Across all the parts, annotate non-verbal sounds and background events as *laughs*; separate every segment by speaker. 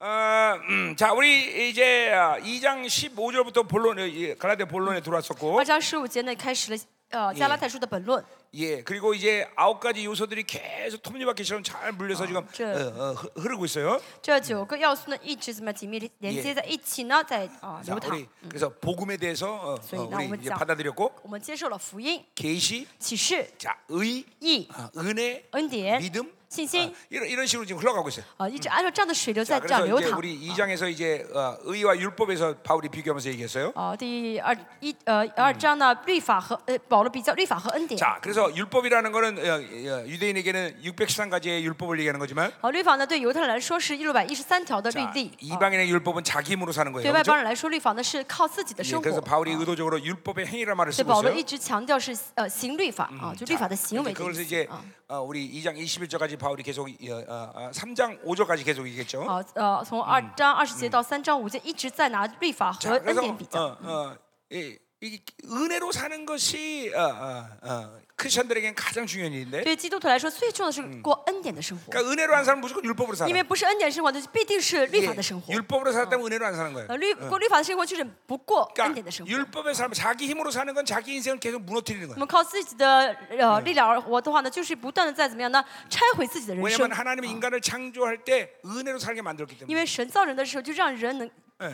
Speaker 1: 아, 음, 자, 우리 이제 2장 15절부터 본론 예, 갈라디아 본론에 들어왔었고,
Speaker 2: 二章十五节呢开始了呃加拉太书的本论，
Speaker 1: 예, 그리고 이제 아홉 가지 요소들이 계속 톱니바퀴처럼 잘 물려서 지금
Speaker 2: 저-
Speaker 1: 어, 어, 흐- 흐르고 있어요.
Speaker 2: 这九个要素呢一直怎么紧密地连接在一起呢，在啊、呃
Speaker 1: 자,
Speaker 2: 流淌。
Speaker 1: 우리 그래서 아, 복음에 대해서 어, 어,
Speaker 2: 소위
Speaker 1: 우리
Speaker 2: 나오면
Speaker 1: 이제
Speaker 2: 자-
Speaker 1: 받아들였고
Speaker 2: 我们接受了福音、
Speaker 1: 계시,
Speaker 2: 启示、
Speaker 1: 자, 의,
Speaker 2: 义、
Speaker 1: 아, 은혜,
Speaker 2: 恩典、
Speaker 1: 믿음,
Speaker 2: 信
Speaker 1: 아,
Speaker 2: 心
Speaker 1: 이런 이런 식으로 지금 흘러가고 있어요.
Speaker 2: 啊、嗯一直按照这样的水流在
Speaker 1: 자,
Speaker 2: 这样
Speaker 1: 그래서
Speaker 2: 流
Speaker 1: 이제
Speaker 2: 淌。
Speaker 1: 우리 2장에서 이제 어, 의와 율법에서 바울이 비교하면서 얘기했어요.
Speaker 2: 啊、第二一呃二章呢，律法和呃保罗比较律法和恩典。
Speaker 1: 자, 그래서 율법이라는 거는 어, 어, 유대인에게는 613가지의 율법을 얘기하는 거지만
Speaker 2: 好，呃律法呢对犹太人来说是六百一十三条的律
Speaker 1: 자,
Speaker 2: 例，啊
Speaker 1: 이방인의 율법은 자기 힘으로 사는
Speaker 2: 对
Speaker 1: 거예요.
Speaker 2: 外
Speaker 1: 그렇죠?
Speaker 2: 邦人来说，律法呢是靠自己的
Speaker 1: 예,
Speaker 2: 生
Speaker 1: 그래서
Speaker 2: 活。
Speaker 1: 바울이 의도적으로 율법의 행위라는 말을
Speaker 2: 所以
Speaker 1: 쓰고
Speaker 2: 保罗
Speaker 1: 있어요.
Speaker 2: 一直强调是呃行律法啊，就律法的
Speaker 1: 이제
Speaker 2: 行为的
Speaker 1: 그것을
Speaker 2: 意思
Speaker 1: 이제
Speaker 2: 啊。
Speaker 1: 어, 우리 2장 21절까지 바울이 계속 이- 어, 어, 어, 3장 5절까지 계속 얘기했죠.
Speaker 2: 好，呃，从二章二十节到三章五节，一直在拿律法和
Speaker 1: 자,
Speaker 2: 恩
Speaker 1: 그래서
Speaker 2: 典比较。
Speaker 1: 어, 어, 이, 이 은혜로 사는 것이 어, 어, 어, 크리스천들에겐 가장 중요한 일인데
Speaker 2: 对基督徒来说，最重要的是过恩典的生活，
Speaker 1: 그러니까 은혜로 한 사람은 무조건 율법으로 살아.
Speaker 2: 因为不是恩典生活，那就必定是律
Speaker 1: 예,
Speaker 2: 法的生活。
Speaker 1: 율법으로 살았다면 은혜로 안 사는 거예요.
Speaker 2: 呃，律过律法的生活就是不过恩典
Speaker 1: 그러니까
Speaker 2: 的生活。
Speaker 1: 율법의 삶, 자기 힘으로 사는 건 자기 인생을 계속 무너뜨리는
Speaker 2: 我
Speaker 1: 거예요.
Speaker 2: 们靠自己的呃力量而活的话呢，就是不断的在怎么样呢，拆毁自己的人
Speaker 1: 왜냐하면
Speaker 2: 生。
Speaker 1: 하나님이 인간을 창조할 때 은혜로 살게 만들었기
Speaker 2: 因
Speaker 1: 때문에. 네,
Speaker 2: 为神造人的时候，就让人能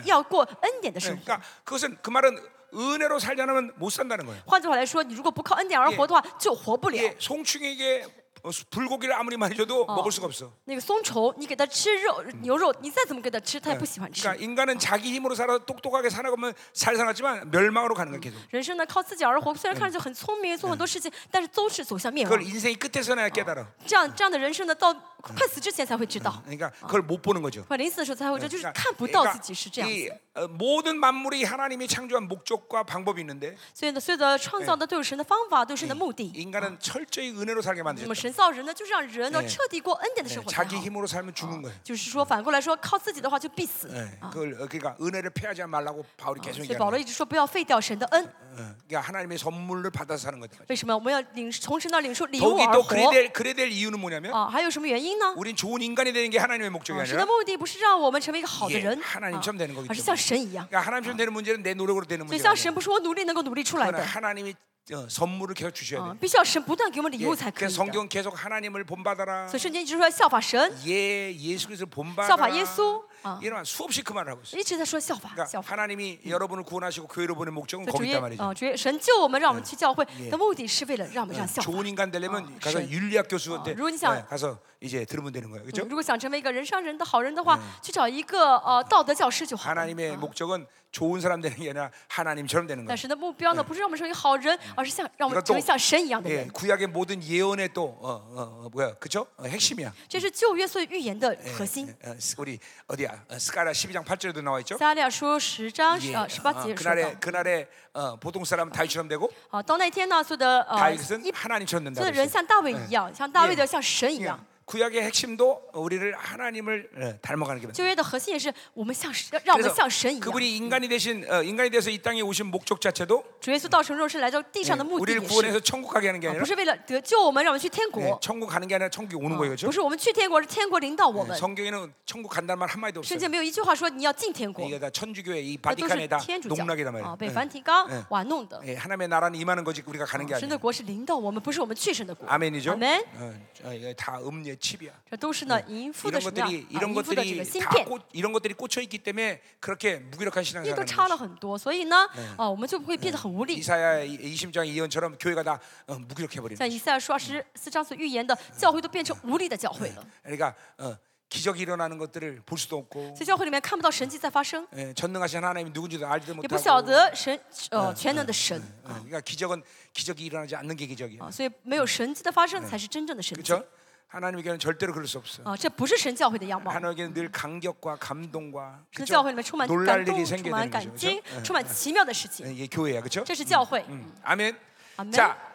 Speaker 2: 要过恩典的
Speaker 1: 예,
Speaker 2: 生活。
Speaker 1: 그러니까 그것은 그 말은 은혜로 살지 않으면 못 산다는 거예요.
Speaker 2: 换句话来说，你如果不靠恩典而活的话，就活不了。
Speaker 1: 이게 송충에게 어, 불고기를 아무리 많이 줘도 먹을 수가 없어.
Speaker 2: 那个松虫，你给它吃肉牛肉，你再怎么给它吃，
Speaker 1: 嗯
Speaker 2: 它也不喜欢吃。
Speaker 1: 그러니까 인간은 자기 힘으로 살아서 똑똑하게 살아가면 잘 살았지만 멸망으로 가는 거예요. 계속.
Speaker 2: 人生呢，靠自己而活，虽然看上去很聪明，做很多事情，但是都是走向灭
Speaker 1: 그걸
Speaker 2: 亡。
Speaker 1: 인생이 끝에서나 깨달아.
Speaker 2: 这样这样的人生呢，到快死之前才会知道，
Speaker 1: 그러니까 그걸 못 보는 거죠.
Speaker 2: 快临死的时候才会知道，就是
Speaker 1: 그러니까-
Speaker 2: 看不到
Speaker 1: 그러니까
Speaker 2: 自己是这样子。
Speaker 1: 이 어, 모든 만물이 하나님이 창조한 목적과 방법이 있는데
Speaker 2: 所以呢，所有的创造呢，都有神的方法，都有神的目的。
Speaker 1: 인간은 철저히 은혜로 살게
Speaker 2: 那么
Speaker 1: 만드셨다.
Speaker 2: 神造人呢，就是让人呢
Speaker 1: 네
Speaker 2: 彻底过恩典的
Speaker 1: 예,
Speaker 2: 生活才
Speaker 1: 자기
Speaker 2: 好。
Speaker 1: 힘으로 살면 죽는 거예요.
Speaker 2: 就是说，反过来说，靠自己的话就必死。
Speaker 1: 예,
Speaker 2: 啊
Speaker 1: 그걸 어, 그러니까 은혜를 폐하지 말라고 바울이 계속
Speaker 2: 所以保
Speaker 1: 얘기하는
Speaker 2: 罗
Speaker 1: 거예요.
Speaker 2: 一直说不要废掉神的恩。
Speaker 1: 어, 그러니까 하나님의 선물을 받아서 사는 거죠.
Speaker 2: 为什么我们要领从神那领受礼物
Speaker 1: 더욱이
Speaker 2: 而
Speaker 1: 또
Speaker 2: 活？
Speaker 1: 그래 될, 그래 될 이유는 뭐냐면
Speaker 2: 啊，还有什么原因呢？
Speaker 1: 우린 좋은 인간이 되는 게 하나님의 목적이
Speaker 2: 啊神的
Speaker 1: 아니라
Speaker 2: 目的不是让我们成为一个好的
Speaker 1: 예,
Speaker 2: 人，啊
Speaker 1: 하나님처럼 되는 거기
Speaker 2: 而是像
Speaker 1: 때문에
Speaker 2: 神一样。
Speaker 1: 그러니까 하나님처럼 되는 문제는 내 노력으로 되는
Speaker 2: 所以
Speaker 1: 문제가
Speaker 2: 像
Speaker 1: 아니라
Speaker 2: 神不是我努力能够努力出来
Speaker 1: 그거는
Speaker 2: 的，
Speaker 1: 하나님이 어, 선물을 계속
Speaker 2: 啊
Speaker 1: 주셔야 ， 돼.
Speaker 2: 必须要神不断给我们
Speaker 1: 예,
Speaker 2: 礼物才可
Speaker 1: 그러니까
Speaker 2: 以的。
Speaker 1: 성경 계속 하나님을 본받아라.
Speaker 2: 所以圣经一直说要效法神，
Speaker 1: 예, 예수 그리스도 본받아라.
Speaker 2: 效法예수. 어.
Speaker 1: 이런 수없이 그 말을 하고 있어요.
Speaker 2: 一直在说效法，
Speaker 1: 그러니까
Speaker 2: 效法。
Speaker 1: 하나님이 여러분을 구원하시고 교회로 보낸 목적은
Speaker 2: 所以主
Speaker 1: 거기
Speaker 2: 耶
Speaker 1: 있단 ，
Speaker 2: 啊，
Speaker 1: 말이죠.
Speaker 2: 主耶，神救我们，让我们去教会的目的是为了让我们这样
Speaker 1: 음,
Speaker 2: 效法。嗯
Speaker 1: 좋은 인간 되려면
Speaker 2: 어,
Speaker 1: 가서
Speaker 2: 신.
Speaker 1: 윤리학 교수한테
Speaker 2: 어, 루니상.
Speaker 1: 예, 가서 이제 들으면 되는 거예요. 그렇죠?
Speaker 2: 嗯如果想成为一个人上人的好人的话，去找一个呃道德教师就嗯好了。
Speaker 1: 하나님의 목적은 좋은 사람 되는 게 아니라 아. 하나님처럼 되는
Speaker 2: 但
Speaker 1: 거예요.
Speaker 2: 神的目标呢，不是让我们成为好人，而是像让我
Speaker 1: 그러니까
Speaker 2: 们
Speaker 1: 또
Speaker 2: 成为像神一样的
Speaker 1: 예,
Speaker 2: 人。
Speaker 1: 구약의 모든 예언의 또 어, 어, 어, 뭐야, 그렇죠? 핵심이야.
Speaker 2: 这是旧约所预言的核
Speaker 1: 예,
Speaker 2: 心。
Speaker 1: 어, 스- 우리 어디야? 어, 스가랴 12장 8절에도 나와 있죠.
Speaker 2: 撒利亚书十章
Speaker 1: 예,
Speaker 2: 呃十八
Speaker 1: 어,
Speaker 2: 节说到
Speaker 1: 그날에 ， 그날에 어, 보통 사람은 다윗처럼 되고
Speaker 2: 啊，到那天呢，所有的
Speaker 1: 어,
Speaker 2: 呃
Speaker 1: 다윗은
Speaker 2: 一
Speaker 1: 하나님처럼
Speaker 2: 所
Speaker 1: 된다.
Speaker 2: 有的人
Speaker 1: 그랬어요.
Speaker 2: 像大卫一样，像大卫的像神一
Speaker 1: 예,
Speaker 2: 样。
Speaker 1: 구약의 핵심도 우리를 하나님을 예, 닮아가는 게
Speaker 2: 旧
Speaker 1: 맞아요.
Speaker 2: 约的核心也是我们像神，让我们像神一样。
Speaker 1: 그분이 인간이 대신 어, 인간이 돼서 이 땅에 오신 목적 자체도
Speaker 2: 主耶稣道成肉身来到地
Speaker 1: 예,
Speaker 2: 上的目的
Speaker 1: 우리를
Speaker 2: 也是，
Speaker 1: 구원해서 천국 가게 하는 게
Speaker 2: 啊
Speaker 1: 아니라
Speaker 2: 不是为了得救我们，让我们去天
Speaker 1: 예,
Speaker 2: 国，
Speaker 1: 천국 가는 게 아니라 천국이 오는 거예요, 그렇죠? 네,
Speaker 2: 不是嗯我们去天国，是天国领导我们。
Speaker 1: 성경에는 천국 간다는 말 한마디도
Speaker 2: 圣
Speaker 1: 없어요. 네,
Speaker 2: 经没有一句话说你要进天国，
Speaker 1: 이게 다 천주교의 이
Speaker 2: 那都
Speaker 1: 아,
Speaker 2: 是
Speaker 1: 바티칸에 다
Speaker 2: 天主教
Speaker 1: 농락이란
Speaker 2: 啊，
Speaker 1: 말이에요.
Speaker 2: 被梵蒂冈
Speaker 1: 예
Speaker 2: 玩弄的。
Speaker 1: 예, 하나님의 나라는 임하는 거지 우리가 가는 게
Speaker 2: 神哎的
Speaker 1: 아니에요.
Speaker 2: 国是领导我们，不是我们去神的国。
Speaker 1: 아멘이죠.
Speaker 2: 阿门。
Speaker 1: 어, 어, 이게 다 음녀 칩이야.
Speaker 2: 这都是呢淫妇的
Speaker 1: 이런
Speaker 2: 什么呀？
Speaker 1: 것들이 아, 이런
Speaker 2: 啊淫妇的这个
Speaker 1: 것들이
Speaker 2: 芯
Speaker 1: 다
Speaker 2: 片。
Speaker 1: 꽂, 이런 것들이 꽂혀 있기 때문에 그렇게 무기력한
Speaker 2: 因为
Speaker 1: 신앙생활을
Speaker 2: 都差
Speaker 1: 하는
Speaker 2: 了
Speaker 1: 거죠.
Speaker 2: 很多，所以呢，哦，我们就会变得很无力。
Speaker 1: 이사야 20장 이언처럼 교회가 다 어, 무기력해 버리는.
Speaker 2: 像以赛亚书二十四章所预言的，教会都变成无力的教会了。
Speaker 1: 그러니까 어, 기적이 일어나는 것들을 볼 수도 없고
Speaker 2: 在教会里面看不到神迹在发生，
Speaker 1: 예, 전능하신 하나님이 누군지도 알지도
Speaker 2: 也不晓
Speaker 1: 못하고.
Speaker 2: 得神呃全能的神
Speaker 1: 어, 그러니까 기적은 기적이 일어나지 않는 게 기적이에요.
Speaker 2: 啊，所以没有神迹的发生才是真正的神迹
Speaker 1: 그렇죠? 하나님에게는 절대로 그럴 수 없어. 요
Speaker 2: 啊，这不是神教嗯会的样貌。
Speaker 1: 하나님에게는 늘 감격과 감동과
Speaker 2: 这
Speaker 1: 어. 그렇죠?
Speaker 2: 教会里面充满感
Speaker 1: 놀랄 일이
Speaker 2: 动，充
Speaker 1: 생겨야 되는
Speaker 2: 满感
Speaker 1: 거죠. 그렇죠?
Speaker 2: 嗯激，充满奇妙的事
Speaker 1: 예,
Speaker 2: 情，嗯
Speaker 1: 이게 교회야, 그렇죠?
Speaker 2: 这是教会。
Speaker 1: 음, 아멘.
Speaker 2: 아멘.
Speaker 1: 자,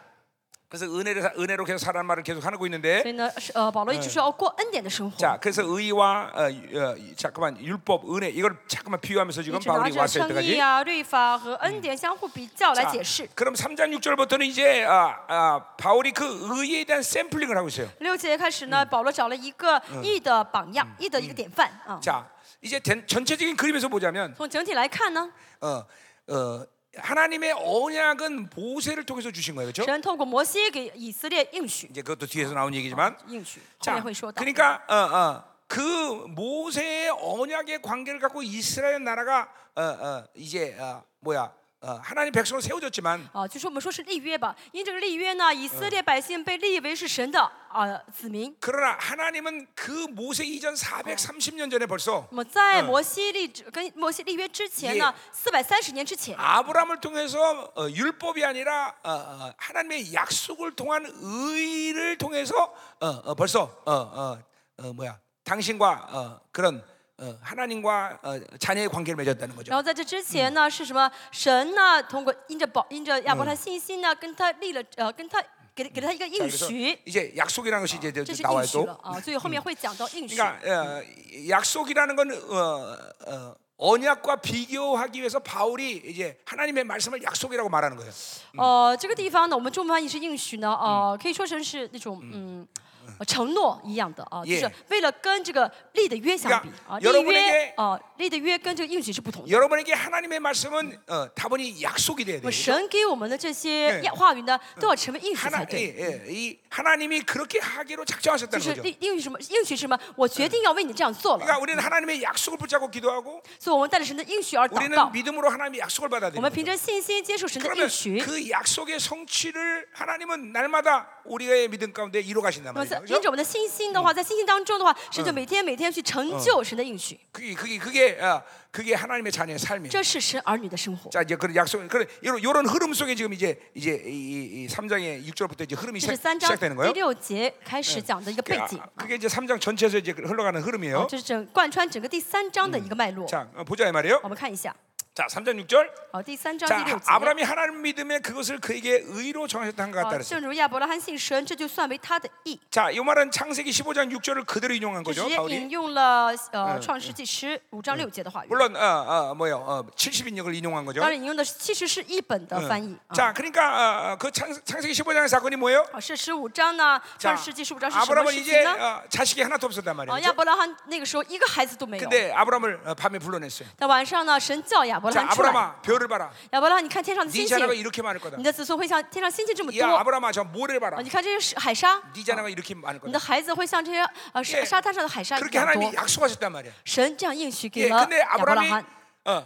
Speaker 1: 그래서 은혜를 사- 은혜로 계속 살라는 말을 계속 하고 있는데
Speaker 2: 所以呢，是呃，保罗一直说要过恩典的生活，
Speaker 1: 자, 그래서 의와 어, 어, 잠깐만 율법, 은혜 이걸 잠깐만 비유하면서
Speaker 2: 一
Speaker 1: 지금
Speaker 2: 直拿
Speaker 1: 바울이
Speaker 2: 着
Speaker 1: 왔을
Speaker 2: 称义
Speaker 1: 때까지.
Speaker 2: 啊、律法和恩典相互比较来
Speaker 1: 자,
Speaker 2: 解释。
Speaker 1: 그럼 3장 6절부터는 이제 아, 아, 바울이 그 의에 대한 샘플링을 하고 있어요.
Speaker 2: 六节开始呢，保罗找了一个义的榜样，义的一个典范啊。
Speaker 1: 자, 이제 된- 전체적인 그림에서 보자면
Speaker 2: 从整体来看呢，
Speaker 1: 어, 어, 하나님의 언약은 모세를 통해서 주신 거예요. 그렇죠?
Speaker 2: 神通过摩西给以色列应许，
Speaker 1: 이제 그것도 뒤에서 나온 얘기지만
Speaker 2: 应许后
Speaker 1: 자,
Speaker 2: 面会说到。
Speaker 1: 그러니까 어, 어, 그 모세의 언약의 관계를 갖고 이스라엘 나라가 어, 어, 이제 어, 뭐야 어, 하나님 백성으로 세워졌지만
Speaker 2: 啊，就是我们说是立约吧，因这个立约呢，以色列百姓被立为是神的啊、呃子民。
Speaker 1: 그러나 하나님은 그 모세 이전 430년 전에 벌써
Speaker 2: 那么在摩西立之跟摩嗯西立啊约之前呢，四百三十年之前，
Speaker 1: 아브라함을 통해서 어, 율법이 아니라 어, 어, 하나님의 약속을 통한 의를 통해서 어, 어, 벌써 어, 어, 어, 뭐야 당신과 어, 그런 어, 하나님과 어, 자녀의 관계를 맺었다는 거죠.
Speaker 2: 然后在这之前呢，是什么？神呢，通过因着保因着亚伯拉罕信心呢，跟他立了呃，跟他给给他一个
Speaker 1: 자,
Speaker 2: 应
Speaker 1: 그래서
Speaker 2: 许，
Speaker 1: 이제 약속이라는 것이 이제
Speaker 2: 这是
Speaker 1: 나와요
Speaker 2: 应许
Speaker 1: 또
Speaker 2: 了啊，所以后面会讲到应许。
Speaker 1: 그러니까 어, 약속이라는 건 어, 어, 언약과 비교하기 위해서 바울이 이제 하나님의 말씀을 약속이라고 말하는 거예요.
Speaker 2: 呃，这个地方呢，我们中文翻译是应许呢，呃，可以说成是那种嗯。呃承诺一样的啊，就
Speaker 1: Yeah
Speaker 2: 是为了跟这个立的约相比
Speaker 1: 그러니까
Speaker 2: 啊，立
Speaker 1: 여러분에게
Speaker 2: 约啊，立的约跟这个应许是不同的。
Speaker 1: 여러분에게 하나님의 말씀은 어, 다분히 약속이 돼야
Speaker 2: 那
Speaker 1: 돼요.
Speaker 2: 么神给我们的这些
Speaker 1: Yeah
Speaker 2: 呀话语呢，都要成为应许
Speaker 1: 하나,
Speaker 2: 才
Speaker 1: 예,
Speaker 2: 对。
Speaker 1: 예, 이 하나님이 그렇게 하기로
Speaker 2: 就
Speaker 1: 작정하셨다는
Speaker 2: 是
Speaker 1: 거죠.
Speaker 2: 应应许什么？应许什么？我决定要为你这样做了，
Speaker 1: 그러니까 우리는 하나님의 약속을 붙잡고 기도하고
Speaker 2: 所以我们带着神的应许而祷
Speaker 1: 우리는
Speaker 2: 告。
Speaker 1: 믿음으로 하나님의 약속을
Speaker 2: 我
Speaker 1: 받아들여요.
Speaker 2: 们凭着信心接受神的
Speaker 1: 그러면
Speaker 2: 应许。
Speaker 1: 그 약속의 성취를 하나님은 날마다 우리의 믿음 가운데 이루 가신단
Speaker 2: 那么在
Speaker 1: 말이죠.
Speaker 2: 因着我们的信心的话，在信心当中的话，神就每天每天去成就神的应许。
Speaker 1: 그게 그게 그게 아, 그게 하나님의 자녀의 삶이에요.
Speaker 2: 这是神儿女的生活。
Speaker 1: 자 이제 그런 약속 그런 이런, 이런 흐름 속에 지금 이제 이제 이, 이, 이 3장의 6절부터 이제 흐름이
Speaker 2: 这是
Speaker 1: 시작,
Speaker 2: 三章
Speaker 1: 시작되는
Speaker 2: 第
Speaker 1: 거예요.
Speaker 2: 六节开始讲的一个背
Speaker 1: 그게,
Speaker 2: 景啊
Speaker 1: 아, ， 그게 이제 3장 전체에서 이제 흘러가는 흐름이에요.
Speaker 2: 这是整贯穿整个第三章的一个脉络。
Speaker 1: 자 어, 보자 이 말이에요.
Speaker 2: 我们看一下，
Speaker 1: 자 3장 6절.
Speaker 2: 好，第三章
Speaker 1: 자
Speaker 2: 第六节。
Speaker 1: 아브라함이 하나님 믿음에 그것을 그에게 의로 정하셨다 한것
Speaker 2: 啊
Speaker 1: 같다 ， 그랬어요.
Speaker 2: 正如亚伯拉罕信神，这就算为他的义。
Speaker 1: 자이 말은 창세기 15장 6절을 그대로 인용한
Speaker 2: 就直
Speaker 1: 거죠.
Speaker 2: 接引
Speaker 1: 바울이
Speaker 2: 用了呃《创世纪》十五章六节的话语。
Speaker 1: 물론 어, 어, 뭐요 어, 70인역을 인용한 거죠.
Speaker 2: 当然，引用的是其实是译本的翻译啊。
Speaker 1: 자 그러니까 어, 어, 그 창, 창세기 15장의 사건이 뭐예요?
Speaker 2: 啊，是十五章呢，《
Speaker 1: 자,
Speaker 2: 创世纪》十五章是什么
Speaker 1: 아브라함은
Speaker 2: 事
Speaker 1: 이제
Speaker 2: 情呢？
Speaker 1: 어, 자식이 하나도 없었단
Speaker 2: 啊，
Speaker 1: 말이에요.
Speaker 2: 亚
Speaker 1: 그렇죠?
Speaker 2: 伯拉罕那个时候一个孩子都没有。
Speaker 1: 근데 아브라함을 어, 밤에 불러냈어요.
Speaker 2: 但晚上呢，神叫亚伯拉
Speaker 1: 자
Speaker 2: 罕出来。
Speaker 1: 아브라함아 별을 봐라.
Speaker 2: 亚伯拉罕，你看天上的
Speaker 1: 네
Speaker 2: 星
Speaker 1: 자녀가
Speaker 2: 星，
Speaker 1: 이렇게 많을 거다.
Speaker 2: 你的子孙会像天上星星这么多。
Speaker 1: 야
Speaker 2: 啊，
Speaker 1: 아브라함아 저 모래를 봐라.
Speaker 2: 你看这些海沙，
Speaker 1: 네 자녀가 이렇게 많을
Speaker 2: 你
Speaker 1: 거다.
Speaker 2: 的孩子会像这些呃沙
Speaker 1: 예.
Speaker 2: 沙滩上的海沙一
Speaker 1: 그렇게
Speaker 2: 样多
Speaker 1: 하나님이 。 약속하셨단 말이야.
Speaker 2: 神这样应许
Speaker 1: 예,
Speaker 2: 给了
Speaker 1: 근데
Speaker 2: 亚伯拉
Speaker 1: 아브라함이
Speaker 2: 罕。
Speaker 1: 어,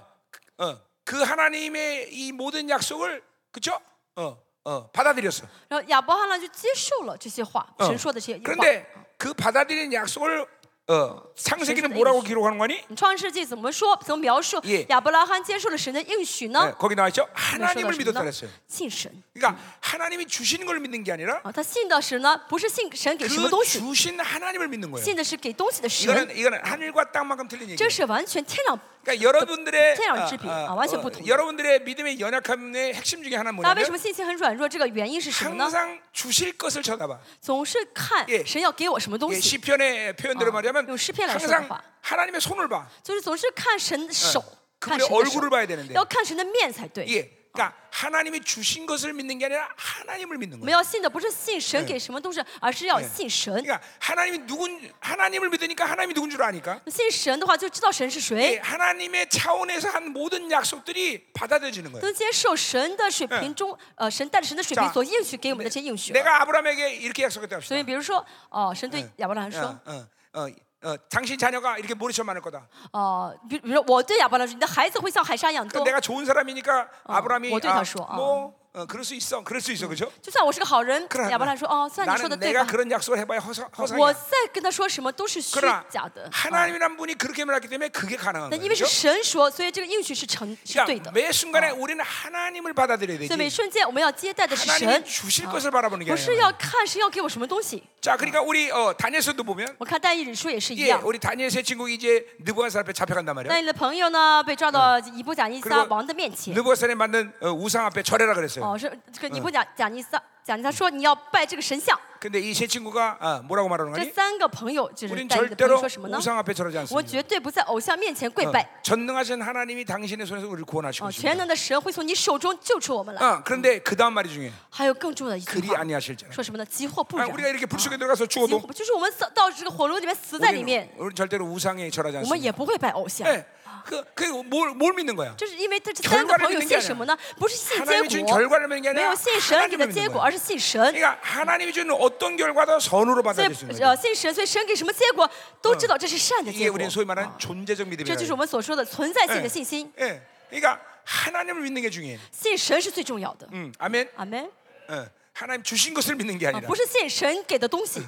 Speaker 1: 어, 그 하나님의 이 모든 약속을 그쵸? 어, 어, 받아들였어.
Speaker 2: 然后亚伯拉罕呢就接受了这些话，
Speaker 1: 어.
Speaker 2: 神说的这些话。
Speaker 1: 그런데 그 받아들인 약속을 어, 창세기는
Speaker 2: 그래서
Speaker 1: 뭐라고
Speaker 2: 이것이-
Speaker 1: 기록하는 거니?
Speaker 2: 《创世纪》怎么说？怎么描述
Speaker 1: 예
Speaker 2: 亚伯拉罕接受了神的应许
Speaker 1: 예,
Speaker 2: 呢？
Speaker 1: 거기 나와 있죠.
Speaker 2: 说到
Speaker 1: 하나님을
Speaker 2: 什么
Speaker 1: 믿었다
Speaker 2: 呢
Speaker 1: 그랬어요.
Speaker 2: 信神
Speaker 1: 그러니까 하나님이 주시는 걸 믿는 게 아니라
Speaker 2: 啊，他信的神呢，不是信神给什么
Speaker 1: 그
Speaker 2: 东西，
Speaker 1: 주신 하나님을 믿는 거예요.
Speaker 2: 信的是给东西的神，
Speaker 1: 이거는 이거는 하늘과 땅만큼 틀린 얘기예요.
Speaker 2: 这是完全天壤。
Speaker 1: 그러니까 여러분들의
Speaker 2: 태양
Speaker 1: 아,
Speaker 2: 집이,
Speaker 1: 아,
Speaker 2: 아, 완전 보통.
Speaker 1: 여러분들의 믿음의 연약함의 핵심 중에 하나는
Speaker 2: 那为什
Speaker 1: 뭐냐면
Speaker 2: 么信心很软弱？这个原因是什么呢？
Speaker 1: 항상 주실 것을 쳐다봐.
Speaker 2: 总是看
Speaker 1: 예
Speaker 2: 神要给我什么东
Speaker 1: 예,
Speaker 2: 西，
Speaker 1: 시편의 표현대로
Speaker 2: 어,
Speaker 1: 말하면
Speaker 2: 요 시편에
Speaker 1: 항상
Speaker 2: 나오는 거.
Speaker 1: 하나님의 손을 봐.
Speaker 2: 就是总是看神的手，看
Speaker 1: 그분의
Speaker 2: 神的手
Speaker 1: 얼굴을 봐야 되는데.
Speaker 2: 要看神的面才对。
Speaker 1: 예. 그러니까 하나님이 주신 것을 믿는 게 아니라 하나님을 믿는
Speaker 2: 我们
Speaker 1: 거예요.
Speaker 2: 要信的不是信神给什么东西，而是要信神。
Speaker 1: 그러니까 하나님이 누군 하나님을 믿으니까 하나님이 누군 줄 아니까.
Speaker 2: 信神的话，就知道神是
Speaker 1: 예,
Speaker 2: 谁，
Speaker 1: 하나님의 차원에서 한 모든 약속들이 받아들여지는 거예요.
Speaker 2: 能接受神的水平中，呃，神带着神的水平
Speaker 1: 자
Speaker 2: 所应许给我们的这些应许。
Speaker 1: 내가 아브라함에게 이렇게 약속했다
Speaker 2: 所
Speaker 1: 합시다.
Speaker 2: 以，比如说，哦，神对亚伯拉罕说，
Speaker 1: 어, 어, 어, 어, 당신 자녀가 이렇게 모래처럼 많을 거다.
Speaker 2: 哦，比比如说我对亚伯拉罕说，你的孩子会像海沙一样
Speaker 1: 그러니까
Speaker 2: 多。
Speaker 1: 내가 좋은 사람이니까 아브라함이
Speaker 2: 어떻게
Speaker 1: 아,
Speaker 2: 다시 와?
Speaker 1: 뭐 어, 그럴 수 있어, 그럴 수 있어, 그죠?
Speaker 2: 就算我是个好人，
Speaker 1: 그러나
Speaker 2: 亚伯拉罕说，哦，算你说的
Speaker 1: 나는
Speaker 2: 对
Speaker 1: 내가
Speaker 2: 吧？
Speaker 1: 그런 약속을 해봐야 허상, 허상이야.
Speaker 2: 我再跟他说什么都是虚
Speaker 1: 그러나
Speaker 2: 假的。啊
Speaker 1: 하나님이란 분이 그렇게 말했기 때문에 그게 가능한
Speaker 2: 但
Speaker 1: 거예요.
Speaker 2: 因为是
Speaker 1: 그죠?
Speaker 2: 神说，所以这个应许是成是对
Speaker 1: 그러니까
Speaker 2: 的。
Speaker 1: 매 순간에 우리는 하나님을 받아들여야
Speaker 2: 所以每
Speaker 1: 되지.
Speaker 2: 瞬间我们要接待的是神
Speaker 1: 하나님이 ， 어. 주실 것을 바라보는 게
Speaker 2: 不是
Speaker 1: 아니라.
Speaker 2: 要看神要给我什么东西。
Speaker 1: 자, 그러니까 우리 어, 다니엘서도 보면
Speaker 2: 我看但以理书也是一
Speaker 1: 예,
Speaker 2: 样，
Speaker 1: 우리 다니엘의 친구가 이제 느부갓살 앞에 잡혀간단 말이야.
Speaker 2: 但你的朋友呢被抓到尼布甲尼撒
Speaker 1: 그리고
Speaker 2: 王的面前，
Speaker 1: 느부갓살이 만든 어, 우상 앞에 절해라 그랬어요.
Speaker 2: 哦，是这个尼布甲甲尼撒讲，他说你要拜这个神像。
Speaker 1: 근데 이 세 친구가 어, 뭐라고 말하는
Speaker 2: 这
Speaker 1: 거니?
Speaker 2: 三个朋友就是
Speaker 1: 우린
Speaker 2: 带你的朋友
Speaker 1: 절대로
Speaker 2: 说什么呢？
Speaker 1: 우상 앞에 절하지
Speaker 2: 我们
Speaker 1: 않습니다.
Speaker 2: 绝对不在偶像面前跪
Speaker 1: 어,
Speaker 2: 拜。
Speaker 1: 전능하신 하나님이 당신의 손에서 우리를 구원하시고
Speaker 2: 哦，全
Speaker 1: 있습니다.
Speaker 2: 能嗯的嗯神会从你手中救出我们来。
Speaker 1: 어, 그런데 그 다음 말이 중요해.
Speaker 2: 还有更重要的一句
Speaker 1: 그리
Speaker 2: 话，
Speaker 1: 아니하실지라.
Speaker 2: 说什么呢？急祸不
Speaker 1: 아,
Speaker 2: 染。
Speaker 1: 우리가 이렇게 불
Speaker 2: 啊
Speaker 1: 속에 들어가서
Speaker 2: 急
Speaker 1: 죽어도
Speaker 2: 祸就是我们死到这个火炉里面死在里
Speaker 1: 우리는,
Speaker 2: 面，
Speaker 1: 우리는 절대로 우상에 절하지
Speaker 2: 我们
Speaker 1: 않습니다.
Speaker 2: 也不会拜偶像。
Speaker 1: 예, 그, 그, 뭘, 뭘 믿는 거야?
Speaker 2: 这是因为这这
Speaker 1: 결과를
Speaker 2: 三个朋友
Speaker 1: 믿는게
Speaker 2: 信
Speaker 1: 아니라
Speaker 2: 什么呢？不是信结
Speaker 1: 하나님이 준
Speaker 2: 果，
Speaker 1: 결과를 믿는 게
Speaker 2: 没
Speaker 1: 아니라
Speaker 2: 有信神给
Speaker 1: 하나님을
Speaker 2: 的
Speaker 1: 믿는
Speaker 2: 结果，
Speaker 1: 거야.
Speaker 2: 而是信神。
Speaker 1: 그러니까 하나님이 준 어떤 결과도 선으로
Speaker 2: 所
Speaker 1: 받아들일 수
Speaker 2: 以
Speaker 1: 있는
Speaker 2: 呃，
Speaker 1: 거야.
Speaker 2: 信神，所以神给什么结果都知道这是善的
Speaker 1: 이게
Speaker 2: 结果
Speaker 1: 우리는 。 소위 말하는 존재적
Speaker 2: 这
Speaker 1: 믿음이라고
Speaker 2: 就是
Speaker 1: 해요.
Speaker 2: 我们所说的存在性
Speaker 1: 예,
Speaker 2: 的信心，
Speaker 1: 예, 그러니까 하나님을 믿는 게 중요해.
Speaker 2: 信神是最重要的。
Speaker 1: 음, 아멘.
Speaker 2: 阿门。
Speaker 1: 어, 하나님 주신 어, 것을 믿는 게
Speaker 2: 啊，
Speaker 1: 아니라 어,
Speaker 2: 不是信神给的东西，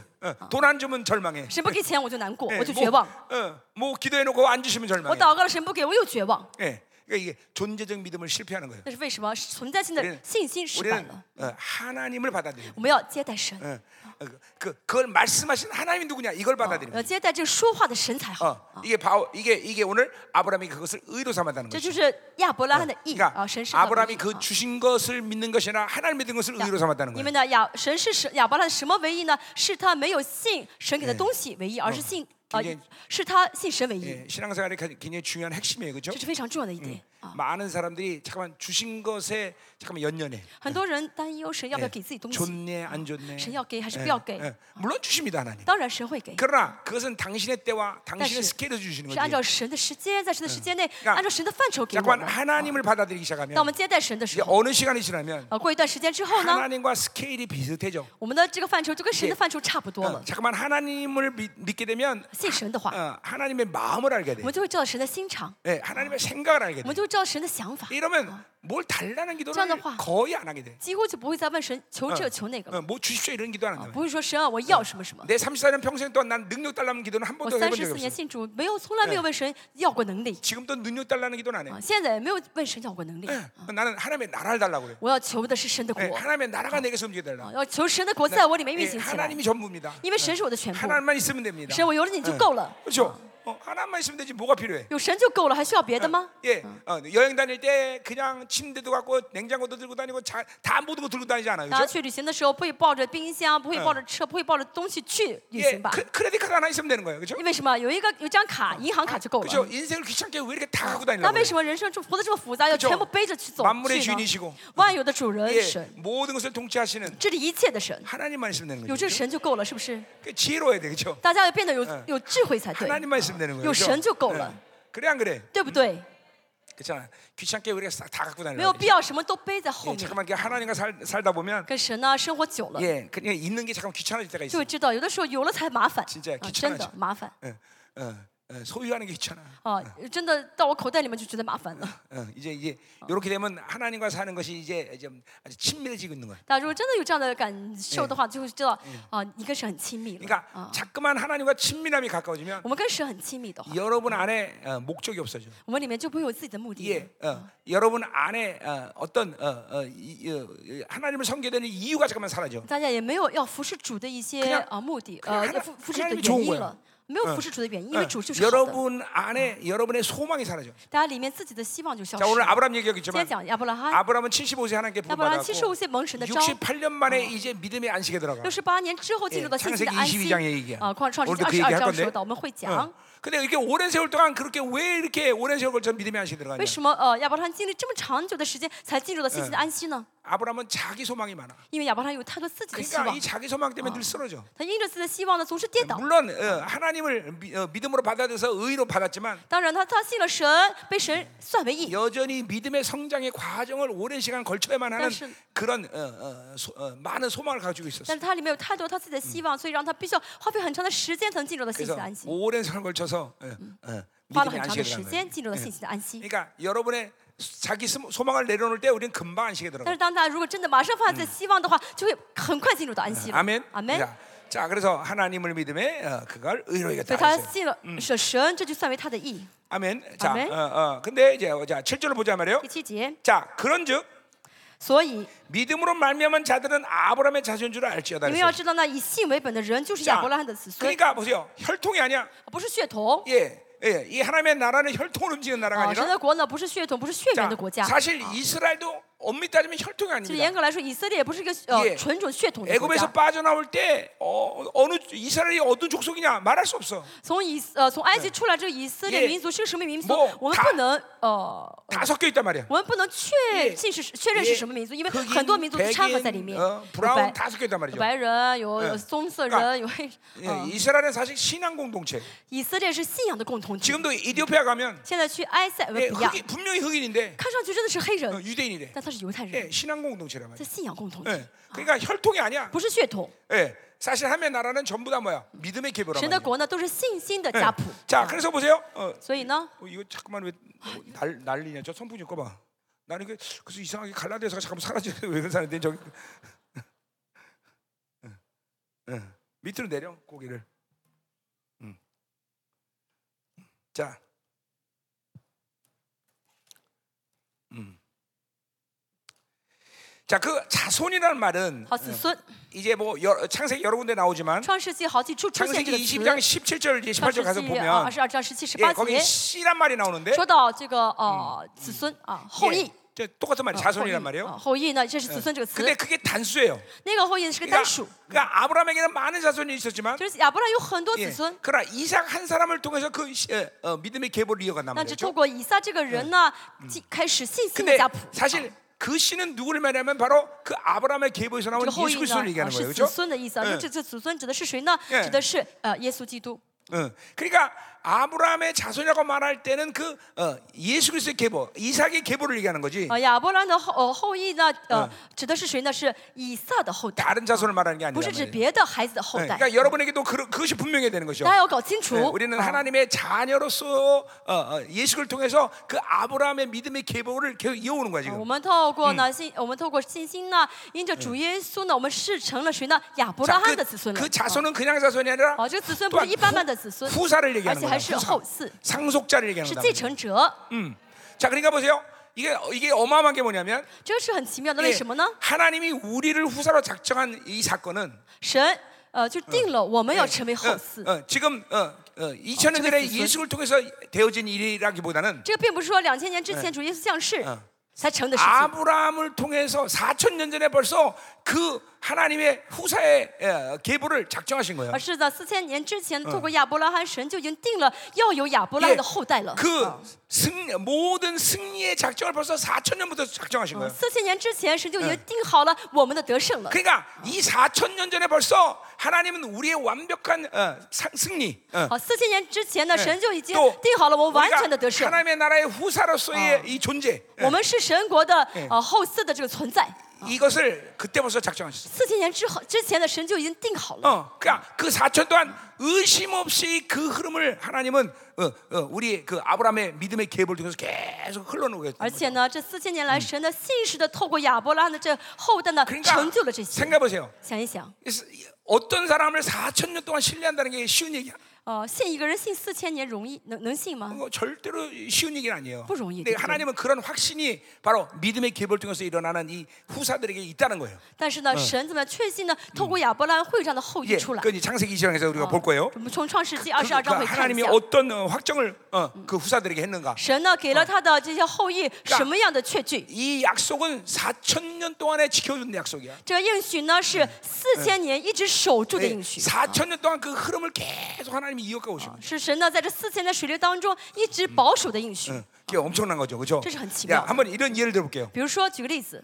Speaker 1: 돈안 주면 절망해.
Speaker 2: 神不给钱我就难过，
Speaker 1: 예,
Speaker 2: 我就绝望。
Speaker 1: 뭐, 어, 뭐 기도해놓고 안 주시면
Speaker 2: 我
Speaker 1: 절망해.
Speaker 2: 祷告了，神不给我又绝望，
Speaker 1: 예, 그러니까 이게 존재적 믿음을 실패하는 거예요.
Speaker 2: 那是为什么？存在
Speaker 1: 네.
Speaker 2: 性的信心失败
Speaker 1: 우리는 음.
Speaker 2: 了。
Speaker 1: 어, 하나님을 받아들여.
Speaker 2: 我们要接待神，
Speaker 1: 어, 어, 그 그걸 말씀하신 하나님이 누구냐 이걸
Speaker 2: 要
Speaker 1: 받아들이는.
Speaker 2: 接待这个说话的神才
Speaker 1: 어,
Speaker 2: 好。
Speaker 1: 어, 이게 바오, 이게 이게 오늘 아브라함이 그것을 의로 삼았다는
Speaker 2: 这
Speaker 1: 거죠.
Speaker 2: 就是亚伯拉
Speaker 1: 嗯
Speaker 2: 罕的义啊，
Speaker 1: 그러니까
Speaker 2: 神是他的义啊
Speaker 1: 아브라함이 그 주신 것을 믿는 것이나 하나님 믿은 것을 의로 삼았다는
Speaker 2: 因
Speaker 1: 거예요.
Speaker 2: 为呢，亚神是什亚伯拉罕什么为义呢？是他没有信神给的东西为义，而是信啊
Speaker 1: 굉장히 ，
Speaker 2: 是他信神为义，
Speaker 1: 예, 신앙생활이 가- 굉장히 중요한 핵심이에요, 그렇죠?
Speaker 2: 这是非常重要的一
Speaker 1: 嗯
Speaker 2: 点啊。
Speaker 1: 많은 사람들이 잠깐만 주신 것에 잠깐만 연연해.
Speaker 2: 很多人担忧神要不要
Speaker 1: 예,
Speaker 2: 给自己东西，
Speaker 1: 좋네, 안 좋네.
Speaker 2: 神要给还是
Speaker 1: 예,
Speaker 2: 不要给？
Speaker 1: 예. 물론 주십니다, 하나님.
Speaker 2: 当然神会给，
Speaker 1: 그러나 그것은 당신의 때와 당신의
Speaker 2: 다시-
Speaker 1: 스케일에서 주시는
Speaker 2: 是按照
Speaker 1: 거지.
Speaker 2: 神的时间，在神
Speaker 1: 嗯
Speaker 2: 的时间内，
Speaker 1: 그러니까
Speaker 2: 按照神的范畴给我
Speaker 1: 잠깐만
Speaker 2: 们。
Speaker 1: 하나님을 받아들이기
Speaker 2: 当我
Speaker 1: 시작하면
Speaker 2: 们接待神的时
Speaker 1: 이제
Speaker 2: 候，
Speaker 1: 어느 시간이 지나면
Speaker 2: 啊，过一段时间之后呢，
Speaker 1: 하나님과 스케일이 비슷해져.
Speaker 2: 我们的这个范畴就跟神的范畴差不多
Speaker 1: 어,
Speaker 2: 了。
Speaker 1: 잠깐만 하나님을 믿, 믿게 되면
Speaker 2: 信神的话，
Speaker 1: 어, 하나님의 마음을 알게 돼.
Speaker 2: 我们就会知道神的心肠，
Speaker 1: 예, 하나님의 생각을 알게
Speaker 2: 我
Speaker 1: 돼.
Speaker 2: 们就会知道神的想
Speaker 1: 嗯
Speaker 2: 法，
Speaker 1: 이러면 뭘 달라는 기도를
Speaker 2: 짠하다.
Speaker 1: 거의 안 하게 돼.
Speaker 2: 几乎就不会再问神求这
Speaker 1: 嗯
Speaker 2: 求那个了，
Speaker 1: 어, 뭐 주십시오 이런 기도 안 한다.
Speaker 2: 不会说神啊我要什么什么。
Speaker 1: 내 34년 평생 동안 난 능력 달라는 기도는 한
Speaker 2: 我
Speaker 1: 번도
Speaker 2: 三
Speaker 1: 해본
Speaker 2: 十
Speaker 1: 적이
Speaker 2: 四年
Speaker 1: 없어.
Speaker 2: 信主，没有从来
Speaker 1: 嗯
Speaker 2: 没有问神要过能力
Speaker 1: 지금도 능력 달라는 기도는 안 해.
Speaker 2: 啊，现在也没有问神要过能力。
Speaker 1: 어, 나는 하나님의 나라를 달라고 그래.
Speaker 2: 我要求的是神的国
Speaker 1: 예, ， 하나님의 나라가 내게서 움직여달라.
Speaker 2: 啊要求神的国在我里面
Speaker 1: 예,
Speaker 2: 运行起
Speaker 1: 어,
Speaker 2: 来，
Speaker 1: 하나님이 전부입니다.
Speaker 2: 因为神是我的全部，
Speaker 1: 하나님만 있으면 됩니다.
Speaker 2: 神我有了你就够了，
Speaker 1: 그렇죠? 뭐. 어, 하나님만 있으면 되지 뭐가 필요해?
Speaker 2: 有神就够了，还需要别的吗？
Speaker 1: 예, 어, 여행 다닐 때 그냥 침대도 갖고 냉장고도 들고 다니고 자, 다 모든 거 들고 다니지 않아요,
Speaker 2: 大家
Speaker 1: 그렇죠?
Speaker 2: 去旅行的时候，不会抱着冰箱，不会抱着车，不会抱着东西去旅
Speaker 1: 예,
Speaker 2: 行吧？
Speaker 1: 크, 크레딧 카드 하나 있으면 되는 거예요, 그렇죠?
Speaker 2: 因为什么？有一个有一张卡，银行卡就够
Speaker 1: 그렇죠?
Speaker 2: 了。
Speaker 1: 인생을 귀찮게 왜 이렇게 다 갖고
Speaker 2: 那
Speaker 1: 다니려고? 그래요?
Speaker 2: 为什么人生这活得这么复杂，要
Speaker 1: 就
Speaker 2: 全部背着去走
Speaker 1: 만물의
Speaker 2: 去呢？
Speaker 1: 주인이시고
Speaker 2: 万有的主人
Speaker 1: 예,
Speaker 2: 神，
Speaker 1: 모든 것을 통치하시는
Speaker 2: 治理一切的神，
Speaker 1: 하나님만 있으면 되는 거죠.
Speaker 2: 有这
Speaker 1: 그렇죠?
Speaker 2: 神就够了，是不是？
Speaker 1: 그 지혜로워야 돼, 그렇죠?
Speaker 2: 大家要变得有有智慧才对，
Speaker 1: 하나님만 있으면 되는 네. 거예요. 그렇죠?
Speaker 2: 요 신就 够了.
Speaker 1: 예. 그래 안 그래?
Speaker 2: 对不对？
Speaker 1: 그렇잖아. 귀찮게 우리가 싹 다 갖고
Speaker 2: 没有
Speaker 1: 다니려고.
Speaker 2: 必要什么都背在
Speaker 1: 그래.
Speaker 2: 后
Speaker 1: 예,
Speaker 2: 面。
Speaker 1: 잠깐만 이렇게 하나님과 살, 살다 보면
Speaker 2: 跟神呢生活久了，
Speaker 1: 예, 그냥 있는 게 잠깐 귀찮아질 때가
Speaker 2: 就
Speaker 1: 있어.
Speaker 2: 会知道有的时候有了才麻烦
Speaker 1: 진짜，
Speaker 2: 啊，
Speaker 1: 귀찮아져
Speaker 2: 真的麻烦
Speaker 1: 예, 어, 어, 소유하는 게 귀찮아.
Speaker 2: 啊，真的到我口袋里面就觉得麻烦了。
Speaker 1: 어, 이제 이제 이렇게 되면 하나님과 사는 것이 이제 좀 아주 친밀해지고 있는 거야.
Speaker 2: 大家如果真的有这样的感受的话，就会知道啊，嗯你跟神很亲密了
Speaker 1: 그러니까
Speaker 2: 啊。
Speaker 1: 자꾸만 하나님과 친밀함이 가까워지면
Speaker 2: 我们跟神很亲密的话，
Speaker 1: 여러분 안에 어, 목적이 없어져.
Speaker 2: 我们里面就不会有自己的目的
Speaker 1: 예,
Speaker 2: 了。
Speaker 1: 어, 여러분 안에 어, 어떤 어, 어, 이, 어, 이, 하나님을 섬겨되는 이유가 잠깐만 사라져.
Speaker 2: 大家也没有要服侍主的一些
Speaker 1: 그냥
Speaker 2: 啊目的，
Speaker 1: 그냥
Speaker 2: 呃
Speaker 1: 하나，
Speaker 2: 服服侍主
Speaker 1: 하나님이
Speaker 2: 的
Speaker 1: 좋은
Speaker 2: 原因
Speaker 1: 거야
Speaker 2: 了，没有服侍主的原因，因为
Speaker 1: 어,
Speaker 2: 主就是好嗯的，
Speaker 1: 여러분 안에 여러분의 소망이 사라져.
Speaker 2: 大家里面自己的希望就消
Speaker 1: 자
Speaker 2: 失
Speaker 1: 오늘
Speaker 2: 了。
Speaker 1: 아브라함 얘기하고
Speaker 2: 今天
Speaker 1: 있지만
Speaker 2: 讲亚伯拉罕，
Speaker 1: 아브라함은 75세 하나님께
Speaker 2: 亚伯拉罕
Speaker 1: 부름받았고
Speaker 2: 七十五岁蒙神的招，
Speaker 1: 68년 만에 이제 믿음의 안식에 들어가.
Speaker 2: 六十八年之后进入到
Speaker 1: 예
Speaker 2: 信息的
Speaker 1: 창세기
Speaker 2: 安息
Speaker 1: 22장의얘기야
Speaker 2: 啊，创创世纪
Speaker 1: 오늘도그
Speaker 2: 二
Speaker 1: 얘기 할
Speaker 2: 十二章
Speaker 1: 건데
Speaker 2: 说到，我们会讲
Speaker 1: 어. 。 근데 이렇게 오랜 세월 동안 그렇게 왜 이렇게 오랜 세월 걸쳐 믿음의 안식에
Speaker 2: 为
Speaker 1: 들어가냐?
Speaker 2: 什么呃亚伯拉罕经历这么长久的时间才进入到信息的安息呢？
Speaker 1: 아브라함은 자기 소망이 많아.
Speaker 2: 因为亚伯拉罕有太多自己的希
Speaker 1: 그러니까
Speaker 2: 望
Speaker 1: 이 ， 자기 소망 때문에 늘 쓰러져.
Speaker 2: 他因着自己的希望呢，总是跌倒。
Speaker 1: 물론 어, 하나님을 미- 어, 믿음으로 받아들여서 의로 받았지만
Speaker 2: 当然，他他信了神，被神算为义，
Speaker 1: 여전히 믿음의 성장의 과정을 오랜 시간 걸쳐야만 하는
Speaker 2: 사실-
Speaker 1: 그런 어, 어, 소- 어, 많은 소망을 가지고
Speaker 2: 但
Speaker 1: 있었어.
Speaker 2: 是他里面有太多他自己的希望，所以让他必须要花费很长的时间才能进入到信息
Speaker 1: 그래서
Speaker 2: 的安息，
Speaker 1: 오랜 시간 걸쳐서 어, 어,
Speaker 2: 花
Speaker 1: 믿음의
Speaker 2: 了嗯很长的
Speaker 1: 안식에
Speaker 2: 时
Speaker 1: 들어간
Speaker 2: 间
Speaker 1: 거예요.
Speaker 2: 进入到信息的安息。
Speaker 1: 그러니까 여러분의 자기 소- 소망을 내려놓을 때 우리는 금방 안식에
Speaker 2: 但
Speaker 1: 들어가.
Speaker 2: 是当大家如果真的马上放下自己的希望的话，就会很快进入到安息了。
Speaker 1: 아멘.
Speaker 2: 阿门。
Speaker 1: 자, 자, 그래서 하나님을 믿음에 어, 그걸 의로
Speaker 2: 所
Speaker 1: 이겼다.
Speaker 2: 以他
Speaker 1: 그랬어요.
Speaker 2: 信了嗯是神，这就算为他的义。
Speaker 1: 아멘. 자,
Speaker 2: 아멘.
Speaker 1: 어, 어, 근데 이제 자, 7절을 보자 말이에요.
Speaker 2: 第七节，
Speaker 1: 자, 그런즉
Speaker 2: 所以
Speaker 1: 믿음으로 말미암은 자들은 아브라함의 자손인 줄 알지어다.
Speaker 2: 你们要
Speaker 1: 그랬어요.
Speaker 2: 知道，那以信为本的人就是
Speaker 1: 자,
Speaker 2: 亚伯拉罕的子孙，
Speaker 1: 그러니까 보세요. 혈통이 아니야.
Speaker 2: 不是血统。
Speaker 1: 예, 예, 이 하나님의 나라는 어, 혈통을 움직이는 나라가
Speaker 2: 啊，神
Speaker 1: 아니라
Speaker 2: 的国呢，不是血统，不是血缘
Speaker 1: 자,
Speaker 2: 的国家。
Speaker 1: 사실 이스라엘도 엄밀히 따지면 혈통이
Speaker 2: 其实严
Speaker 1: 아닙니다.
Speaker 2: 格来说，以色列也不是一个呃
Speaker 1: 예.
Speaker 2: 纯种血统的哎国
Speaker 1: 애굽에서
Speaker 2: 家。
Speaker 1: 빠져나올 때 어, 어느 이스라엘이 어떤 족속이냐 말할 수 없어.
Speaker 2: 从以呃从埃及出来这个以色列
Speaker 1: 예
Speaker 2: 民族是个什么民族
Speaker 1: 뭐 ？
Speaker 2: 我们不能呃，
Speaker 1: 다 섞여 있단 말이야.
Speaker 2: 我们不能确
Speaker 1: 뭐 예
Speaker 2: 信是确认是什么民族，因为很多
Speaker 1: 흑인,
Speaker 2: 民族都掺和在里
Speaker 1: 백인,
Speaker 2: 面。
Speaker 1: 어,
Speaker 2: 有
Speaker 1: 브라운
Speaker 2: 白
Speaker 1: 다 섞여 있단
Speaker 2: 有
Speaker 1: 말이죠.
Speaker 2: 白人，有
Speaker 1: 예
Speaker 2: 有棕色
Speaker 1: 아
Speaker 2: 人，有黑。
Speaker 1: 예,
Speaker 2: 呃
Speaker 1: 이스라엘은 사실 신앙 공동체.
Speaker 2: 以色列是信仰的共同体。
Speaker 1: 지금도 이디오피아 가면
Speaker 2: 现在去埃塞俄
Speaker 1: 예,
Speaker 2: 比亚，
Speaker 1: 흑인, 분명히 흑인인데
Speaker 2: 看上去真的是黑
Speaker 1: 어,
Speaker 2: 人，
Speaker 1: 유대인이래.
Speaker 2: 但他是犹太
Speaker 1: 예,
Speaker 2: 人，
Speaker 1: 신앙 공동체란
Speaker 2: 在
Speaker 1: 말이야.
Speaker 2: 信仰共同体，
Speaker 1: 예, 그러니까 혈통이 아니야.
Speaker 2: 不是血统。
Speaker 1: 예, 사실 하나님의 나라는 전부 다 뭐야? 믿음의 계보란
Speaker 2: 神的
Speaker 1: 말이야.
Speaker 2: 国呢，都是信心的
Speaker 1: 예.
Speaker 2: 家谱。啊
Speaker 1: 자, 그래서 보세요. 어,
Speaker 2: 所以呢，
Speaker 1: 어, 이거 자꾸만 왜날 난리냐? 저 선풍 좀 꺼봐. 나는 그 그래서 이상하게 갈라디아서가 잠깐 사라지는 왜 그런 사람인데 저기 응, 응. 밑으로 내려 고개를. 응. 자, 음. 자, 그 자손이라는 말은
Speaker 2: 好子
Speaker 1: 어,
Speaker 2: 孙，
Speaker 1: 이제 뭐 여러- 창세기 여러 군데 나오지만
Speaker 2: 创世纪好几处出现这个
Speaker 1: 창세기
Speaker 2: 词
Speaker 1: 20장 。 17절 이제
Speaker 2: 创
Speaker 1: 18절
Speaker 2: 世
Speaker 1: 가서
Speaker 2: 纪啊，
Speaker 1: 보면
Speaker 2: 二十二章十七、十
Speaker 1: 예,
Speaker 2: 八
Speaker 1: 거기
Speaker 2: 节
Speaker 1: 씨란 말이 나오는데
Speaker 2: 说到这个呃子孙啊后裔
Speaker 1: 예, ， 저 똑같은 말이
Speaker 2: 呃
Speaker 1: 자손이란
Speaker 2: 后裔
Speaker 1: 말이에요.
Speaker 2: 啊后裔呢，这是子孙这个词，
Speaker 1: 근데 어, 그게 단수예요.
Speaker 2: 那个后裔是个
Speaker 1: 그러니까,
Speaker 2: 单数，
Speaker 1: 그러니까 아브라함에게는 많은 자손이 있었지만
Speaker 2: 就是亚伯拉有很多
Speaker 1: 예,
Speaker 2: 子孙，
Speaker 1: 그러나 이삭 한 사람을 통해서 그 시- 어, 어, 믿음의 계보를 이어간단
Speaker 2: 但只透
Speaker 1: 말이죠.
Speaker 2: 过以撒这个人呢，进开始信心的
Speaker 1: 근데
Speaker 2: 家谱。啊
Speaker 1: 사실 그 씨는 누구를 말하면 바로 그 아브라함의 계보에서
Speaker 2: 这
Speaker 1: 나온
Speaker 2: 个后裔
Speaker 1: 예수
Speaker 2: 呢
Speaker 1: 그리스도를
Speaker 2: 啊
Speaker 1: 얘기하는
Speaker 2: 是
Speaker 1: 거예요.
Speaker 2: 子
Speaker 1: 그렇죠?
Speaker 2: 孙的意思啊。那
Speaker 1: 嗯
Speaker 2: 这这子孙指的是谁呢？
Speaker 1: 嗯
Speaker 2: 指的是呃耶稣基督。
Speaker 1: 어, 그러니까 아브라함의 자손이라고 말할 때는 그 어, 예수 그리스도의 계보, 이삭의 계보를 얘기하는 거지.
Speaker 2: 啊，亚伯拉的后呃后裔呢，呃
Speaker 1: 嗯，
Speaker 2: 指的是谁呢？是以撒的后代，
Speaker 1: 다른 자손을 말하는 게
Speaker 2: 不
Speaker 1: 아니라.
Speaker 2: 是指别的嗯孩子的后代。
Speaker 1: 그러니까 여러분에게도 그, 그것이 분명해야 되는 거죠.
Speaker 2: 大家要搞清
Speaker 1: 네,
Speaker 2: 楚。
Speaker 1: 우리는
Speaker 2: 啊
Speaker 1: 하나님의 자녀로서 어, 어, 예수를 통해서 그 아브라함의 믿음의 계보를 계속 이어오는 거야
Speaker 2: 我
Speaker 1: 지금.
Speaker 2: 们透过呢信，我们透过信心呢，因着主耶稣呢，我们是成了谁呢？亚伯拉
Speaker 1: 자,
Speaker 2: 罕的
Speaker 1: 그, 어,
Speaker 2: 子孙了。啊
Speaker 1: 그 자손은 그냥 자손이 아니라
Speaker 2: 哦，这个子孙不是
Speaker 1: 또한
Speaker 2: 一般般的子孙，
Speaker 1: 후, 사를
Speaker 2: 而
Speaker 1: 얘기하는
Speaker 2: 且
Speaker 1: 거야.
Speaker 2: 还是
Speaker 1: 후사,
Speaker 2: 后嗣，
Speaker 1: 상속자를
Speaker 2: 是
Speaker 1: 얘기하는
Speaker 2: 继
Speaker 1: 거야.
Speaker 2: 承者。
Speaker 1: 음. 자, 그러니까 보세요. 이게 이게 어마어마한 게 뭐냐면
Speaker 2: 这是很奇妙的，
Speaker 1: 예,
Speaker 2: 为什么呢？
Speaker 1: 하나님이 우리를 후사로 작정한 이 사건은
Speaker 2: 神呃就定了我们
Speaker 1: 예,
Speaker 2: 要成为后
Speaker 1: 어,
Speaker 2: 嗣。
Speaker 1: 어, 지금 어, 어, 2000년
Speaker 2: 어,
Speaker 1: 전에
Speaker 2: 지금
Speaker 1: 예수를 통해서 되어진 일이라기보다는
Speaker 2: 这个并不是说两千年之前主耶稣降世
Speaker 1: 嗯
Speaker 2: 才成的事情。
Speaker 1: 아브라함을 통해서 4000년 전에 벌써 그 하나님의 후사의 예, 계보를 작정하신 거예요.
Speaker 2: 而是在四千年之前，透过亚伯拉罕，神就已经定了要有亚伯拉罕的后代了。
Speaker 1: 예, 그 승, 모든 승리의 작정을 벌써 4000년부터 작정하신 거예요.
Speaker 2: 四千年之前，神就已经定好了我们的得胜了。
Speaker 1: 그러니까 이 4000년 전에 벌써 하나님은 우리의 완벽한 어, 사- 승리 어,
Speaker 2: 好，四千年之前
Speaker 1: 嗯
Speaker 2: 呢，神就已经
Speaker 1: 또
Speaker 2: 定好了我们完全的得
Speaker 1: 우리가
Speaker 2: 胜。
Speaker 1: 하나님의 나라의 후사로서의
Speaker 2: 뭐 어.
Speaker 1: 이 존재
Speaker 2: 我们是神国的
Speaker 1: 嗯
Speaker 2: 呃后嗣的这个存在。
Speaker 1: 이것을 그때 벌써 작정하셨어요.
Speaker 2: 四千年之后之前的神就已经定好了。
Speaker 1: 어, 그러니까 그 4천 동안 의심 없이 그 흐름을 하나님은 어, 어, 우리 그 아브라함의 믿음의 계보를 통해서 계속 흘러놓게
Speaker 2: 而
Speaker 1: 했어요.
Speaker 2: 且呢，这四千年来，神呢信实的透过亚伯拉罕的这后代呢，
Speaker 1: 그러니까
Speaker 2: 成就了这些。
Speaker 1: 생각해 보세요.
Speaker 2: 想一想，
Speaker 1: 어떤 사람을 4천 년 동안 신뢰한다는 게 쉬운 얘기야?
Speaker 2: 呃，信一个人信四千年容易能能信吗？
Speaker 1: 그거 뭐 절대로 쉬운 얘기는 아니에요.
Speaker 2: 부러운 얘기죠.
Speaker 1: 근데 하나님은 그런 확신이 바로 믿음의 계보를 통해서 일어나는 이 후사들에게 있다는 거예요.
Speaker 2: 但是呢，神怎么样确信呢？透过亚伯拉罕会上的后
Speaker 1: 예,
Speaker 2: 裔出来。
Speaker 1: 그건 이 창세기 2장에서 우리가 볼 거예요.
Speaker 2: 我们从创世纪
Speaker 1: 그,
Speaker 2: 二十二章会看一
Speaker 1: 하나님이
Speaker 2: 下，
Speaker 1: 어떤 어, 확정을 어, 그 후사들에게 했는가?
Speaker 2: 神呢给了他的这些后裔什么样的确据？
Speaker 1: 이 약속은 4천 년 동안에 지켜준 약속이야.
Speaker 2: 这个应许呢是四千年一直守
Speaker 1: 哎
Speaker 2: 住的
Speaker 1: 네,
Speaker 2: 应许。
Speaker 1: 4천 년 동안 그 흐름을 계속 하나님이 이어가고 오신 거예요.
Speaker 2: 是神呢，在这四千的水流当中一直保守的应许。
Speaker 1: 네, 그게 엄청난 거죠, 아, 그렇죠?
Speaker 2: 진짜 한 집이야.
Speaker 1: 야, 한번 이런 예를 들어볼게요.
Speaker 2: 比如说，举个例子，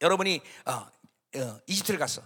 Speaker 1: 여러분이 어, 어, 이집트를 갔어.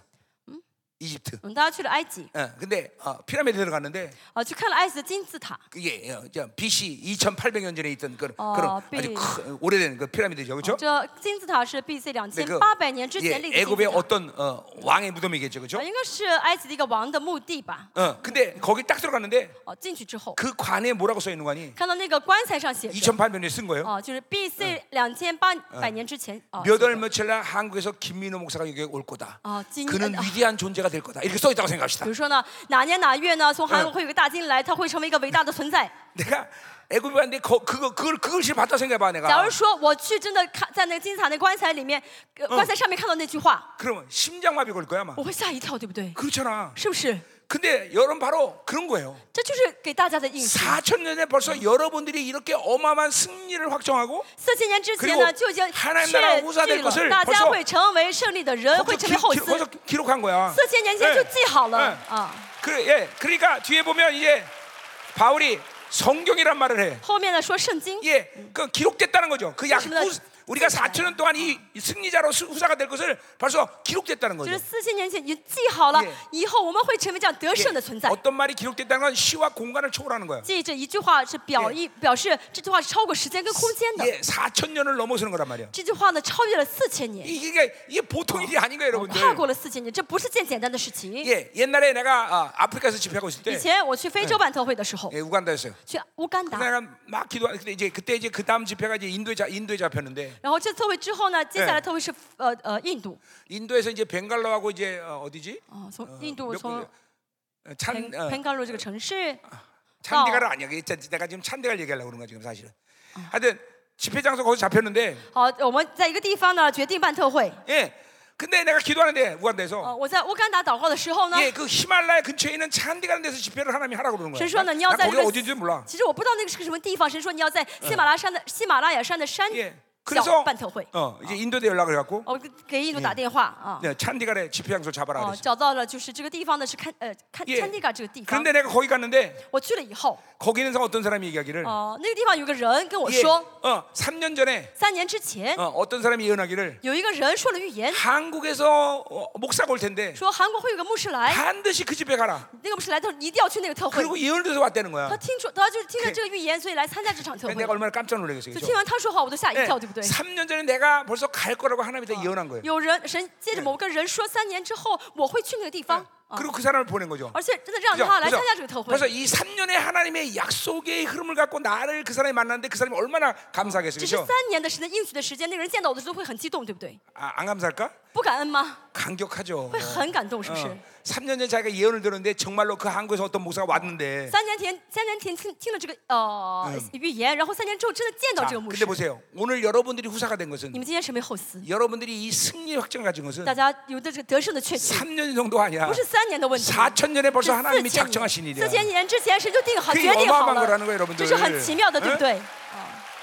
Speaker 1: 음? 이집트.
Speaker 2: 我们大家去了埃及
Speaker 1: 어, 근데 어, 피라미드 들어갔는데
Speaker 2: 啊，去看了埃及的金字塔，
Speaker 1: 그게 어, 저 BC 2,800년 전에 있던 그런,
Speaker 2: 어,
Speaker 1: 그런
Speaker 2: 삐-
Speaker 1: 아주 크, 오래된 그 피라미드죠, 그렇죠?
Speaker 2: 这金字塔是 B.C. 两千
Speaker 1: 근데 그
Speaker 2: 八百年之前立
Speaker 1: 예,
Speaker 2: 的金字
Speaker 1: 애굽의
Speaker 2: 塔，
Speaker 1: 어떤 어, 왕의 무덤이겠죠, 그렇죠?
Speaker 2: 啊应该是埃及的一个王的墓地吧？
Speaker 1: 어, 근데 거기 딱 들어갔는데
Speaker 2: 哦，进去之后
Speaker 1: 그 관에 뭐라고 써 있는 거 아니?
Speaker 2: 看到那个棺材上写
Speaker 1: 네.
Speaker 2: 着，
Speaker 1: 2,800년에 쓴 거예요.
Speaker 2: 哦，就是 B.C. 两千八百年之前啊。
Speaker 1: 몇 월 며칠 날 한국에서 김민호 목사가 여기 올 거다.
Speaker 2: 아, 진-
Speaker 1: 그는
Speaker 2: 아. 그-
Speaker 1: 위대한 존재가 될 거다. 이렇게 써 있다고 생각합시다.
Speaker 2: 比如说呢，哪年哪月呢，从韩国会有个大金来，他会成为一个伟大的存在。
Speaker 1: 내가 애굽에 갔는데 거, 그거 그걸 그걸 실 봤다 생각해 봐,
Speaker 2: 假
Speaker 1: 내가.
Speaker 2: 如说我去真的看，在那个金字塔那棺材里面，
Speaker 1: 嗯
Speaker 2: 呃棺材上面看到那句话，
Speaker 1: 그러면 심장마비 걸 거야, 아마.
Speaker 2: 我会吓一跳，对不对？
Speaker 1: 그렇잖아.
Speaker 2: 是不是？
Speaker 1: 근데 여러분 바로 그런 거예요.
Speaker 2: 这就是给大家的印证。
Speaker 1: 4천 년 전에 벌써 여러분들이 이렇게 어마어마한 승리를 확정하고
Speaker 2: 四千年之前呢，
Speaker 1: 그리고
Speaker 2: 就已经
Speaker 1: 하나님나라의
Speaker 2: 确
Speaker 1: 후사될
Speaker 2: 据
Speaker 1: 것을
Speaker 2: 了，大
Speaker 1: 벌
Speaker 2: 家
Speaker 1: 써
Speaker 2: 会成为胜利的人，
Speaker 1: 벌써
Speaker 2: 会成
Speaker 1: 기,
Speaker 2: 为后嗣。
Speaker 1: 벌써 기록한 거야.
Speaker 2: 四千年前就记好了
Speaker 1: 哎
Speaker 2: 啊。
Speaker 1: 그래, 예. 그러니까 뒤에 보면 이제 바울이 성경이란 말을 해.
Speaker 2: 后面呢说圣经，
Speaker 1: 예, 그 기록됐다는 거죠. 그 약,
Speaker 2: 그렇습니다.
Speaker 1: 후- 우리가 4천 년 동안 이 승리자로 수- 후사가 될 것을 벌써 기록됐다는
Speaker 2: 就
Speaker 1: 거죠.
Speaker 2: 是四千年前已经记好了
Speaker 1: 예 ，
Speaker 2: 以后我们会成为这样得
Speaker 1: 예,
Speaker 2: 胜的存在。
Speaker 1: 어떤 말이 기록됐다는 건 시와 공간을 초월하는 거야.
Speaker 2: 记这一句话是表意表示这句话是超过时间跟空间的，
Speaker 1: 예, 4천 년을 넘어서는 거란 말이야.
Speaker 2: 这句话呢超越了四千年，
Speaker 1: 이게 이게- 이게 보통 일이 아닌 뭐, 거예요,
Speaker 2: 我跨
Speaker 1: 여러분들.
Speaker 2: 过了四千年，这不是件简单的事情。
Speaker 1: 예, 옛날에 내가 아, 아프리카에서 집회하고 있을 때
Speaker 2: 以前我去非洲办特会的时候，
Speaker 1: 예, 우간다였어요.
Speaker 2: 去乌干达，
Speaker 1: 내가 막 기도하 근데 이제 그때 이제 그 다음 집회가 이제 인도에 자, 인도에 잡혔는데
Speaker 2: 然后这特会之后呢，接下
Speaker 1: 哎
Speaker 2: 来特会是呃呃印度，
Speaker 1: 인도에서 이제 벵갈로하고 이제 어, 어디지?
Speaker 2: 啊，
Speaker 1: 어,
Speaker 2: 从印度
Speaker 1: 몇
Speaker 2: 从
Speaker 1: 군데? 어, 찬,
Speaker 2: 彭
Speaker 1: 어,
Speaker 2: 彭加罗这个城市，
Speaker 1: 찬디가를 아니야. 이게 진짜 내가 지금 찬디가를 얘기하려고 그런 거야 지금 사실은. 하여튼 집회 장소 거기서 잡혔는데
Speaker 2: 好，我们在一个地方呢决定办特会。
Speaker 1: 예. 근데 내가 기도하는데 우간다에서
Speaker 2: 呃，我在乌干达祷告的时候呢，
Speaker 1: 예, 그 히말라야 근처에 있는 찬디가는 데서 집회를 하나님이 하라고 그러는 거야.
Speaker 2: 神说呢，你要
Speaker 1: 나
Speaker 2: 在这
Speaker 1: 거기
Speaker 2: 个
Speaker 1: 어딘지 몰라.
Speaker 2: 其实我不知道那个是个什么地方，神说你要在喜马拉山的、喜马拉雅山的山
Speaker 1: 예.
Speaker 2: 脚
Speaker 1: 그래서
Speaker 2: 办特会。
Speaker 1: 어, 이제 인도대 연락을 해 갖고
Speaker 2: 我给印度打电话啊，
Speaker 1: 네, 찬디가래 집회 장소 잡아라 어.
Speaker 2: 哦、
Speaker 1: 그랬어.
Speaker 2: 找到了就是这个地方呢是看呃看
Speaker 1: 예
Speaker 2: 堪迪嘎这个地方
Speaker 1: 그런데 。 내가 거기 갔는데
Speaker 2: 我去了以后，
Speaker 1: 거기 있는 사람 어떤 사람이 얘기하기를
Speaker 2: 哦、那个地方有个人跟我
Speaker 1: 예,
Speaker 2: 说，
Speaker 1: 어, 3년 전에
Speaker 2: 三年之前、
Speaker 1: 어, 어떤 사람이 예언하기를
Speaker 2: 有一个人说了预言，
Speaker 1: 한국에서 어, 목사가 올 텐데
Speaker 2: 说韩国会有个牧师来，
Speaker 1: 반드시 그 집에 가라.
Speaker 2: 那个牧师来，他说你一定要去那个特会。
Speaker 1: 그리고 예언을 해서 왔다는
Speaker 2: 他
Speaker 1: 거야.
Speaker 2: 听说，他就是听了这个预言，所以来参加这场特
Speaker 1: 그러니까
Speaker 2: 会
Speaker 1: 내가 。 얼마나 깜짝 놀라겠어요.
Speaker 2: 就
Speaker 1: 그죠? 예.
Speaker 2: 听完他说话，我都哎吓一跳，对不对？
Speaker 1: 3년 전에 내가 벌써 갈 거라고 하나님이 다 예언한 어. 거예요.
Speaker 2: 有人神借着某个人说，三年之后我会去那个地方，啊
Speaker 1: 그리고 그 사람을 보낸 거죠.
Speaker 2: 而且真的让
Speaker 1: 그죠?
Speaker 2: 他来参
Speaker 1: 그래서,
Speaker 2: 加这个特会
Speaker 1: 그래서 。이 3년의 하나님의 약속의 흐름을 갖고 나를 그 사람이 만났는데 그 사람이 얼마나 감사하겠어요.
Speaker 2: 只是
Speaker 1: 그죠?
Speaker 2: 三年的时间应许的时间，那个人见到我的时候会很激动，对不对？
Speaker 1: 아, 안 감사할까?
Speaker 2: 不感恩吗？
Speaker 1: 감격하죠. 어.
Speaker 2: 会很感动，是不是？
Speaker 1: 3년 전에 자기가 예언을 들었는데 정말로 그 한국에서 어떤 목사가 왔는데
Speaker 2: 三年前，三年前听听了这个呃预言，然后三年之后真的见到
Speaker 1: 자,
Speaker 2: 这个牧
Speaker 1: 근데
Speaker 2: 师。
Speaker 1: 보세요. 오늘 여러분들이 후사가 된 것은
Speaker 2: 你们今天成为后嗣，
Speaker 1: 여러분들이 이 승리 확정을 가진 것은
Speaker 2: 大家有的这个得胜的确据，
Speaker 1: 3년 정도 아니야.
Speaker 2: 不是三年的问题。
Speaker 1: 4천 년에
Speaker 2: 是
Speaker 1: 벌써
Speaker 2: 四千
Speaker 1: 하나님이
Speaker 2: 年，
Speaker 1: 작정하신
Speaker 2: 四
Speaker 1: 일이야.
Speaker 2: 千年之前神就定好
Speaker 1: 그게
Speaker 2: 决定好
Speaker 1: 어마어마한거라는거예요
Speaker 2: 了
Speaker 1: 여러분들，
Speaker 2: 这是很奇妙的，对不嗯对？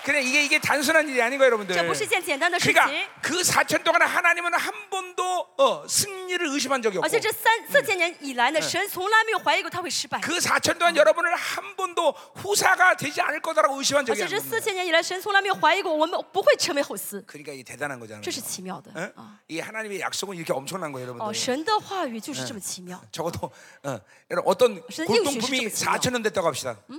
Speaker 1: 그래 이게 이게 단순한 일이 아닌 거예요, 여러분들.
Speaker 2: 这不是件简单的事
Speaker 1: 그러니까
Speaker 2: 情。
Speaker 1: 그 4천 동안에 하나님은 한 번도 어, 승리를 의심한 적이
Speaker 2: 而
Speaker 1: 없고
Speaker 2: 且这三四千年以来呢，神从来没有怀疑过他会失败。
Speaker 1: 그 4천 동안 여러분을 한 번도 후사가 되지 않을 거다라고 의심한
Speaker 2: 而
Speaker 1: 적이
Speaker 2: 且这
Speaker 1: 없는
Speaker 2: 四千年以来，神从来没有怀疑过我们不会成为后嗣，
Speaker 1: 그러니까 이게 대단한 거잖아요.
Speaker 2: 这是奇妙的
Speaker 1: 어?
Speaker 2: 啊！
Speaker 1: 이 하나님의 약속은 이렇게 엄청난 거예요,
Speaker 2: 哦，
Speaker 1: 여러분들.
Speaker 2: 神的话语就是这么奇妙啊！
Speaker 1: 적어도 어, 여러분 어떤
Speaker 2: 무슨
Speaker 1: 골동품이
Speaker 2: 이웃이 진짜
Speaker 1: 4천 원 됐다고 합시다.
Speaker 2: 啊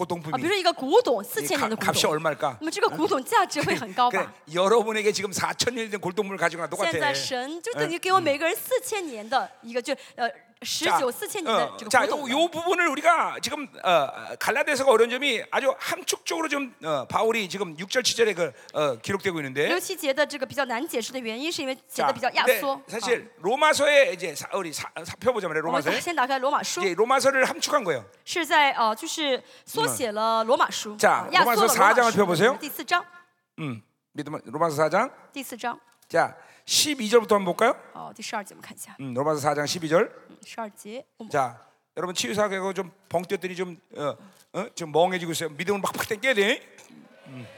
Speaker 2: 比如
Speaker 1: 골동품이
Speaker 2: 说一个古董，四
Speaker 1: 이
Speaker 2: 千
Speaker 1: 가-
Speaker 2: 年的古
Speaker 1: 값이
Speaker 2: 董，
Speaker 1: 얼마일까?
Speaker 2: 那么这个古董价值会很高
Speaker 1: 그래,
Speaker 2: 吧？
Speaker 1: 여러분에게 지금 4천 년된 골동품을 가지고 나
Speaker 2: 现
Speaker 1: 똑같아.
Speaker 2: 在神就等于给我每个人四千年的一个，就呃十九四千年的
Speaker 1: 어,
Speaker 2: 这个
Speaker 1: 자,
Speaker 2: 古董
Speaker 1: 요,
Speaker 2: 的。
Speaker 1: 요 부분을 우리가 지금 어, 갈라디아서가 어려운 점이 아주 함축적으로 지금 어, 바울이 지금 6절 7절에 그 어, 기록되고
Speaker 2: 六
Speaker 1: 있는데.
Speaker 2: 七节的这个比较难解释的原因，是因为写
Speaker 1: 자,
Speaker 2: 的比较压
Speaker 1: 근데
Speaker 2: 缩。啊
Speaker 1: 사실 로마서에 이제 사, 우리 사, 사, 펴보자면
Speaker 2: 我们
Speaker 1: 어. 로마서에
Speaker 2: 先打开罗马书，
Speaker 1: 이제 로마서를 함축한 거예요.
Speaker 2: 是在呃，就是缩写了罗马书，
Speaker 1: 자
Speaker 2: 啊压缩了
Speaker 1: 罗马书4장을
Speaker 2: 罗马
Speaker 1: 펴보세요
Speaker 2: 书第四章，
Speaker 1: 음, 믿음 로마서 4장
Speaker 2: 第四章，
Speaker 1: 자 12절부터 한번 볼까요?
Speaker 2: 哦，第十二节我们看一下，嗯
Speaker 1: 음, 로마서 4장 12절.
Speaker 2: 十二节，我们
Speaker 1: 자 여러분 치유사하고 좀 벙떼들이 좀 어, 어? 지금 멍해지고 있어요. 믿음을 막팍 땡겨야 돼.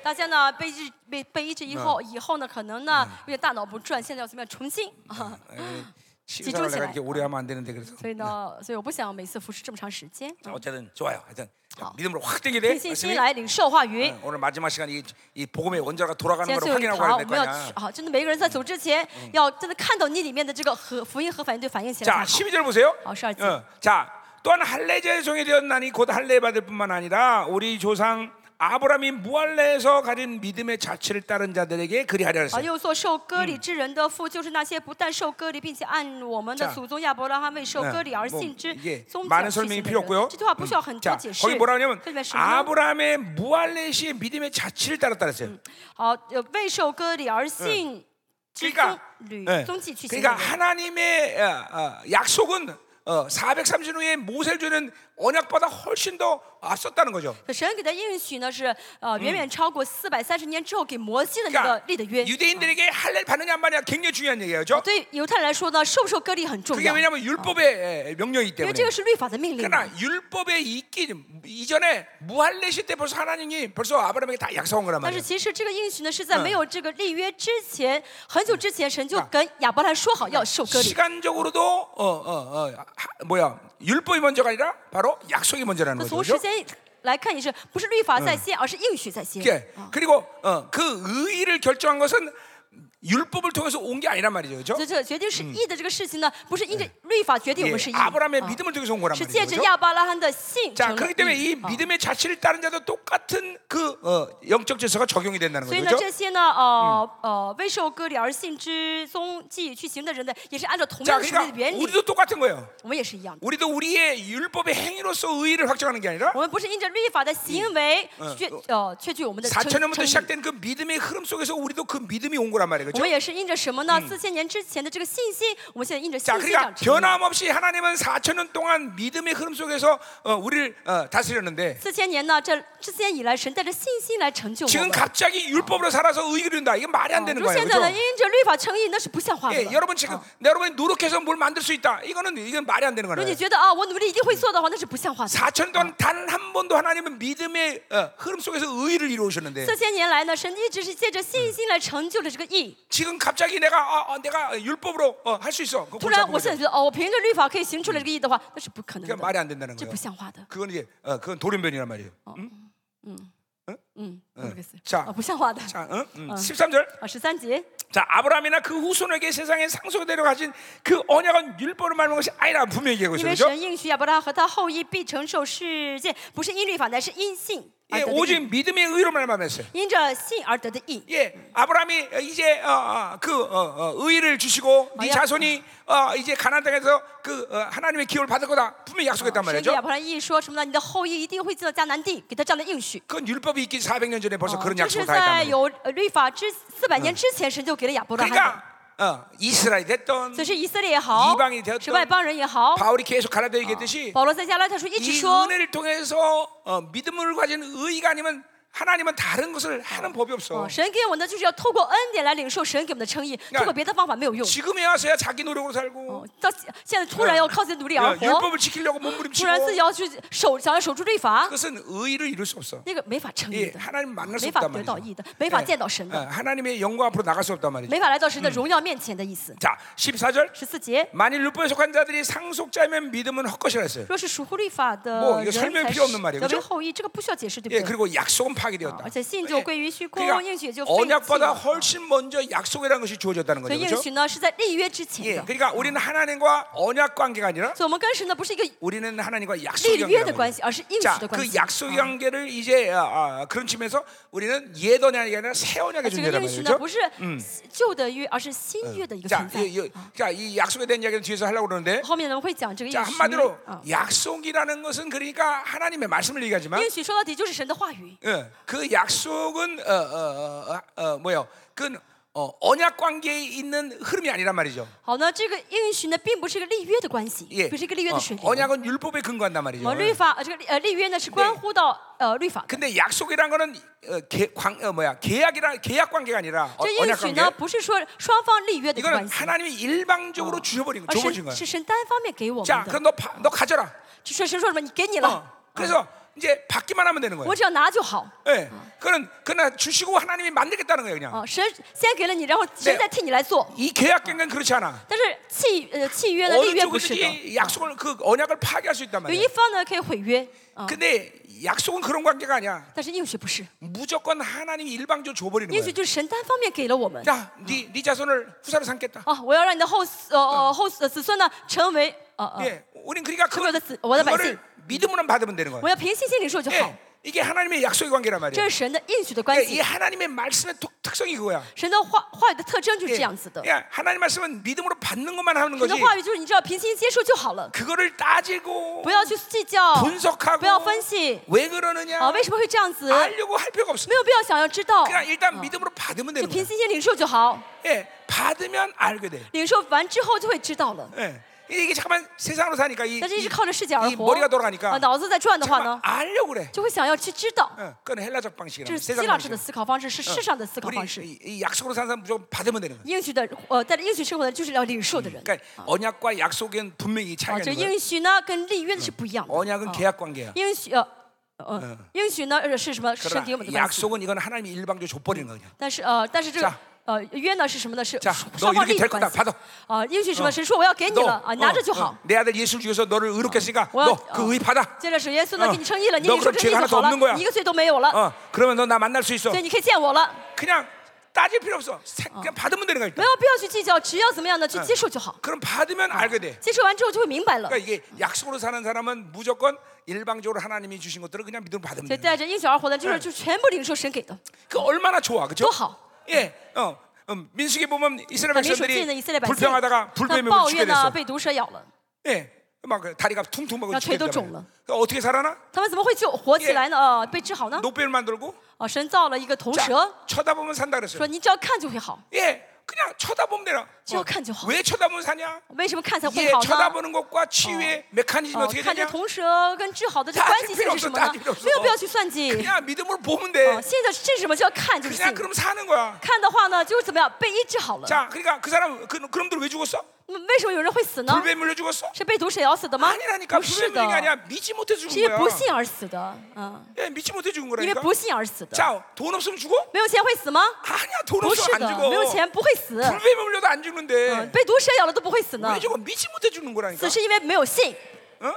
Speaker 2: 大家呢被治被被医治以后，以后呢可能呢因为大脑不转，现在要怎么样重新啊？
Speaker 1: 아, 치유사를 내가
Speaker 2: 지조시라.
Speaker 1: 이렇게 오래 하면 안 되는데 그래서
Speaker 2: 所以呢，所以我不想每次服侍这么长时间，
Speaker 1: 자, 어쨌든 좋아요. 하여튼 자,
Speaker 2: 어.
Speaker 1: 믿음으로 확 땡겨야 돼.
Speaker 2: 凭信
Speaker 1: 말씀이.
Speaker 2: 心来领受话语。
Speaker 1: 어, 오늘 마지막 시간 이, 이 복음의 원자가 돌아가는
Speaker 2: 今天最
Speaker 1: 걸
Speaker 2: 后一
Speaker 1: 확인하고 가야
Speaker 2: 堂，嗯我
Speaker 1: 될 거
Speaker 2: 们要去
Speaker 1: 아니야.
Speaker 2: 啊！嗯真的每个人在走之前，要真的看到你里面的这个和福音和反应对反应起来
Speaker 1: 자,
Speaker 2: 才好。
Speaker 1: 12절 보세요.
Speaker 2: 어, 12 절.
Speaker 1: 어, 자, 또한 할례제의 종이 되었나니 곧 할례 받을 뿐만 아니라 우리 조상 아브라함이 무할례에서 가진 믿음의 자취를 따른 자들에게 그리하려
Speaker 2: 啊，
Speaker 1: 했어요.
Speaker 2: 又做受割
Speaker 1: 嗯
Speaker 2: 礼之人的父，就是那些不但受割礼，并且按我们
Speaker 1: 자
Speaker 2: 的祖宗亚伯拉罕为受割礼而信之
Speaker 1: 어, 뭐 이게
Speaker 2: 宗教
Speaker 1: 많은
Speaker 2: 信心
Speaker 1: 설명이
Speaker 2: 的
Speaker 1: 필요
Speaker 2: 人。
Speaker 1: 없고요. 음, 嗯
Speaker 2: 这句话不需要很多
Speaker 1: 자,
Speaker 2: 解释。
Speaker 1: 거기 뭐라 하냐면
Speaker 2: 这里面什么呢？
Speaker 1: 아브라함의 무할례 시의 믿음의 자취를 따랐다 그랬어요.
Speaker 2: 好，呃为受割礼而信之
Speaker 1: 嗯
Speaker 2: 宗
Speaker 1: 그러니까
Speaker 2: 履
Speaker 1: 예.
Speaker 2: 宗祭去行的
Speaker 1: 그러니까
Speaker 2: 人。
Speaker 1: 하나님의 어, 어, 약속은 어, 430년 후에 모세를 주는 언약보다 훨씬 더 앞섰다는 거죠.
Speaker 2: 神给的应许呢是呃远远超过四百三十年之后给摩西的那个
Speaker 1: 嗯 그러니까 어.
Speaker 2: 立的约。啊
Speaker 1: 유대인들에게 할례를 받느냐 안 받느냐 굉장히 중요한 얘기예요. 그죠?
Speaker 2: 对犹太人来说呢，受不受割礼很重
Speaker 1: 그게
Speaker 2: 要，因
Speaker 1: 왜냐하면 어. 율법의 에, 명령이기
Speaker 2: 为这
Speaker 1: 때문에.
Speaker 2: 个是律法的命令嘛。
Speaker 1: 그러나 율법에 있기 이전에 무할례시 때 벌써 하나님이 벌써 아브라함에게 다 약속한 거란
Speaker 2: 但是
Speaker 1: 말이에요.
Speaker 2: 其实这个应许呢，是在
Speaker 1: 嗯
Speaker 2: 没有这个立约之前，很久之前，神就跟亚伯兰说好要受割礼。
Speaker 1: 시간적으로도 어어어 뭐야 율법이 먼저가 아니라 바로 약속이 먼저라는
Speaker 2: 那
Speaker 1: 거죠. 그렇죠? 그죠?
Speaker 2: 从时间来看，也是不是律法在先，而是应许在先。
Speaker 1: 예. 그리고 어, 그 의의를 결정한 것은 율법을 통해서 온 게 아니란 말이죠. 그죠?
Speaker 2: 所以这个决定是义的这个事情呢，不是因着律法决定我
Speaker 1: 예.
Speaker 2: 们是义，
Speaker 1: 아브라함의
Speaker 2: 啊
Speaker 1: 믿음을 통해서 온 거란
Speaker 2: 是
Speaker 1: 말이죠.
Speaker 2: 借着
Speaker 1: 그죠?
Speaker 2: 亚伯拉罕的信
Speaker 1: 자,
Speaker 2: 成了
Speaker 1: 그렇기 때문에
Speaker 2: 义
Speaker 1: 이 어.
Speaker 2: 啊
Speaker 1: 믿음의 자체를 따른 자도 똑같은 그 어, 영적 질서가 적용이 된다는
Speaker 2: 所以
Speaker 1: 거죠.
Speaker 2: 呢，
Speaker 1: 그죠?
Speaker 2: 这些呢，呃呃，未受割礼而信之踪迹去行的人呢，也是按照同
Speaker 1: 자,
Speaker 2: 样的属灵的
Speaker 1: 그러니까
Speaker 2: 原理，
Speaker 1: 우리도 똑같은 거예요.
Speaker 2: 我们也是一样的。
Speaker 1: 우리도 우리의 율법의 행위로서 의의를 확정하는 게 아니라
Speaker 2: 我们不是因着律法的行为
Speaker 1: 嗯
Speaker 2: 确呃确据我们的称
Speaker 1: 4천
Speaker 2: 称
Speaker 1: 년부터
Speaker 2: 义。
Speaker 1: 시작된 그 믿음의 흐름 속에서 우리도 그 믿음이 온 거란 말이에요.
Speaker 2: 我
Speaker 1: 그죠?
Speaker 2: 们也是因着什么呢？四千年之前的这个信心，我们现在因着信
Speaker 1: 자,
Speaker 2: 心
Speaker 1: 그러니까
Speaker 2: 长成义。
Speaker 1: 변함없이 하나님은 4천 년 동안 믿음의 흐름 속에서 어, 우리를 어, 다스렸는데
Speaker 2: 四千年呢，这之前以来，神带着信心来成就我
Speaker 1: 지금
Speaker 2: 们。
Speaker 1: 갑자기 율법으로 살아서 의의를 이룬다. 이게 말이 안
Speaker 2: 如
Speaker 1: 되는
Speaker 2: 果
Speaker 1: 거예요.
Speaker 2: 现在呢，
Speaker 1: 그죠?
Speaker 2: 因着律法成义，那是哎不像话的
Speaker 1: 예,
Speaker 2: 了。
Speaker 1: 여러분 지금 여러분이 노력해서 뭘 만들 수 있다. 이거는 이건 말이 안 되는
Speaker 2: 如果你
Speaker 1: 거예요.
Speaker 2: 觉得啊，我努力一定会做的话，那是不像话的。
Speaker 1: 4천 동안 단 한 번도 하나님은 믿음의 어, 흐름 속에서 의의를 이루셨는데
Speaker 2: 四千年来呢，神一直是借着信心来成就了这个义。
Speaker 1: 지금 갑자기 내가 아, 아, 내가 율법으로 할 수 있어. 그거
Speaker 2: 突
Speaker 1: 골치
Speaker 2: 然，
Speaker 1: 아픈
Speaker 2: 我
Speaker 1: 거죠.
Speaker 2: 现在觉得哦，我凭着律法可以行出来这个义的话，那是不可能
Speaker 1: 그러니까 말이
Speaker 2: 的，
Speaker 1: 안 된다는
Speaker 2: 这
Speaker 1: 거예요.
Speaker 2: 不像话的。
Speaker 1: 그건 이제 어, 그건 돌연변이란 말이에요.
Speaker 2: 嗯，不好意思
Speaker 1: 자
Speaker 2: 啊，不像话的。
Speaker 1: 자, 응? 음, 13절.
Speaker 2: 啊，十三节，
Speaker 1: 자, 아브라함이나 그 후손에게 세상에 상속대로 가진 그 언약은 율법으로 말하는 것이 아니라 분명히 얘기하고
Speaker 2: 因
Speaker 1: 있어요.
Speaker 2: 为
Speaker 1: 그죠?
Speaker 2: 神应许亚伯拉罕和他后裔必承受世界，不是因律法，乃是因信而
Speaker 1: 예,
Speaker 2: 得的义
Speaker 1: 오직 믿음의 의로 말만 했어요.
Speaker 2: 因着信而得的义。
Speaker 1: 예, 아브라함이 이제 어, 어, 그 어, 어, 의를 주시고 네
Speaker 2: 야.
Speaker 1: 자손이 어, 이제 가나안 땅에서 그 어, 하나님의 기업을 받을 거다 분명히 약속했단
Speaker 2: 神给亚
Speaker 1: 말이죠.
Speaker 2: 伯拉罕一说什么呢？你的后裔一定会进到迦南地，给他这样的应许。
Speaker 1: 그건 율법이 있기 400년 전에 벌써
Speaker 2: 啊
Speaker 1: 그런
Speaker 2: 这是
Speaker 1: 약속을 다 했단
Speaker 2: 在
Speaker 1: 어, 말이에요.
Speaker 2: 有呃律法之四百年之前，神就给了亚伯拉罕的。
Speaker 1: 그러니까 어, 이스라엘 됐던
Speaker 2: 所以是以色列也好
Speaker 1: 이방인되었던 ，
Speaker 2: 是外邦人也好，
Speaker 1: 바울이 계속 가라데 얘기했듯이
Speaker 2: 保罗在加拉太书一直
Speaker 1: 이
Speaker 2: 说，
Speaker 1: 은혜를 통해서 어, 믿음을 가진 의가 아니면 하나님은 다른 것을 하는 법이 없어.
Speaker 2: 啊神给我们的就是要透过恩典来领受神给我们的称义，
Speaker 1: 看
Speaker 2: 透过别的方法没有用。
Speaker 1: 지금에 와서야 자기 노력으로 살고
Speaker 2: 哦，到现现在突然要靠自己努力而
Speaker 1: 어,
Speaker 2: 活，
Speaker 1: 율법을 지키려고
Speaker 2: 突
Speaker 1: 몸부림치고
Speaker 2: 然自己要去守，想要守住律法，
Speaker 1: 그것은 의를 이룰 수 없어.
Speaker 2: 那个没法称义
Speaker 1: 예,
Speaker 2: 的，
Speaker 1: 하나님 만날 수
Speaker 2: 没法
Speaker 1: 없단
Speaker 2: 得到
Speaker 1: 말이죠.
Speaker 2: 义的，嗯没法见到神
Speaker 1: 예,
Speaker 2: 的，
Speaker 1: 하나님의 영광 앞으로 나갈 수 없단 말이죠.
Speaker 2: 没法来到神的荣耀面前的意思。
Speaker 1: 자 14절
Speaker 2: 十四节，
Speaker 1: 만일 율법에 속한 자들이 상속자면 믿음은 헛것이라 했어요.
Speaker 2: 若是属乎律法
Speaker 1: 뭐이거
Speaker 2: 的人
Speaker 1: 설명필
Speaker 2: 才
Speaker 1: 요없는말이에요그죠
Speaker 2: 得为后裔，这个不需要解释，对
Speaker 1: 예,
Speaker 2: 不对？哎
Speaker 1: 그리고 약속은 파괴되었다.
Speaker 2: 而且信
Speaker 1: 예,
Speaker 2: 就归于虚空，应许也就废弃
Speaker 1: 언약보다
Speaker 2: 了。
Speaker 1: 훨씬 먼저 약속이라는 것이 주어졌다는
Speaker 2: 所
Speaker 1: 거죠.
Speaker 2: 以
Speaker 1: 그렇죠?
Speaker 2: 应许呢是在立约之前
Speaker 1: 예,
Speaker 2: 的，
Speaker 1: 그러니까 우리는 하나님과 언약 관계가 아니라
Speaker 2: 所以我们跟神呢不是一个
Speaker 1: 우리는 하나님과 약속
Speaker 2: 立约的
Speaker 1: 관계라는
Speaker 2: 关
Speaker 1: 거죠.
Speaker 2: 系，而是应
Speaker 1: 자,
Speaker 2: 许的关
Speaker 1: 그
Speaker 2: 系。
Speaker 1: 약속
Speaker 2: 啊
Speaker 1: 관계를 이제 아, 아, 그런 측면에서 우리는 옛 언약이 아니라 새 언약의
Speaker 2: 这个嗯
Speaker 1: 존재라는
Speaker 2: 应许呢
Speaker 1: 거죠.
Speaker 2: 不是旧的约，而是新约的一个
Speaker 1: 자,
Speaker 2: 存在。
Speaker 1: 이, 이, 자, 이 약속에 대한 이야기는 뒤에서 하려고 그러는데
Speaker 2: 后面呢我们会讲这个
Speaker 1: 자
Speaker 2: 应许。
Speaker 1: 한마디로
Speaker 2: 啊
Speaker 1: 약속이라는 것은 그러니까 하나님의 말씀을 얘기하지만
Speaker 2: 应许说到底就是神的话语，
Speaker 1: 예, 그 약속은 어, 어, 어, 어, 뭐요? 그 어, 언약 관계에 있는 흐름이 아니란 말이죠.
Speaker 2: 好呢，这个应许呢并不是一个立约的关系，
Speaker 1: 예,
Speaker 2: 不是一个立约
Speaker 1: 어,
Speaker 2: 的水流。
Speaker 1: 언약은 율법에 근거한단 말이죠. 예.
Speaker 2: 我律法呃这个呃立约呢是关乎到呃律法的。
Speaker 1: 근데 약속이란 거는 어, 계, 광, 어, 뭐야 계약이라 계약 관계가 아니라 어,
Speaker 2: 这应
Speaker 1: 언약
Speaker 2: 许
Speaker 1: 관계.
Speaker 2: 呢不是说双方立约的一个
Speaker 1: 이거는
Speaker 2: 关系。
Speaker 1: 하나님이 일방적으로 주셔버린 거,
Speaker 2: 而
Speaker 1: 줘버린
Speaker 2: 神
Speaker 1: 거야.
Speaker 2: 是神单方面给我
Speaker 1: 자,
Speaker 2: 们的，
Speaker 1: 그럼 너, 파, 너 가져라.
Speaker 2: 就说神说什么你给你
Speaker 1: 어,
Speaker 2: 了，
Speaker 1: 그래서 이제 받기만 하면 되는 거예요.
Speaker 2: 我只要拿就好。
Speaker 1: 예, 그는 그나 주시고 하나님이 만들겠다는 거예요, 그냥.
Speaker 2: 啊，神先给了你，然后神再替你来做。
Speaker 1: 이 계약 관계는 그렇지 않아.
Speaker 2: 但是契呃契约呢，立
Speaker 1: 어느
Speaker 2: 约不是的，
Speaker 1: 쪽이든지 약속을 그 언약을 파괴할 수 있단
Speaker 2: 有一
Speaker 1: 그 말이야. 어.
Speaker 2: 方呢可以毁约啊，
Speaker 1: 근데 약속은 그런 관계가 아니야.
Speaker 2: 但是应许不是，
Speaker 1: 무조건 하나님이 일방적으로 줘버리는
Speaker 2: 应许
Speaker 1: 거야.
Speaker 2: 就是神单方面给了我们。
Speaker 1: 야, 네, 네 자손을 후사로 삼겠다.
Speaker 2: 啊，我要让你的后呃呃后子子孙呢成为呃呃，
Speaker 1: 예, 우린 그러니까 그,
Speaker 2: 그거를 쓰- 원하는
Speaker 1: 그거를 믿음으로만 받으면 되는
Speaker 2: 我
Speaker 1: 거야.
Speaker 2: 要凭信心领受就好
Speaker 1: 예, 。 이게 하나님의 약속의 관계란
Speaker 2: 这
Speaker 1: 말이야.
Speaker 2: 是神的应许的
Speaker 1: 예,
Speaker 2: 关
Speaker 1: 이
Speaker 2: 系，
Speaker 1: 하나님의 말씀의 특, 특성이 그거야.
Speaker 2: 神的话话语的特征就是这
Speaker 1: 예,
Speaker 2: 样子的。
Speaker 1: 예, 하나님 말씀은 믿음으로 받는 것만 하는
Speaker 2: 神的
Speaker 1: 거지.
Speaker 2: 话语就是你只要凭信心接受就好了，
Speaker 1: 그거를 따지고
Speaker 2: 不要去计较，
Speaker 1: 분석하고
Speaker 2: 不要分析
Speaker 1: 아, 왜 그러느냐
Speaker 2: 啊为什么会这样子，没
Speaker 1: 알려고 할 필요가 없어.
Speaker 2: 有必要想要知道，
Speaker 1: 어, 그냥 일단
Speaker 2: 啊
Speaker 1: 믿음으로 받으면
Speaker 2: 就
Speaker 1: 되는 거야.
Speaker 2: 凭信心领受就好。
Speaker 1: 예, 받으면 알게 돼.
Speaker 2: 领受完之后就会知道了。
Speaker 1: 예. 이제 이게 잠깐만 세상으로 사니까 이,
Speaker 2: 但是一直
Speaker 1: 이
Speaker 2: 靠着世界而
Speaker 1: 이
Speaker 2: 活
Speaker 1: 머리가 ，
Speaker 2: 啊，
Speaker 1: 돌아가니까
Speaker 2: 脑子在转的话
Speaker 1: 잠깐만
Speaker 2: 呢，
Speaker 1: 알려고 그래.
Speaker 2: 就会想要去知道，
Speaker 1: 어, 그건 헬라적
Speaker 2: 哎这
Speaker 1: 방식이란
Speaker 2: 是希
Speaker 1: 세상
Speaker 2: 腊式的
Speaker 1: 방식.
Speaker 2: 思考方式，是世上的思考
Speaker 1: 우리
Speaker 2: 方式。
Speaker 1: 이, 이 약속으로 사는 사람 무조건 받으면 되는 거야.
Speaker 2: 应许的，呃，在这应许生活的就是要领受的人。
Speaker 1: 그러니까 언약과 약속은 분명히
Speaker 2: 啊，
Speaker 1: 차이가 어.
Speaker 2: 这
Speaker 1: 있는 거야.
Speaker 2: 应许呢跟立约的是不一样的。
Speaker 1: 언약은
Speaker 2: 啊
Speaker 1: 계약 관계야.
Speaker 2: 应许，呃，呃，应许呢呃是什么？是给我们
Speaker 1: 그러나
Speaker 2: 的关系。
Speaker 1: 약속은 이건 하나님이 일방적으로 줘버리는 거냐.
Speaker 2: 但是呃，但是这个
Speaker 1: 자
Speaker 2: 呃约呢是什么呢？是
Speaker 1: 자,
Speaker 2: 双
Speaker 1: 너
Speaker 2: 双方利
Speaker 1: 이렇게
Speaker 2: 益
Speaker 1: 될
Speaker 2: 的
Speaker 1: 거다.
Speaker 2: 关系。
Speaker 1: 받아.
Speaker 2: 啊，应许什么？神说我要给你
Speaker 1: 너
Speaker 2: 了啊，拿着就
Speaker 1: 어,
Speaker 2: 好
Speaker 1: 어, 。내 아들 예수 죽여서 너를 의롭게 했으니까
Speaker 2: 어,
Speaker 1: 너 그
Speaker 2: 어.
Speaker 1: 의 받아.
Speaker 2: 接着是耶稣呢
Speaker 1: 어
Speaker 2: 给你称义了，嗯你
Speaker 1: 너
Speaker 2: 领受
Speaker 1: 그럼
Speaker 2: 称义
Speaker 1: 죄가하
Speaker 2: 就
Speaker 1: 나도
Speaker 2: 好
Speaker 1: 없는거야
Speaker 2: 了，嗯一个罪都没有了，
Speaker 1: 어, 그러면 너 나 만날 수 있어.
Speaker 2: 所以你可以见我了，
Speaker 1: 그냥 따질 필요 없어. 사- 그냥 받으면 되는
Speaker 2: 不
Speaker 1: 거니까.
Speaker 2: 要不要去计较，只要怎么样呢去接受就好。
Speaker 1: 그럼 받으면 알게 돼.
Speaker 2: 接受完之后就会明白了。
Speaker 1: 그러니까 이게 약속으로 사는 사람은 무조건 일방적으로 하나님이 주신 것들을 그냥 믿음으로 받으면
Speaker 2: 所以
Speaker 1: 돼.
Speaker 2: 带着应许而活的，就是
Speaker 1: 嗯
Speaker 2: 就全部领受神给的，
Speaker 1: 그 얼마나 좋아, 그렇죠?
Speaker 2: 多好！
Speaker 1: 예, 어, 음, 아, 민수기 보면 이스라엘
Speaker 2: 民数记呢，
Speaker 1: 백성들이
Speaker 2: 以色列百姓
Speaker 1: 불평하다가 ，
Speaker 2: 他
Speaker 1: 불뱀에
Speaker 2: 抱
Speaker 1: 죽게
Speaker 2: 怨呢
Speaker 1: 됐어.
Speaker 2: 被毒蛇咬了，
Speaker 1: 예, 막 다리가 퉁퉁 먹어
Speaker 2: 나
Speaker 1: 죽게
Speaker 2: 죄도
Speaker 1: 됐단
Speaker 2: 종러.
Speaker 1: 말이야. 그 어떻게 살아나?
Speaker 2: 他们怎么会救活起来呢？呃，被治好呢？
Speaker 1: 노벨 만들고
Speaker 2: 啊，神造了一个头
Speaker 1: 자,
Speaker 2: 蛇，
Speaker 1: 쳐다보면 산다 그랬어요.
Speaker 2: 说你只要看就会好，
Speaker 1: 예, 그냥 쳐다보면 되라.
Speaker 2: 지옥 한 지옥.
Speaker 1: 왜 쳐다보면 사냐?
Speaker 2: 为什么看才
Speaker 1: 예
Speaker 2: 会好呢？
Speaker 1: 쳐다보는 것과 치유의 메커니즘
Speaker 2: 哦
Speaker 1: 어떻게 ，
Speaker 2: 看这
Speaker 1: 되냐?
Speaker 2: 铜蛇跟治好的这关系性是什么
Speaker 1: 大
Speaker 2: 呢
Speaker 1: 家필요없어 ？
Speaker 2: 没有必要去算计。
Speaker 1: 그냥 믿음으로 보면
Speaker 2: 哦，
Speaker 1: 돼.
Speaker 2: 现在是什么就要看就是信
Speaker 1: 그냥 ， 그럼 사는 거야.
Speaker 2: 看的话呢就是怎么样被医治好了。
Speaker 1: 자, 그러니까 그 사람 그 그놈들 왜 죽었어?
Speaker 2: 那么为什么有人会死呢？
Speaker 1: 불뱀 물려 죽었어?
Speaker 2: 是被毒蛇咬死的吗？
Speaker 1: 아니라니까
Speaker 2: 不是
Speaker 1: 불뱀
Speaker 2: 的
Speaker 1: 물린 게 ， 아니야. 믿지 못해
Speaker 2: 是
Speaker 1: 죽은
Speaker 2: 因为
Speaker 1: 거야.
Speaker 2: 不啊信而死的，嗯，
Speaker 1: 예, 믿지 못해 죽은
Speaker 2: 因为
Speaker 1: 거라니까.
Speaker 2: 不信而死的。
Speaker 1: 자, 돈 없으면 죽어?
Speaker 2: 没有钱会死吗？
Speaker 1: 아니야, 돈
Speaker 2: 不是
Speaker 1: 없으면
Speaker 2: 的
Speaker 1: 안 ，
Speaker 2: 没有
Speaker 1: 죽어.
Speaker 2: 钱不会死，
Speaker 1: 불뱀에 물려도 안
Speaker 2: 嗯
Speaker 1: 죽는데
Speaker 2: 被毒蛇咬了都不会死呢
Speaker 1: 왜 。 죽어? 믿지 못해 죽는 거라니까.
Speaker 2: 死是因为没有信，
Speaker 1: 어?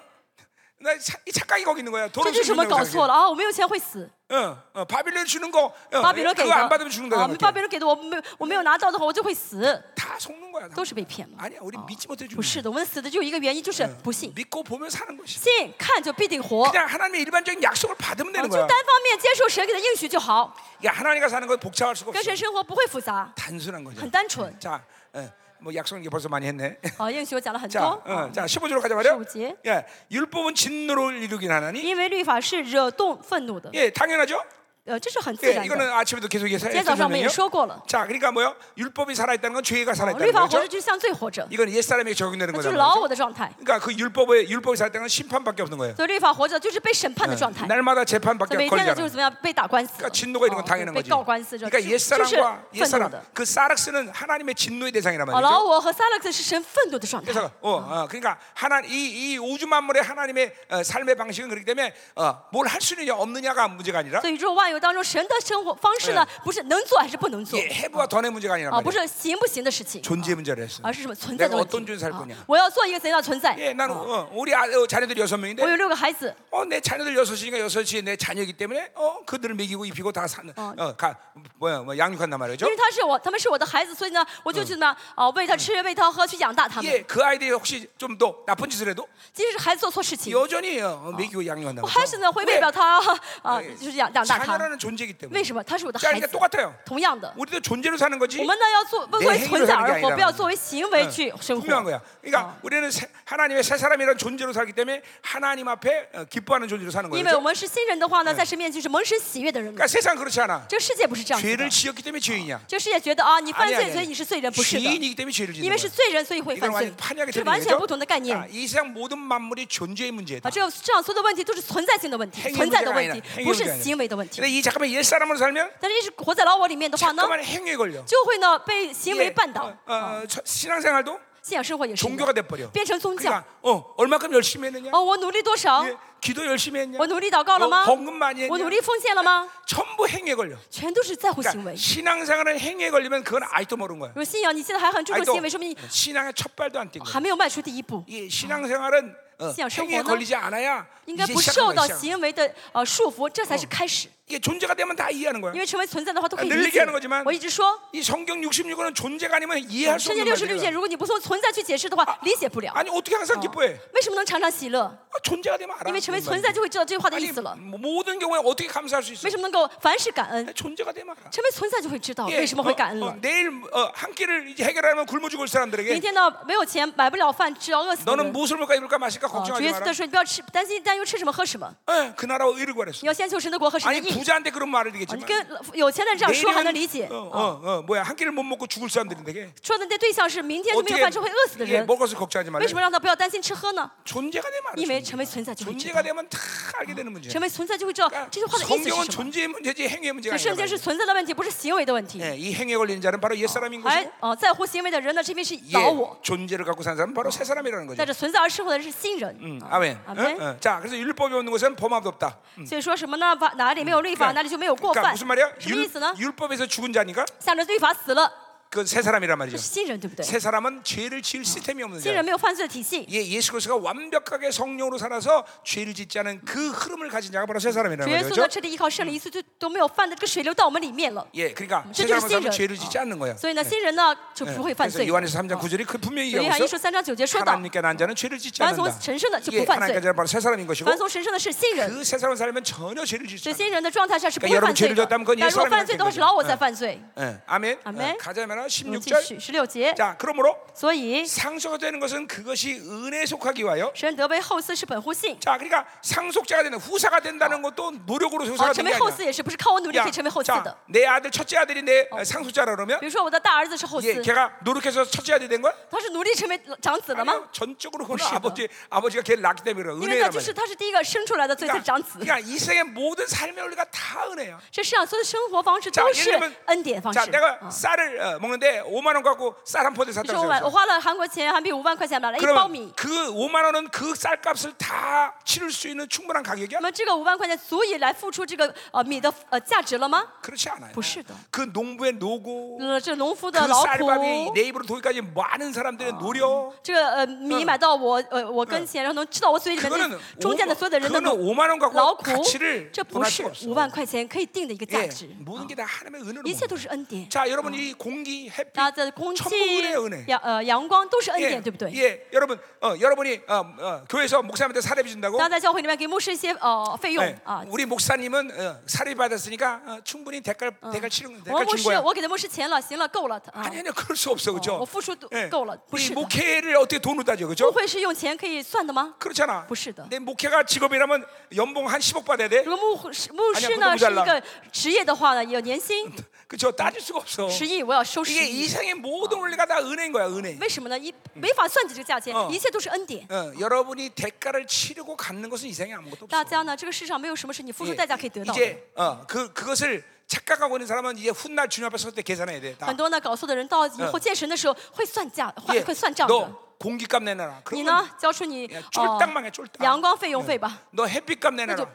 Speaker 1: 나 차, 이 착각이 거기 있는 거야. 돈
Speaker 2: 这就是
Speaker 1: 없으면
Speaker 2: 什么
Speaker 1: 죽는다고
Speaker 2: 搞
Speaker 1: 생각해.
Speaker 2: 错了啊！我没有钱会死，
Speaker 1: 어, 어, 바빌론 주는 거, 어,
Speaker 2: 嗯巴比伦给的，
Speaker 1: 그거 안 받으면 죽는다.
Speaker 2: 啊，
Speaker 1: 생각해.
Speaker 2: 巴比伦给的我没有我没有拿到的话，我就会死，
Speaker 1: 다 속는 거야. 다.
Speaker 2: 都是被骗了。
Speaker 1: 아니야, 우리 믿지 못해
Speaker 2: 不
Speaker 1: 죽는
Speaker 2: 是
Speaker 1: 거야.
Speaker 2: 的，我们死的就有一个原因，就是不信，
Speaker 1: 믿고 보면 사는 것이.
Speaker 2: 信看就必定活，啊
Speaker 1: 그냥 하나님의 일반적인 약속을 받으면
Speaker 2: 就
Speaker 1: 되는
Speaker 2: 单
Speaker 1: 거야.
Speaker 2: 方面接受神给的应许就好，
Speaker 1: 이게 하나님과 사는 건 복잡할 수가
Speaker 2: 跟
Speaker 1: 없어.
Speaker 2: 神生活不嗯会复杂，
Speaker 1: 단순한 거죠.
Speaker 2: 很单纯。
Speaker 1: 자, 어, 뭐 약속은 이게 벌써 많이 했네. *laughs*
Speaker 2: 啊，应许我讲了很
Speaker 1: 자,
Speaker 2: 多，
Speaker 1: 어,
Speaker 2: 啊
Speaker 1: 자, 15절로 가자 말이야.
Speaker 2: 15절.
Speaker 1: 예, 율법은 진노를 이루긴 하나니.
Speaker 2: 因为律法是惹动愤怒的，
Speaker 1: 예, 당연하죠.
Speaker 2: 呃，这是很自
Speaker 1: 예,
Speaker 2: 然的。
Speaker 1: 이거는 아침에도 계속
Speaker 2: 今天早上我们也
Speaker 1: 얘기했었는데요.
Speaker 2: 说过了。啊
Speaker 1: 자, 그러니까 뭐요? 율법이 살아있다는 건 죄가
Speaker 2: 律
Speaker 1: 살아있다는
Speaker 2: 法活着
Speaker 1: 거죠.
Speaker 2: 就像罪活着，
Speaker 1: 이건 옛 사람에게 적용되는
Speaker 2: 那
Speaker 1: 거다.
Speaker 2: 就是老
Speaker 1: 말이죠.
Speaker 2: 我的状态。
Speaker 1: 그러니까 그 율법의 율법이 살아있다는 건 심판밖에 없는 거예요. 예.
Speaker 2: 所以律法活着就是被审判的状态，
Speaker 1: 날마다
Speaker 2: 所
Speaker 1: 재판밖에
Speaker 2: 以每
Speaker 1: 안
Speaker 2: 天呢嗯
Speaker 1: 걸리잖아.
Speaker 2: 就是怎么样被打官司了，
Speaker 1: 그러니까 진노가 이런 건
Speaker 2: 哦
Speaker 1: 당연한
Speaker 2: 被
Speaker 1: 거지.
Speaker 2: 告官司这，
Speaker 1: 그러니까
Speaker 2: 就
Speaker 1: 옛
Speaker 2: 就是
Speaker 1: 사람과 옛
Speaker 2: 愤怒
Speaker 1: 사람
Speaker 2: 的。
Speaker 1: 그 사락스는 하나님의 진노에 대상이란
Speaker 2: 哦，老
Speaker 1: 말이죠.
Speaker 2: 我和撒勒克是神愤怒的状态，
Speaker 1: 그래서 어, 어, 그러니까 하나 이, 이 우주 만물의 하나님의 어, 삶의 방식은 그렇기 때문에 어, 뭘할 수는 없느냐가 문제가 아니라
Speaker 2: 所以宇宙万有当中神的生活方式呢，不是能做还是不能做
Speaker 1: 예, 해부와 던의 문제가 아니란 아,
Speaker 2: 啊，不
Speaker 1: 말이야.
Speaker 2: 是行不行的事情，
Speaker 1: 존재 문제를 했어.
Speaker 2: 而是什么存在
Speaker 1: 내가
Speaker 2: 的
Speaker 1: 어떤
Speaker 2: 问题
Speaker 1: 존재 살
Speaker 2: 啊
Speaker 1: 거냐.
Speaker 2: 我要做一个怎样的存在？啊
Speaker 1: 예, 나는 어, 우리 아, 어, 자녀들 여섯
Speaker 2: 我
Speaker 1: 명인데
Speaker 2: 有六个孩子，
Speaker 1: 어, 내 자녀들 여섯이니까 여섯이 내 자녀이기 때문에 어, 그들을 먹이고 입히고 다 사는 어, 가, 뭐야, 뭐 양육한단
Speaker 2: 因
Speaker 1: 말이죠.
Speaker 2: 为他是我，他们是我的孩子，所以呢，我就去怎么样啊，喂他吃，喂他喝，去养大他们。
Speaker 1: 예, 그 아이들이 혹시 좀 더 나쁜 짓을 해도
Speaker 2: 即使孩子做错事情，
Speaker 1: 여전히 어, 어, 먹이고 양육한단
Speaker 2: 我还是呢
Speaker 1: 말이죠.
Speaker 2: 会
Speaker 1: 왜
Speaker 2: 为了他啊，就是养养大他。
Speaker 1: 자녀라는 존재이기
Speaker 2: 为
Speaker 1: 때문에.
Speaker 2: 什么？他是我的
Speaker 1: 자,
Speaker 2: 孩
Speaker 1: 그러니까
Speaker 2: 子。
Speaker 1: 똑같아요.
Speaker 2: 同样的，
Speaker 1: 우리도 존재로 사는 거지.
Speaker 2: 我哎们呢要做作为存在而活，不要作为行为去生
Speaker 1: 네, 분명한
Speaker 2: 活。
Speaker 1: 거야. 그러니까 우리는 새- 하나님의 새 사람이라는 존재로 살기 때문에 하나님 앞에 어, 기뻐하는 존재로 사는
Speaker 2: 因
Speaker 1: 거예요.
Speaker 2: 为我嗯哎
Speaker 1: 그렇죠?
Speaker 2: 们是新人的话呢，在神面前是蒙神喜悦的人了。
Speaker 1: 그러니까 세상 그렇지 않아.
Speaker 2: 这个世界不是这样子
Speaker 1: 죄를
Speaker 2: 的，
Speaker 1: 지었기 때문에 죄인이야.
Speaker 2: 这个世界觉得啊，你犯
Speaker 1: 아니, 아니,
Speaker 2: 罪，
Speaker 1: 아니.
Speaker 2: 所以你是啊罪人，不是的，
Speaker 1: 죄인이기 때문에 죄를
Speaker 2: 因
Speaker 1: 짓는
Speaker 2: 为是
Speaker 1: 거야.
Speaker 2: 罪人，所以会犯
Speaker 1: 이건
Speaker 2: 罪
Speaker 1: 완전 ， 판약의
Speaker 2: 这是完
Speaker 1: 틀린
Speaker 2: 全
Speaker 1: 얘기죠.
Speaker 2: 不同的概念
Speaker 1: 자, 。이 세상 모든 만물이 존재의 문제다.
Speaker 2: 啊，这这样所有的问题都是存在性的问题，
Speaker 1: 행위
Speaker 2: 存在的
Speaker 1: 문제가
Speaker 2: 问
Speaker 1: 아니라
Speaker 2: 题，
Speaker 1: 행위
Speaker 2: 不是
Speaker 1: 문제가 아니라.
Speaker 2: 行为的问题
Speaker 1: 근데 。이 잠깐만 옛 사람으로 살면
Speaker 2: 但是一直活在老我嗯里面的话呢，
Speaker 1: 잠깐만 행위에 걸려.
Speaker 2: 就会呢被行
Speaker 1: 이게,
Speaker 2: 为绊倒
Speaker 1: 어, ， 어, 저- 신앙생활도
Speaker 2: 信仰生活也是一样
Speaker 1: 종교가 돼버려.
Speaker 2: 变成宗教。
Speaker 1: 그러니까 어, 얼마큼 열심히 했느냐?
Speaker 2: 哦，我努力多少？
Speaker 1: 예, 기도 열심히 했냐?
Speaker 2: 我努力祷告了吗
Speaker 1: 어, ？ 헌금 많이
Speaker 2: 我
Speaker 1: 했냐?
Speaker 2: 努力奉献了吗？
Speaker 1: 전부 행위에 걸려.
Speaker 2: 全都是在乎行
Speaker 1: 그러니까
Speaker 2: 为。
Speaker 1: 신앙생활은 행위에 걸리면 그건 아직도 모르는 거야.
Speaker 2: 如果信仰你现在还很注重
Speaker 1: 아직도
Speaker 2: 行为，说明你
Speaker 1: 신앙의 첫 발도 안 뛴 거야.
Speaker 2: 还没有迈出第一步，
Speaker 1: 이 신앙생활은 어,
Speaker 2: 신앙
Speaker 1: 행위에
Speaker 2: 생활은
Speaker 1: 걸리지 않아야
Speaker 2: 应该
Speaker 1: 이제
Speaker 2: 不受
Speaker 1: 시작하는
Speaker 2: 到
Speaker 1: 거야. 시작.
Speaker 2: 行为的呃束缚，这才是开始。
Speaker 1: 이게 존재가 되면 다 이해하는 거야.
Speaker 2: 因为成为存在的话，都可以
Speaker 1: 늘얘
Speaker 2: 理
Speaker 1: 기하
Speaker 2: 解
Speaker 1: 는거지만 。
Speaker 2: 我一直说，
Speaker 1: 이 성경 66권은 존재가 아니면 이해할 수
Speaker 2: 圣经
Speaker 1: 없는
Speaker 2: 六十六
Speaker 1: 말이야.
Speaker 2: 节，如果你不从存在去解释的话，理解不了。
Speaker 1: 아니 어떻게 항상 기뻐해?
Speaker 2: 为什么能常常喜乐？
Speaker 1: 아, 존재가 되면 알아.
Speaker 2: 因为成为
Speaker 1: 뭔 말이야.
Speaker 2: 存在就会知道这句话的意
Speaker 1: 아니
Speaker 2: 思了。
Speaker 1: 뭐, 모든 경우에 어떻게 감사할 수 있어?
Speaker 2: 为什么能够凡事感恩？
Speaker 1: 존재가 되면 알아.
Speaker 2: 成为存在就会知道
Speaker 1: 예,
Speaker 2: 为什么会感恩
Speaker 1: 어, 어,
Speaker 2: 了。
Speaker 1: 내일 어, 한 끼를 이제 해결하면 굶어 죽을
Speaker 2: 明
Speaker 1: 사람들에게
Speaker 2: 天呢，没有钱买不了饭，吃要饿死的
Speaker 1: 너는
Speaker 2: 人。
Speaker 1: 무엇을 먹을까 입을까 마실까
Speaker 2: 哦，主
Speaker 1: 걱정하지
Speaker 2: 耶稣
Speaker 1: 마라.
Speaker 2: 的说，你不要吃担心担忧吃什么喝什么，
Speaker 1: 예, 그 나라와 의를 구하랬어.
Speaker 2: 你要先求神的国和神的
Speaker 1: 아니
Speaker 2: 义。
Speaker 1: 부자한테 그런 말을
Speaker 2: 啊，你
Speaker 1: 드리겠지만
Speaker 2: 跟有钱的人这样说还能理解
Speaker 1: 내일은 ， 어,
Speaker 2: 啊
Speaker 1: 어, 어, 뭐야 한 끼를 못 먹고 죽을 사람들인데
Speaker 2: 说的那对象是明天就没有
Speaker 1: 어떻게
Speaker 2: 饭吃会饿死的
Speaker 1: 뭐 이게
Speaker 2: 人，
Speaker 1: 먹어서 걱정하지
Speaker 2: 为什
Speaker 1: 말래
Speaker 2: 么让他不要担心吃喝呢？
Speaker 1: 존재가 되면
Speaker 2: 因为
Speaker 1: 알아
Speaker 2: 成为存在就会知
Speaker 1: 존재가
Speaker 2: 道，
Speaker 1: 되면 다 알게 되는 문제야
Speaker 2: 成为存在就会知道这句话的意思
Speaker 1: 성경은
Speaker 2: 是什么。
Speaker 1: 존재의 문제지 어. 행위의 문제가
Speaker 2: 所以圣经
Speaker 1: 아니야
Speaker 2: 是存在的问题，不是行为的问题。
Speaker 1: 예, 이 행위에 걸린 자는 바로 옛사람인
Speaker 2: 而
Speaker 1: 것이고
Speaker 2: 哦、在乎行为的人呢，这边是
Speaker 1: 예,
Speaker 2: 老我；
Speaker 1: 존재를 갖고 사는 사람은 바로 새 사람이라는 거죠
Speaker 2: 带着存在而生活的人是新人。
Speaker 1: 음,
Speaker 2: 啊
Speaker 1: 아멘 응?
Speaker 2: 아멘
Speaker 1: 응. 자 그래서 율법이 없는 곳은 범함도 없다
Speaker 2: 所以说什么呢？法哪里没有律法，哪里就没有过
Speaker 1: 그러니까
Speaker 2: 犯。
Speaker 1: 무슨 말이야?
Speaker 2: 什么意
Speaker 1: 율,
Speaker 2: 思呢？
Speaker 1: 율법에서 죽은 자니까
Speaker 2: 向着律法死了，
Speaker 1: 그 새 사람이란
Speaker 2: 这
Speaker 1: 말이죠
Speaker 2: 是新人，对不对？
Speaker 1: 새 사람은 죄를 지을 시스템이 없는
Speaker 2: 新
Speaker 1: 자
Speaker 2: 人没有犯罪的体系。
Speaker 1: 예, 예수 그리스도가 완벽하게 성령으로 살아서 죄를 짓지 않은 그 흐름을 가진 자가 바로 새
Speaker 2: 主
Speaker 1: 사람이라는
Speaker 2: 耶
Speaker 1: 거죠.
Speaker 2: 稣
Speaker 1: 그렇죠?
Speaker 2: 呢，彻底依靠圣灵，一次就都没有犯的这个水流到我们里面了。
Speaker 1: 예, 그러니까 새
Speaker 2: 这就是
Speaker 1: 사람은
Speaker 2: 新
Speaker 1: 사람은
Speaker 2: 人
Speaker 1: 죄를 짓지 。 않는 거야.
Speaker 2: 啊所以呢，新人呢就
Speaker 1: 예,
Speaker 2: 不会犯
Speaker 1: 그래서
Speaker 2: 罪。
Speaker 1: 요한에서 3장
Speaker 2: 啊
Speaker 1: 9절이 그 분명히
Speaker 2: 所以约
Speaker 1: 얘기하고
Speaker 2: 翰一
Speaker 1: 있어.
Speaker 2: 书三章九节说到，
Speaker 1: 하나님께 난 자는 죄를 짓지
Speaker 2: 凡从
Speaker 1: 않는다.
Speaker 2: 神圣的就
Speaker 1: 예,
Speaker 2: 不犯
Speaker 1: 하나님께
Speaker 2: 罪，
Speaker 1: 자는 바로 새 사람인 것이고
Speaker 2: 凡从神圣的是新人。
Speaker 1: 그 새 사람 살면 전혀 죄를 짓지
Speaker 2: 所以
Speaker 1: 않아.
Speaker 2: 新人的状态下是不
Speaker 1: 그러니까
Speaker 2: 会
Speaker 1: 여러분
Speaker 2: 犯罪
Speaker 1: 죄를졌다면그건
Speaker 2: 的。但如果
Speaker 1: 옛사람이라는
Speaker 2: 犯罪的话，是老我在
Speaker 1: 음
Speaker 2: 犯罪。
Speaker 1: 예, 아멘.
Speaker 2: 아멘.
Speaker 1: 어, 가자면
Speaker 2: 我们继
Speaker 1: 16절.
Speaker 2: 续十六节，
Speaker 1: 자, 그러므로
Speaker 2: 所以
Speaker 1: 상속이 되는 것은 그것이 은혜 속하기와요.
Speaker 2: 神德为后嗣是本乎信，
Speaker 1: 자, 그러니까 상속자가 된다, 후사가 된다는 것도 노력으로
Speaker 2: 啊，
Speaker 1: 후사가
Speaker 2: 成
Speaker 1: 된게
Speaker 2: 为后
Speaker 1: 어. 아니야.
Speaker 2: 嗣也是不是靠我努力可以成为后嗣的
Speaker 1: 자 。내 아들 첫째 아들이 내 어, 상속자라 그러면
Speaker 2: 比如说我的大儿子是后
Speaker 1: 예,
Speaker 2: 嗣，
Speaker 1: 걔가 노력해서 첫째 아들이 된 거야?
Speaker 2: 他是努力成为长子的
Speaker 1: 아니요,
Speaker 2: 吗？
Speaker 1: 전적으로 그건
Speaker 2: 不是的。
Speaker 1: 아버지 아버지가 걔를 낳기 때문에 그래.
Speaker 2: 因为他
Speaker 1: 은혜란
Speaker 2: 就是
Speaker 1: 말이야.
Speaker 2: 他是第一个生出来的，所以才
Speaker 1: 그러니까,
Speaker 2: 长子。
Speaker 1: 그러니까 이 세계 모든 삶의 원리가 다 은혜야.
Speaker 2: 这世上所有的生活方式
Speaker 1: 자,
Speaker 2: 都
Speaker 1: 예를
Speaker 2: 是
Speaker 1: 들면
Speaker 2: 恩典方式
Speaker 1: 자, 。 내가
Speaker 2: 啊
Speaker 1: 쌀을 어, 먹는데 5만 원 갖고 쌀 한 포대
Speaker 2: 比如说
Speaker 1: 샀다고
Speaker 2: 我买
Speaker 1: 생각해.
Speaker 2: 我花了韩国钱韩币五万块钱买了一包
Speaker 1: 그러면
Speaker 2: 米，
Speaker 1: 그 5만 원은 그 쌀값을 다 치를 수 있는 충분한
Speaker 2: 那
Speaker 1: 가격이야?
Speaker 2: 么这个五万块钱足以来付出这个呃米的呃价值了吗？
Speaker 1: 그렇지 않아요.
Speaker 2: 不是的。
Speaker 1: 그 농부의 노고,
Speaker 2: 呃，这农夫的
Speaker 1: 그
Speaker 2: 劳
Speaker 1: 쌀밥이
Speaker 2: 苦，
Speaker 1: 내 입으로 돌기까지 많은 사람들의 노력.
Speaker 2: 这个呃米买到我呃我跟前，然后能吃到我嘴里面，
Speaker 1: 그거는
Speaker 2: 那中间的所有的人的
Speaker 1: 그거는 5만 원
Speaker 2: 劳
Speaker 1: 갖고
Speaker 2: 苦
Speaker 1: 가치를 ，
Speaker 2: 这不
Speaker 1: 분할
Speaker 2: 是
Speaker 1: 수가 없어.
Speaker 2: 五万块钱可以定的一个价
Speaker 1: 예,
Speaker 2: 值，
Speaker 1: 모든 게 다 하나님의 은혜로.
Speaker 2: 一切
Speaker 1: 모은
Speaker 2: 都
Speaker 1: 거예요.
Speaker 2: 是恩典。
Speaker 1: 자, 여러분 이 어. 공기, 햇빛,
Speaker 2: 大家的空气
Speaker 1: 천국의 은혜. 、
Speaker 2: 阳呃阳光都是恩典，对不对？
Speaker 1: 예, 여러분, 어, 여러분이 어, 어, 교회에서 목사님한테 사례비 준다고.
Speaker 2: 大家在教会里面给牧师一些呃费用
Speaker 1: 예,
Speaker 2: 啊。
Speaker 1: 우리 목사님은 어, 사례비 받았으니까 어, 충분히 대가를 대가를 치른
Speaker 2: 我
Speaker 1: 대가를
Speaker 2: 牧
Speaker 1: 준
Speaker 2: 师，
Speaker 1: 거야.
Speaker 2: 我给他牧师钱了，行了，够了啊。
Speaker 1: 아니 아니 그럴 수 없어 그죠?
Speaker 2: 어, 我付出都-
Speaker 1: 예,
Speaker 2: 够了,
Speaker 1: 이
Speaker 2: 不是的。
Speaker 1: 목회를 어떻게 돈으로 따져
Speaker 2: 不
Speaker 1: 그죠?
Speaker 2: 会是用钱可以算的吗？
Speaker 1: 그렇잖아.
Speaker 2: 不是的。
Speaker 1: 내 목회가 직업이라면 연봉 한 10억 받아야 돼.
Speaker 2: 如果牧师牧师
Speaker 1: 아니야
Speaker 2: 呢
Speaker 1: 그것도모자라
Speaker 2: 是一个职业的话呢，有年薪
Speaker 1: 그죠? 따질 수가 없어.
Speaker 2: 十亿，我要收十
Speaker 1: 이게
Speaker 2: 亿
Speaker 1: 이 。 세상의 모든 원리가 다 은혜인 거야 은혜.
Speaker 2: 为什么呢？一没法算计这个价钱
Speaker 1: 어 ，
Speaker 2: 一切都是恩典。
Speaker 1: 어, 여러분이 대가를 치르고 갖는 것은 이 세상에 아무것도
Speaker 2: 大
Speaker 1: 없어.
Speaker 2: 家呢，这个世上没有什么是你付出
Speaker 1: 예,
Speaker 2: 代价可以得到的。
Speaker 1: 이제 어, 그 그것을 착각하고 있는 사람은 이제 훗날 주님 앞에 섰을 때 계산해야 돼. 다.
Speaker 2: 很多呢，搞错的人到以
Speaker 1: 嗯
Speaker 2: 后见神的时候会算价，会
Speaker 1: 예,
Speaker 2: 会算账的。
Speaker 1: 너 공기값 내놔라.
Speaker 2: 你
Speaker 1: 그러면
Speaker 2: 呢，交出你
Speaker 1: 야
Speaker 2: 哦
Speaker 1: 쫄딱망해쫄딱
Speaker 2: 阳光费用费吧，
Speaker 1: 너 햇빛값
Speaker 2: 那就
Speaker 1: 내놔라.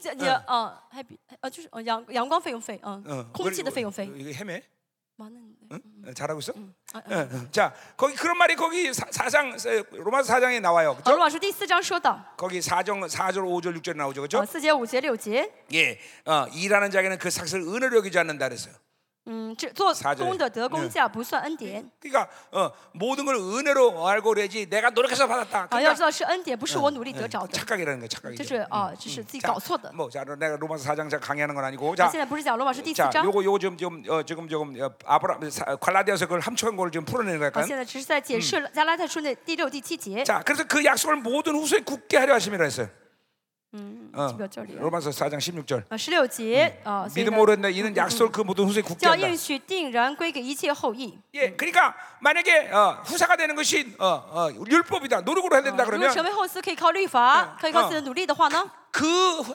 Speaker 2: 这你哦，还比呃就是哦阳阳光费用费，嗯，
Speaker 1: 어,
Speaker 2: 空气的费用
Speaker 1: 그걸-
Speaker 2: 费
Speaker 1: 어, 。 이거 헤매?
Speaker 2: 完了你
Speaker 1: 응? 어, 잘하고 있어?
Speaker 2: 啊
Speaker 1: 어, 어. 자 거기 그런 말이 거기 사, 사장 로마서 사장에 나와요.
Speaker 2: 好，罗
Speaker 1: 그죠?
Speaker 2: 马书第四章说到，
Speaker 1: 거기 사정 4절 5절 6절 나오죠.
Speaker 2: 啊
Speaker 1: 그죠?
Speaker 2: 四节、五节、六节，
Speaker 1: 예. 어, 일하는 자에게는 그 삭슬 은혜로 여기지 않는다 그랬어요.
Speaker 2: 嗯，这做
Speaker 1: 啥节
Speaker 2: 工的得工价不算恩典
Speaker 1: 그러니까 어, 모든 걸 은혜로 알고 그래야지 내가 노력해서 받았다.
Speaker 2: 啊，要
Speaker 1: 그러니까
Speaker 2: 知道是恩典，不是我努力得着的，
Speaker 1: 착각이라는 거야
Speaker 2: 这
Speaker 1: 착각이죠.
Speaker 2: 是啊，这是自己
Speaker 1: 자,
Speaker 2: 搞错的。
Speaker 1: 뭐, 자, 내가 로마서 4장 자 강의하는 건 아니고,
Speaker 2: 那
Speaker 1: 자,
Speaker 2: 现在不是讲罗马书第四
Speaker 1: 자,
Speaker 2: 章，
Speaker 1: 요거 요거 지금 지금 어, 지금 지금 어, 아브라 사- 갈라디아서 그걸 함축한 걸 지금 풀어내는
Speaker 2: 好，
Speaker 1: 거니까.
Speaker 2: 现在只是在解释了加拉太书的第六、第七节，
Speaker 1: 자, 그래서 그 약속을 모든 후서에 굳게 하려 하심이라 했어요.
Speaker 2: 这个这里啊
Speaker 1: 로마서 4장 16절.
Speaker 2: 啊十六节啊，所以呢
Speaker 1: 믿음으로 했는데 이는 약속을 그 모든 후서에 굳게
Speaker 2: 叫
Speaker 1: 한다.
Speaker 2: 应许定然归给一切后裔。
Speaker 1: 예, 그러니까 만약에 어, 후사가 되는 것이 어, 어, 율법이다 노력으로 해야
Speaker 2: 啊
Speaker 1: 된다
Speaker 2: 如果
Speaker 1: 어, 그러면
Speaker 2: 成为后嗣可以靠律法，可以靠自己的努力的话呢，
Speaker 1: 그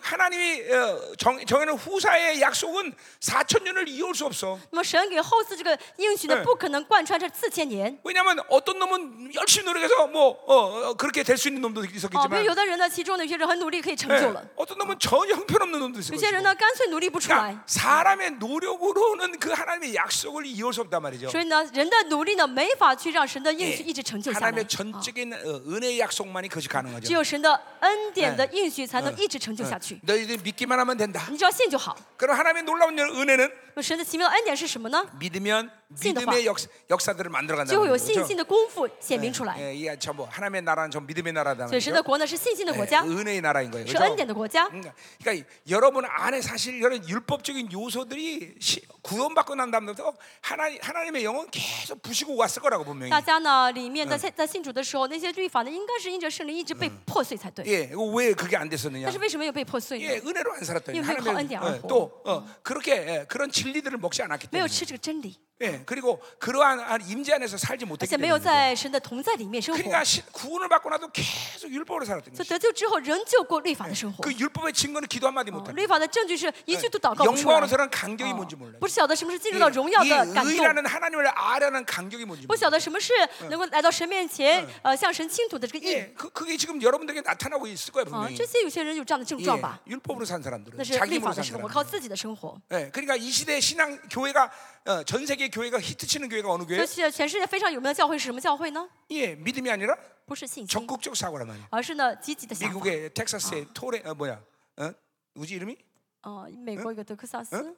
Speaker 1: 하나님이 어, 정, 정해놓은 후사의 약속은 4천 년을 이어올 수 없어.
Speaker 2: 那么神给后嗣这个应许
Speaker 1: 嗯
Speaker 2: 呢，不可能贯穿这四千年。
Speaker 1: 왜냐하면 어떤 놈은 열심히 노력해서 뭐 어, 어, 그렇게 될 수 있는 놈도
Speaker 2: 哦，比如
Speaker 1: 있었겠지만
Speaker 2: 有的人呢，其中呢有些人很努力可以成
Speaker 1: 예,
Speaker 2: 就了，
Speaker 1: 어떤 놈은 전혀 형편없는 놈도
Speaker 2: 有些
Speaker 1: 있었겠지만
Speaker 2: 人呢干脆努力不出来
Speaker 1: 그러니까 。 사람의 노력으로는 그 하나님의 약속을 이어올 수 없단 말이죠
Speaker 2: 所以呢，人的努力呢，没法去让神的应
Speaker 1: 예,
Speaker 2: 许一直成就哎下来
Speaker 1: 하나님의 。 전적인 어, 은혜의 약속만이 그것이
Speaker 2: 只
Speaker 1: 가능하죠
Speaker 2: 有神的恩典的应许才能一直成就下去。
Speaker 1: 너희들 믿기만 하면 된다
Speaker 2: 你只要信就好。
Speaker 1: 그럼 하나님의 놀라운 은혜는
Speaker 2: 那神的奇妙的恩典是什么呢？
Speaker 1: 믿으면
Speaker 2: 信的话，
Speaker 1: 믿음의 역, 역사들을 만들어
Speaker 2: 就
Speaker 1: 간다는
Speaker 2: 会有
Speaker 1: 거죠.
Speaker 2: 信
Speaker 1: 그렇죠?
Speaker 2: 心的功夫显明出来。
Speaker 1: 예, 이게 전부 하나님의 나라는 전 믿음의 나라다.
Speaker 2: 所以神的国呢是信心的国家，
Speaker 1: 은혜의 나라인 거예요.
Speaker 2: 是恩
Speaker 1: 그렇죠?
Speaker 2: 典的国家。
Speaker 1: 음, 그러니까 여러분 안에 사실 이런 율법적인 요소들이 시- 구원받고 난 다음부터 하나님 하나님의 영은 계속 부시고 왔을 거라고 분명히.
Speaker 2: 大家呢里面在信在信主的时候，那些律法呢应该是因着圣灵一直被破碎才嗯对。
Speaker 1: 예, 이거 왜 그게 안 됐었느냐?
Speaker 2: 但是为什么又被破碎
Speaker 1: 예,
Speaker 2: 呢？
Speaker 1: 은혜로 안 살았더니
Speaker 2: 이게 왜
Speaker 1: 하나님의
Speaker 2: 가운데 안
Speaker 1: 예,
Speaker 2: 하고.
Speaker 1: 또 어, 그렇게 예, 그런 진리들을 먹지 않았기
Speaker 2: 没有
Speaker 1: 때문에.
Speaker 2: 吃这个真理，
Speaker 1: 예, 그리고 그러한 한 임재 안에서 살지
Speaker 2: 而
Speaker 1: 못했기
Speaker 2: 且没有
Speaker 1: 때문에.
Speaker 2: 在神的同在里面生活，
Speaker 1: 그러니까 시- 구원을 받고 나도 계속 율법으로 살았던
Speaker 2: 所以
Speaker 1: 거죠.
Speaker 2: 得救之后仍旧过律法的生活
Speaker 1: 그 。 율법의 증거는 기도 한 마디
Speaker 2: 哦
Speaker 1: 못한.
Speaker 2: 律法的证据是一句都祷告不出来
Speaker 1: 영광으로 。 사는 간격이 뭔지
Speaker 2: 哦
Speaker 1: 몰라요.
Speaker 2: 不晓得什么是进入到荣耀
Speaker 1: 이
Speaker 2: 的感动，
Speaker 1: 의라는 하나님을 아라는 간격이 뭔지
Speaker 2: 不
Speaker 1: 몰라요.
Speaker 2: 晓得什么是能够来到神面前，呃，向神倾吐的这个意
Speaker 1: 예, 그, 그게 지금 여러분들에게 나타나고 있을 거예요
Speaker 2: 啊。
Speaker 1: 분명히.
Speaker 2: 这些有些人有这样的症
Speaker 1: 예,
Speaker 2: 状吧？
Speaker 1: 율법으로 산
Speaker 2: 那
Speaker 1: 사람들은
Speaker 2: 是律
Speaker 1: 자기로
Speaker 2: 法
Speaker 1: 산
Speaker 2: 的生活，
Speaker 1: 사람.
Speaker 2: 靠自己的生活。
Speaker 1: 예, 그러니까 이 시대 신앙 교회가 어, 전 세계 교회가 히트치는 교회가 어느
Speaker 2: 就
Speaker 1: 교회?
Speaker 2: 是全世界非常有名的教会是什么教会呢？
Speaker 1: 예, 믿음이 아니라
Speaker 2: 不是信心，
Speaker 1: 적극적 사고란 말이야.
Speaker 2: 而是呢积极的想法。
Speaker 1: 미국의 텍사스의 토레 어, 뭐야? 어? 누구지 이름이?
Speaker 2: 哦，美国有个德克萨斯，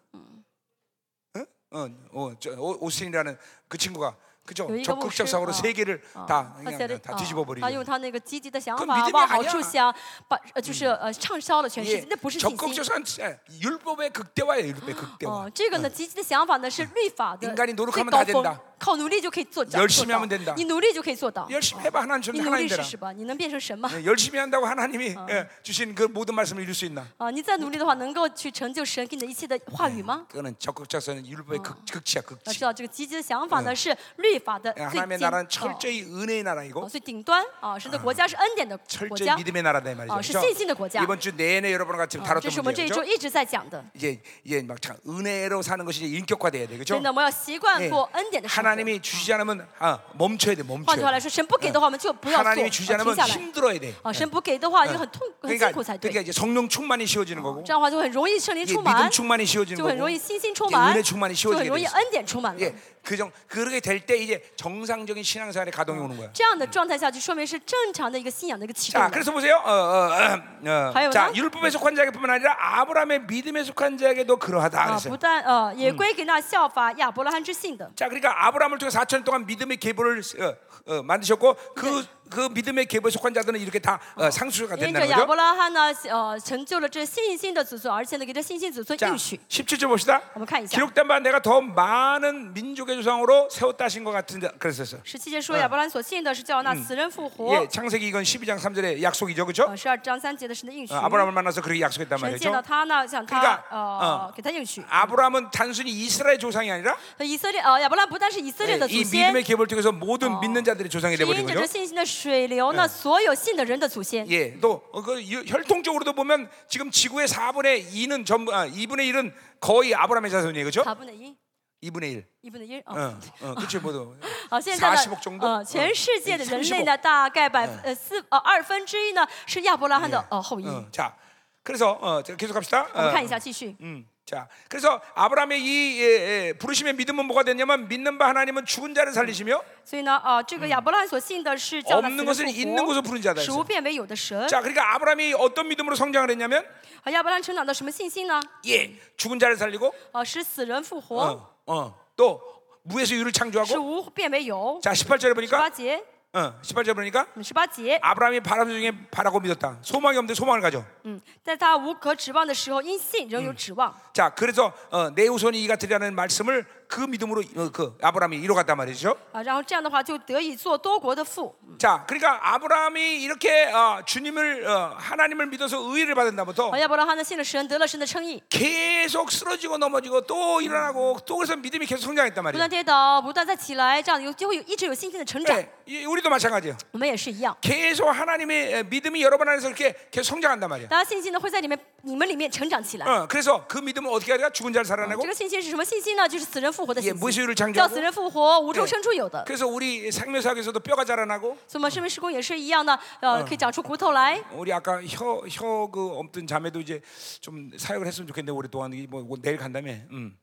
Speaker 1: 어, 어, 저, 오- 오스틴이라는 그 친구가 뭐 그죠?
Speaker 2: 여기가
Speaker 1: 적극적
Speaker 2: 혹시-
Speaker 1: 사고로
Speaker 2: 어,
Speaker 1: 세 개를
Speaker 2: 哦
Speaker 1: 다
Speaker 2: 他
Speaker 1: 그냥
Speaker 2: 写的，
Speaker 1: 다
Speaker 2: 哦
Speaker 1: 뒤집어
Speaker 2: 他用
Speaker 1: 버리는.
Speaker 2: 他那个积极的想
Speaker 1: 그건믿 음이
Speaker 2: 法往
Speaker 1: 아니야
Speaker 2: 好处想，把呃就是
Speaker 1: 嗯
Speaker 2: 呃畅销了全世界，那不是信
Speaker 1: 예,
Speaker 2: 心
Speaker 1: 적극적。 산, 예, 율법의 극대화예요. 율법의 극대화.
Speaker 2: 哦，这个呢，积极的想法呢是律法的
Speaker 1: 인간이노력하면
Speaker 2: 最
Speaker 1: 다
Speaker 2: 高
Speaker 1: 된다
Speaker 2: 峰，靠努力就可以做到。
Speaker 1: 열심히
Speaker 2: 做到
Speaker 1: 하면된다
Speaker 2: 你努力就可以做到。
Speaker 1: 열심히 해봐 하나님 전
Speaker 2: 你努
Speaker 1: 하나님 嗯
Speaker 2: 力试
Speaker 1: 되라.
Speaker 2: 试吧，你能变成神吗？
Speaker 1: 예, 열심히 한다고 하나님이 예, 주신 그 모든 말씀을 이룰 수 있나?
Speaker 2: 啊，你再努力的话，能够去成就神给你的一切的话
Speaker 1: 嗯
Speaker 2: 语吗？
Speaker 1: 그거는 적극적 사는 율법의 극, 극치야
Speaker 2: 要
Speaker 1: 극치.
Speaker 2: 知道这个积极的想法呢是律法的
Speaker 1: 예, 嗯
Speaker 2: 最尖
Speaker 1: 哎 하나님의 나라는
Speaker 2: 哦
Speaker 1: 철저히 은혜의
Speaker 2: 哦，
Speaker 1: 나라이고
Speaker 2: 所以顶端啊，神的国家是恩典的国
Speaker 1: 철저히
Speaker 2: 家，
Speaker 1: 믿음의 나라다 이 말이죠.
Speaker 2: 어,
Speaker 1: 그죠? 어,
Speaker 2: 신신의 국가.
Speaker 1: 이번 주 내내 여러분과 지금
Speaker 2: 啊这
Speaker 1: 다뤘던
Speaker 2: 是我们
Speaker 1: 문제죠.
Speaker 2: 这一周一直在讲的。
Speaker 1: 이제 이제 막 참, 은혜로 사는 것이 이제 인격화돼야 돼, 그렇죠?
Speaker 2: 真的，我们要习惯
Speaker 1: 예.
Speaker 2: 过恩典的生活。
Speaker 1: 하나님이 주시지 않으면 아, 멈춰야 돼,
Speaker 2: 换句话
Speaker 1: 멈춰.
Speaker 2: 来说，神不给的话，我们就不要做，
Speaker 1: 하나님이
Speaker 2: 呃
Speaker 1: 주지
Speaker 2: 停
Speaker 1: 않으면
Speaker 2: 下来。
Speaker 1: 힘들어야 돼. 예.
Speaker 2: 啊，神不给的话，也很痛，很
Speaker 1: 그러니까
Speaker 2: 辛苦才
Speaker 1: 그러니까
Speaker 2: 对。
Speaker 1: 이제 성령 충만이 쉬워지는 거고,
Speaker 2: 这样的话就很容易圣灵
Speaker 1: 이게
Speaker 2: 充
Speaker 1: 믿음
Speaker 2: 满，
Speaker 1: 충만이 쉬워지는
Speaker 2: 就很容易
Speaker 1: 거고,
Speaker 2: 信心充
Speaker 1: 이게
Speaker 2: 满，
Speaker 1: 은혜 충만이
Speaker 2: 就很
Speaker 1: 쉬워지게
Speaker 2: 容易
Speaker 1: 돼.
Speaker 2: 恩典充满了
Speaker 1: 예, 。그 정, 그렇게 될 때 이제 정상적인 신앙생활의 가동이 오는 거야.
Speaker 2: 这样的状态下，就说明是正常的一个信仰的一个启动
Speaker 1: 자,
Speaker 2: 了。
Speaker 1: 그래서 보세요. 어, 어, 어, 어.
Speaker 2: 과연
Speaker 1: 자,
Speaker 2: 뭐나?
Speaker 1: 율법에 속한 자에게뿐만 아니라 아브라함의 믿음에 속한 자에게도 그러하다
Speaker 2: 啊，
Speaker 1: 그랬어요.
Speaker 2: 不但呃，也归给那效法亚伯拉罕之信的。
Speaker 1: 자, 그러니까 아브라함을 통해 4천 년 동안 믿음의 계보를 어, 어, 만드셨고 그 그 믿음의 계보에 속한 자들은 이렇게 다 어, 상수가
Speaker 2: 因着
Speaker 1: 된다는
Speaker 2: 亚
Speaker 1: 거죠.
Speaker 2: 伯拉罕呢，呃，成就了这信心的子孙，而且呢，给这信心子孙
Speaker 1: 자,
Speaker 2: 应许。
Speaker 1: 17절 봅시다.
Speaker 2: 한번 칸 이상.
Speaker 1: 기록된 바 내가 더 많은 민족의 조상으로 세웠다 하신 것 같은데 그랬었어.
Speaker 2: 十七节说，亚伯兰所信的是叫那死人复活。
Speaker 1: 예, 창세기 이건 12장 3절의 약속이죠. 그렇죠?
Speaker 2: 呃，十二章三节的神的应许。
Speaker 1: 아브라함을 만나서 그렇게 약속했단
Speaker 2: 神见到
Speaker 1: 말이죠.
Speaker 2: 他呢，向
Speaker 1: 그러니
Speaker 2: 他
Speaker 1: 까
Speaker 2: 呃给他应许。
Speaker 1: 아브라함은 단순히 이스라엘 조상이 아니라 예,
Speaker 2: 以色列呃亚伯兰不但是哎以色列的
Speaker 1: 이
Speaker 2: 祖先，
Speaker 1: 믿음의 계보를 통해서 모든 믿는 자들의 어. 조상이
Speaker 2: 是因
Speaker 1: 되버린
Speaker 2: 着这
Speaker 1: 거죠.
Speaker 2: 信心的嗯水流呢，所有信的人的祖先。
Speaker 1: 예, 또그 혈통적으로도 보면 지금 지구의 4분의 2는 전부 아, 2분의 1은 거의 아브라함의 자손이에요, 그렇죠?
Speaker 2: 4分的一，
Speaker 1: 2분의 1.
Speaker 2: 一分的一啊。
Speaker 1: 어, 어, 그렇지 뭐.
Speaker 2: 好，现在
Speaker 1: 40억 정도?
Speaker 2: 呢，呃，全世界的人类呢，大概百分呃四呃二分之一呢是亚伯拉罕的呃后裔。
Speaker 1: 어, 자, 그래서 어, 자, 계속합시다.
Speaker 2: 我们
Speaker 1: 어,
Speaker 2: 看一下，继续。
Speaker 1: 음, 자, 그래서 아브라함의 이 예, 예, 부르심의 믿음은 뭐가 됐냐면 믿는 바 하나님은 죽은 자를 살리시며
Speaker 2: 所以呢，啊，这个亚伯拉罕所信的哦是叫他
Speaker 1: 없는
Speaker 2: 死人
Speaker 1: 것을 있는
Speaker 2: 复
Speaker 1: 것으로 부른 자다.
Speaker 2: 活，使无变为有的神。
Speaker 1: 자, 그러니까 아브라함이 어떤 믿음으로 성장을 했냐면
Speaker 2: 啊，亚伯拉罕成长到什么信心呢？
Speaker 1: 예, 죽은 자를 살리고
Speaker 2: 呃，使死人复
Speaker 1: 어,
Speaker 2: 活，
Speaker 1: 어, 또 무에서 유를
Speaker 2: 使
Speaker 1: 창조하고
Speaker 2: 无变为有。
Speaker 1: 자, 18절에
Speaker 2: 十八
Speaker 1: 보니까
Speaker 2: 节，
Speaker 1: 어, 18절에 보니까
Speaker 2: 嗯，十八节，
Speaker 1: 아브라함이 바람 중에 바라고 믿었다. 소망이 없는데 소망을 가져.
Speaker 2: 嗯，在他无可指望的时候，因信仍有指望。
Speaker 1: 자, 그래서 어, 내 후손이 이 같으리라는 말씀을 그 믿음으로 어, 그 아브라함이 이뤄갔단 말이죠.
Speaker 2: 啊，然后这样的话就得以做多国的父。
Speaker 1: 자, 그러니까 아브라함이 이렇게 어, 주님을 어, 하나님을 믿어서 의를 받은다부터
Speaker 2: 啊，亚伯拉罕呢信了神，得了神的称义，
Speaker 1: 계속 쓰러지고 넘어지고 또 일어나고 또 그래서 믿음이 계속 성장했단
Speaker 2: 不
Speaker 1: 말이에요.
Speaker 2: 断跌倒，不断再起来，这样有就会有一直有信心的成长。
Speaker 1: 네, 이- 우리도 마찬가지예요.
Speaker 2: 我们也是一样，
Speaker 1: 계속 하나님의 에, 믿음이 여러분 안에서 이렇게 계속 성장한단 말이야.
Speaker 2: 大家信心呢会在里面你们里面成长起来。
Speaker 1: 어, 그래서 그 믿음은 어떻게 하냐? 죽은 자를
Speaker 2: 这
Speaker 1: 살아내고
Speaker 2: 嗯个信心是什么信心呢？就是死人复活的
Speaker 1: 예
Speaker 2: 信心，
Speaker 1: 무수유를
Speaker 2: 叫死
Speaker 1: 창조하고
Speaker 2: 人哎复活，无中
Speaker 1: 예
Speaker 2: 生出有的。
Speaker 1: 그래서 우리 생명사역에서도 뼈가 자라나고
Speaker 2: 所以我们身为施工也是一样的，呃，可以长出骨头来。
Speaker 1: 우리 아까 혀 혀 그 없던 자매도 이제 좀 사역을 했으면 좋겠는데 오랫동안 이뭐 내일 간다며. 음.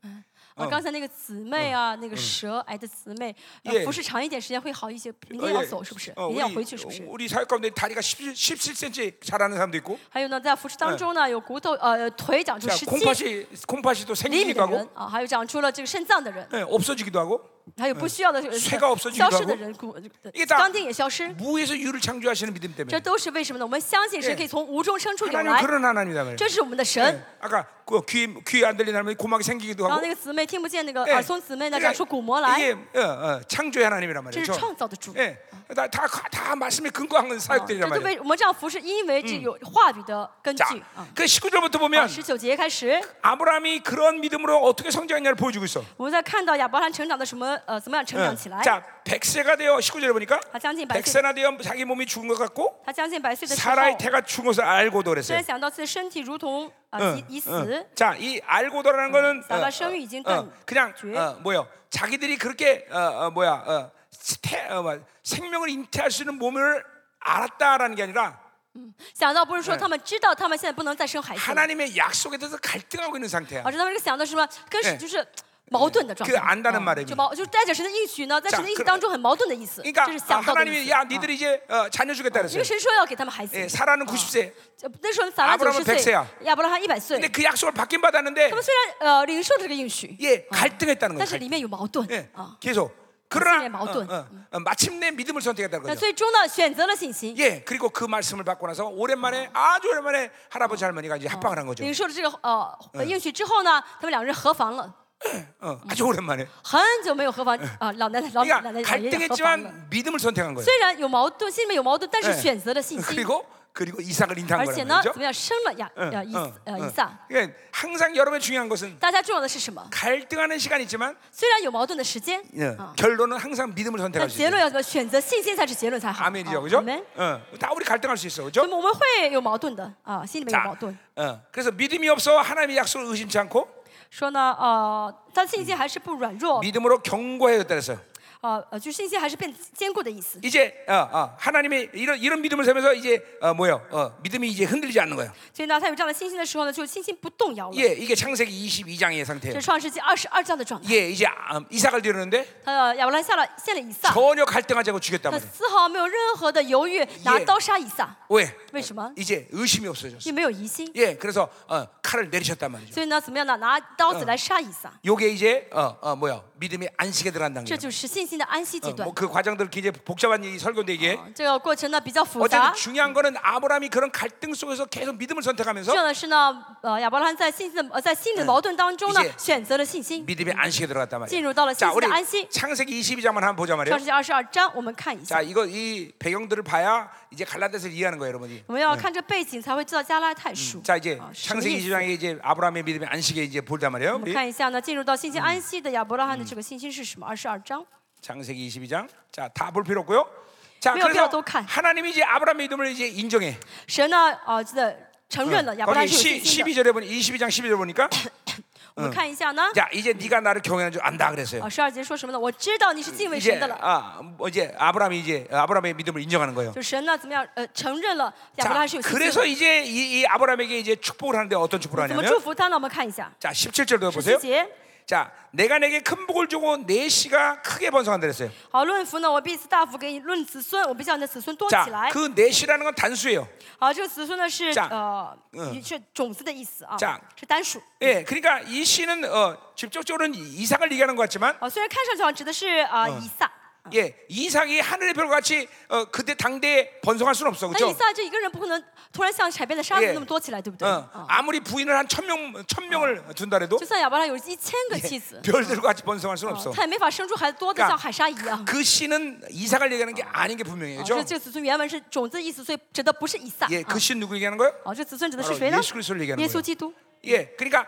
Speaker 2: 啊，刚才那个姊妹啊，那个舌癌的姊妹，呃
Speaker 1: 예
Speaker 2: 服侍长一点时间会好一些。明
Speaker 1: 어,
Speaker 2: 天
Speaker 1: 예.
Speaker 2: 要走是不是？
Speaker 1: 어, 우리,
Speaker 2: 明天要回去是不是？
Speaker 1: 우리 사역 가운데 다리가 17, 17cm 자라는 사람도 있고.
Speaker 2: 还有呢，在服侍当中呢，有骨头呃腿长出
Speaker 1: 자,
Speaker 2: 十七
Speaker 1: 콩팥이 콩팥이 또
Speaker 2: 厘
Speaker 1: 생기기도
Speaker 2: 米的人
Speaker 1: 하고 嗯
Speaker 2: 啊，还有长出了这个肾脏的人，
Speaker 1: 예, 없어지기도 하고.
Speaker 2: 还有不需要的人
Speaker 1: 쇠가없어지기도
Speaker 2: 消失的
Speaker 1: 하고
Speaker 2: 人骨
Speaker 1: 이게다
Speaker 2: 钢钉也消失，
Speaker 1: 무에서 유를 창조하시는 믿음
Speaker 2: 这
Speaker 1: 때문에
Speaker 2: 都是为什么呢？我们相信神
Speaker 1: 예
Speaker 2: 可以从无中生出有
Speaker 1: 하나님은
Speaker 2: 来，
Speaker 1: 그런 하나님이다 그래요.
Speaker 2: 这是我们的神。
Speaker 1: 예, 아까 그귀귀안 들리는 사람이 고막이 생기기도
Speaker 2: 然后
Speaker 1: 하고
Speaker 2: 那个姊妹听不见，那个
Speaker 1: 예.
Speaker 2: 耳聪姊妹呢
Speaker 1: 그러니까
Speaker 2: 长出骨膜来，
Speaker 1: 이게 어, 어, 창조의 어, 하나님이란
Speaker 2: 这
Speaker 1: 말이에요.
Speaker 2: 是
Speaker 1: 죠
Speaker 2: 创造的主。
Speaker 1: 예, 다다다 말씀에 근거한
Speaker 2: 啊
Speaker 1: 사역들이란
Speaker 2: 这都
Speaker 1: 말이에요.
Speaker 2: 为我们这样服侍，因为这有话语的根
Speaker 1: 자,
Speaker 2: 据啊。
Speaker 1: 그 19절부터
Speaker 2: 啊，
Speaker 1: 보면
Speaker 2: 十九节开始，
Speaker 1: 아브라함이 그런 믿음으로 어떻게 성장했냐를 보여주고 있어.
Speaker 2: 我们在看到亚伯拉罕成长的什么呃怎么样成
Speaker 1: 예.
Speaker 2: 长起来？
Speaker 1: 자, 100세가 되어 19절에 보니까
Speaker 2: 아, 장진 발-
Speaker 1: 100세나 되어 자기 몸이 죽은 것 같고
Speaker 2: 他将近百岁的时候，
Speaker 1: 사라의 태가 죽은 것을 알고도 그랬어요.
Speaker 2: 虽然想到自己的身体如同啊
Speaker 1: 응,
Speaker 2: 已已
Speaker 1: 응.
Speaker 2: 死，
Speaker 1: 자, 이 알고도라는 거는
Speaker 2: 음, 사바 성유 이젠 건
Speaker 1: 그냥
Speaker 2: 죄.
Speaker 1: 어, 뭐요? 자기들이 그렇게 어, 어, 뭐야? 어, 태, 어, 뭐야, 생명을 잉태할 수 있는 몸을 알았다라는 게 아니라
Speaker 2: 그렇죠. 想到不是说
Speaker 1: 嗯
Speaker 2: 他们知道他们现在不能再生孩子了，
Speaker 1: 하나님의 약속에 대해서 갈등하고 있는 상태야.
Speaker 2: 而是他们这个想到什么，跟
Speaker 1: 哎
Speaker 2: 就是矛盾的状态。
Speaker 1: 그 안다는
Speaker 2: 啊
Speaker 1: 말입니다.
Speaker 2: 就矛就是带着神的应许呢，在
Speaker 1: 자
Speaker 2: 神的应许
Speaker 1: 그
Speaker 2: 当中很矛盾的意思，这
Speaker 1: 그러니까
Speaker 2: 是
Speaker 1: 아,
Speaker 2: 想到的
Speaker 1: 하나님이
Speaker 2: 意哎思。
Speaker 1: 야
Speaker 2: 啊
Speaker 1: 니들이 이제 어, 자녀 주겠다
Speaker 2: 因为
Speaker 1: 그랬어요.
Speaker 2: 神说要给他们孩子
Speaker 1: 예, ， 사라는 90세.
Speaker 2: 这那时候撒拉
Speaker 1: 아브라함은
Speaker 2: 九十
Speaker 1: 100세
Speaker 2: 岁
Speaker 1: 야 ，
Speaker 2: 亚伯拉罕一百岁
Speaker 1: 근데 。그 약속을 받긴 받았는데
Speaker 2: 他们虽然呃领受了这个应许，
Speaker 1: 예,
Speaker 2: 啊
Speaker 1: 갈등했다는
Speaker 2: 但是
Speaker 1: 거예요.
Speaker 2: 里面有矛盾
Speaker 1: 예,
Speaker 2: 啊。
Speaker 1: 계속.
Speaker 2: 가슴에
Speaker 1: 그러나 어,
Speaker 2: 어. 마오돈. 네, 그
Speaker 1: 어, 어, 마침내 믿음을 선택했다는
Speaker 2: 那
Speaker 1: 거죠.
Speaker 2: 最终呢，选择了信心，
Speaker 1: 예, 그리고 그 말씀을 받고 나서 오랜만에 아주 오랜만에 할아버지 할머니가
Speaker 2: 어.
Speaker 1: 이제 합방을 한 거죠.
Speaker 2: 领受了这个呃应许之后呢，他们两个人合房了，
Speaker 1: 어, 아주 오랜만에.
Speaker 2: 很久没有合房啊，老奶奶老老
Speaker 1: 그러니까
Speaker 2: 奶奶老爷爷合房了。
Speaker 1: 갈등했지만 믿음을 선택한 거예요.
Speaker 2: 虽然有矛盾，心里面有矛盾，但是
Speaker 1: 예
Speaker 2: 选择了信心，
Speaker 1: 그리고 그리고 이삭을 잉태한
Speaker 2: 而且呢，
Speaker 1: 거라는 거죠. 예.
Speaker 2: 怎
Speaker 1: 어,
Speaker 2: 么样生了亚
Speaker 1: 嗯
Speaker 2: 呃以呃以撒。
Speaker 1: 그러니까 항상 여러분 중요한 것은
Speaker 2: 大家重要的是什么？
Speaker 1: 갈등하는 시간이 있지만
Speaker 2: 虽然有矛盾的时间
Speaker 1: 예, ，
Speaker 2: 啊，
Speaker 1: 결론은 항상 믿음을
Speaker 2: 但
Speaker 1: 선택할 수
Speaker 2: 结
Speaker 1: 있어요.
Speaker 2: 论要怎么？选择信心才是结论才好。
Speaker 1: 네, 아멘이죠,
Speaker 2: 啊
Speaker 1: 그죠?
Speaker 2: 们
Speaker 1: 어, 다 우리 갈등할 수 있어,
Speaker 2: 我
Speaker 1: 그죠?
Speaker 2: 们我们会有矛盾的啊，心里面有
Speaker 1: 자,
Speaker 2: 矛盾。
Speaker 1: 어, 그래서 믿음이 없어 하나님의 약속을 의심치 않고
Speaker 2: 说呢，呃，但信心还是不软弱，
Speaker 1: 믿음으로 경고해야 됐어요.
Speaker 2: 呃呃，就信心还是变坚固的意思。
Speaker 1: 이제 어, 어, 하나님의 이런 이런 믿음을 세면서 이제 어, 뭐요? 어, 믿음이 이제 흔들리지 않는 거예요.
Speaker 2: 所以呢，他有这样的信心的时候呢，就信心不动摇了。
Speaker 1: 예, 이게 창세기 22장의
Speaker 2: 这
Speaker 1: 상태예요.
Speaker 2: 是创世纪二十二章的状态。
Speaker 1: 예, 이제 아, 이삭을 데려오는데
Speaker 2: 他的亚伯拉罕下了献了以撒，
Speaker 1: 전혀 갈등하지 않고 죽였단
Speaker 2: 他
Speaker 1: 말이에요.
Speaker 2: 丝毫没有任何的犹豫，拿刀杀以撒。
Speaker 1: 왜?
Speaker 2: 为什么？
Speaker 1: 이제 의심이 없어졌어.
Speaker 2: 因为没有疑心，
Speaker 1: 예, 그래서 어, 칼을 내리셨단 말이죠.
Speaker 2: 所以呢，怎么样呢？拿刀子来杀以撒，
Speaker 1: 요게 이제 어, 어, 뭐야? 믿음이 안식에 들어간다는
Speaker 2: 这
Speaker 1: 거예요.
Speaker 2: 就是信心的安息阶
Speaker 1: 어,
Speaker 2: 段。
Speaker 1: 뭐그 과정들 굉장히 복잡한 얘기 설교인데 이게
Speaker 2: 啊这个过程呢比较复
Speaker 1: 어쨌든
Speaker 2: 杂。
Speaker 1: 중요한 거는 아브라함이 그런 갈등 속에서 계속 믿음을
Speaker 2: 重要
Speaker 1: 선택하면서
Speaker 2: 的是呢，呃，亚伯拉罕在信心的呃在心理的矛盾当中呢
Speaker 1: 이제 ，
Speaker 2: 选择了信心。
Speaker 1: 믿음의 안식에 들어갔단 말이에요.
Speaker 2: 진으로 따라
Speaker 1: 자, 우리
Speaker 2: 신실한 안식.
Speaker 1: 창세기 22장만 한번 보자
Speaker 2: 创
Speaker 1: 말이에요.
Speaker 2: 世纪二十二章，我们看一下
Speaker 1: 자, 。 이거 이 배경들을 봐야 이제 갈라데스를 이해하는 거예요, 여러분이.
Speaker 2: 我们要看这背景才会知道加拉太书。
Speaker 1: 자, 이제
Speaker 2: 啊什么意
Speaker 1: 창세기
Speaker 2: 思
Speaker 1: 22장에 이제 아브라함의 믿음의 안식에 이제 볼단 말이에요.
Speaker 2: 我们
Speaker 1: 우리
Speaker 2: 看一下呢，进入到信心安息的亚伯拉罕的这个信心是什么？二十二章。
Speaker 1: 창세기 22장. 자, 다 볼 필요 없고요. 자,
Speaker 2: 필요
Speaker 1: 그래서
Speaker 2: 없다고 칸.
Speaker 1: 하나님이 이제 아브라함의 믿음을 이제 인정해.
Speaker 2: 神呢，啊，这个承认了亚伯拉
Speaker 1: 거기
Speaker 2: 罕是有
Speaker 1: 시,
Speaker 2: 信心的。
Speaker 1: 12절에 보니 22장 12절 *coughs* 보니까
Speaker 2: 我们看一下呢，
Speaker 1: 자, 이제 네가 나를 경외하는 줄 안다 그랬어요.
Speaker 2: 啊，十二节说什么呢？我知道你是敬畏神
Speaker 1: 이제
Speaker 2: 的了。
Speaker 1: 아, 뭐 이제 아브라함이 이제 아브라함의 믿음을 인정하는 거예요.
Speaker 2: 就神呢，怎么样？呃，承认了亚伯
Speaker 1: 자,
Speaker 2: 拉罕是有信心的
Speaker 1: 그래서 。 이제 이, 이 아브라함에게 이제 축복을 하는데 어떤 뭐 축복을
Speaker 2: 怎么祝
Speaker 1: 하냐면
Speaker 2: 福他呢？我们看一下
Speaker 1: 자, 17절도
Speaker 2: 十七
Speaker 1: 보세요.
Speaker 2: 节。
Speaker 1: 자, 내가 내게 큰 복을 주고 내 씨가 크게 번성한다 그랬어요.
Speaker 2: 好，论福呢，我必赐大福给你；论子孙，我必叫你的子孙多起
Speaker 1: 자,
Speaker 2: 来。
Speaker 1: 그 내 씨라는 건 단수예요.
Speaker 2: 好，这个子孙呢是
Speaker 1: 자
Speaker 2: 呃是种子的意思啊
Speaker 1: 자 ，
Speaker 2: 是单数。
Speaker 1: 예, 그러니까 이 씨는 어, 직접적으로는 이삭을 얘기하는 것 같지만
Speaker 2: 哦，虽然看上去好像指的是啊以撒，
Speaker 1: 예, 이삭이 하늘의 별과 같이 어, 그때 당대에 번성할 수는 없어.
Speaker 2: 但以
Speaker 1: 그렇죠?
Speaker 2: 撒这一个人不可能突然像海边的沙子
Speaker 1: 예
Speaker 2: 那么多起来，对不对？
Speaker 1: 어,
Speaker 2: 啊，
Speaker 1: 아무리 부인을 한 천 명, 천 명을 둔다 해도 예,
Speaker 2: 就算亚伯拉罕有一千个妻子，
Speaker 1: 별들과 같이 번성할 수는
Speaker 2: 啊
Speaker 1: 없어.
Speaker 2: 他也没法生出孩子多的
Speaker 1: 그러니까
Speaker 2: 像海沙一样。
Speaker 1: 그 씨는 이삭을 얘기하는 게 아닌 게 분명해요.
Speaker 2: 啊，
Speaker 1: 죠
Speaker 2: 这这个子孙原文是种子的意思，所以指的不是以撒。
Speaker 1: 예,
Speaker 2: 啊
Speaker 1: 그 씨는 누구 얘기하는 거예요?
Speaker 2: 啊，这子孙指的是
Speaker 1: 바로
Speaker 2: 谁呢？
Speaker 1: 예수그리스도를얘기하는거예요
Speaker 2: 耶稣基督。
Speaker 1: 예, 그러니까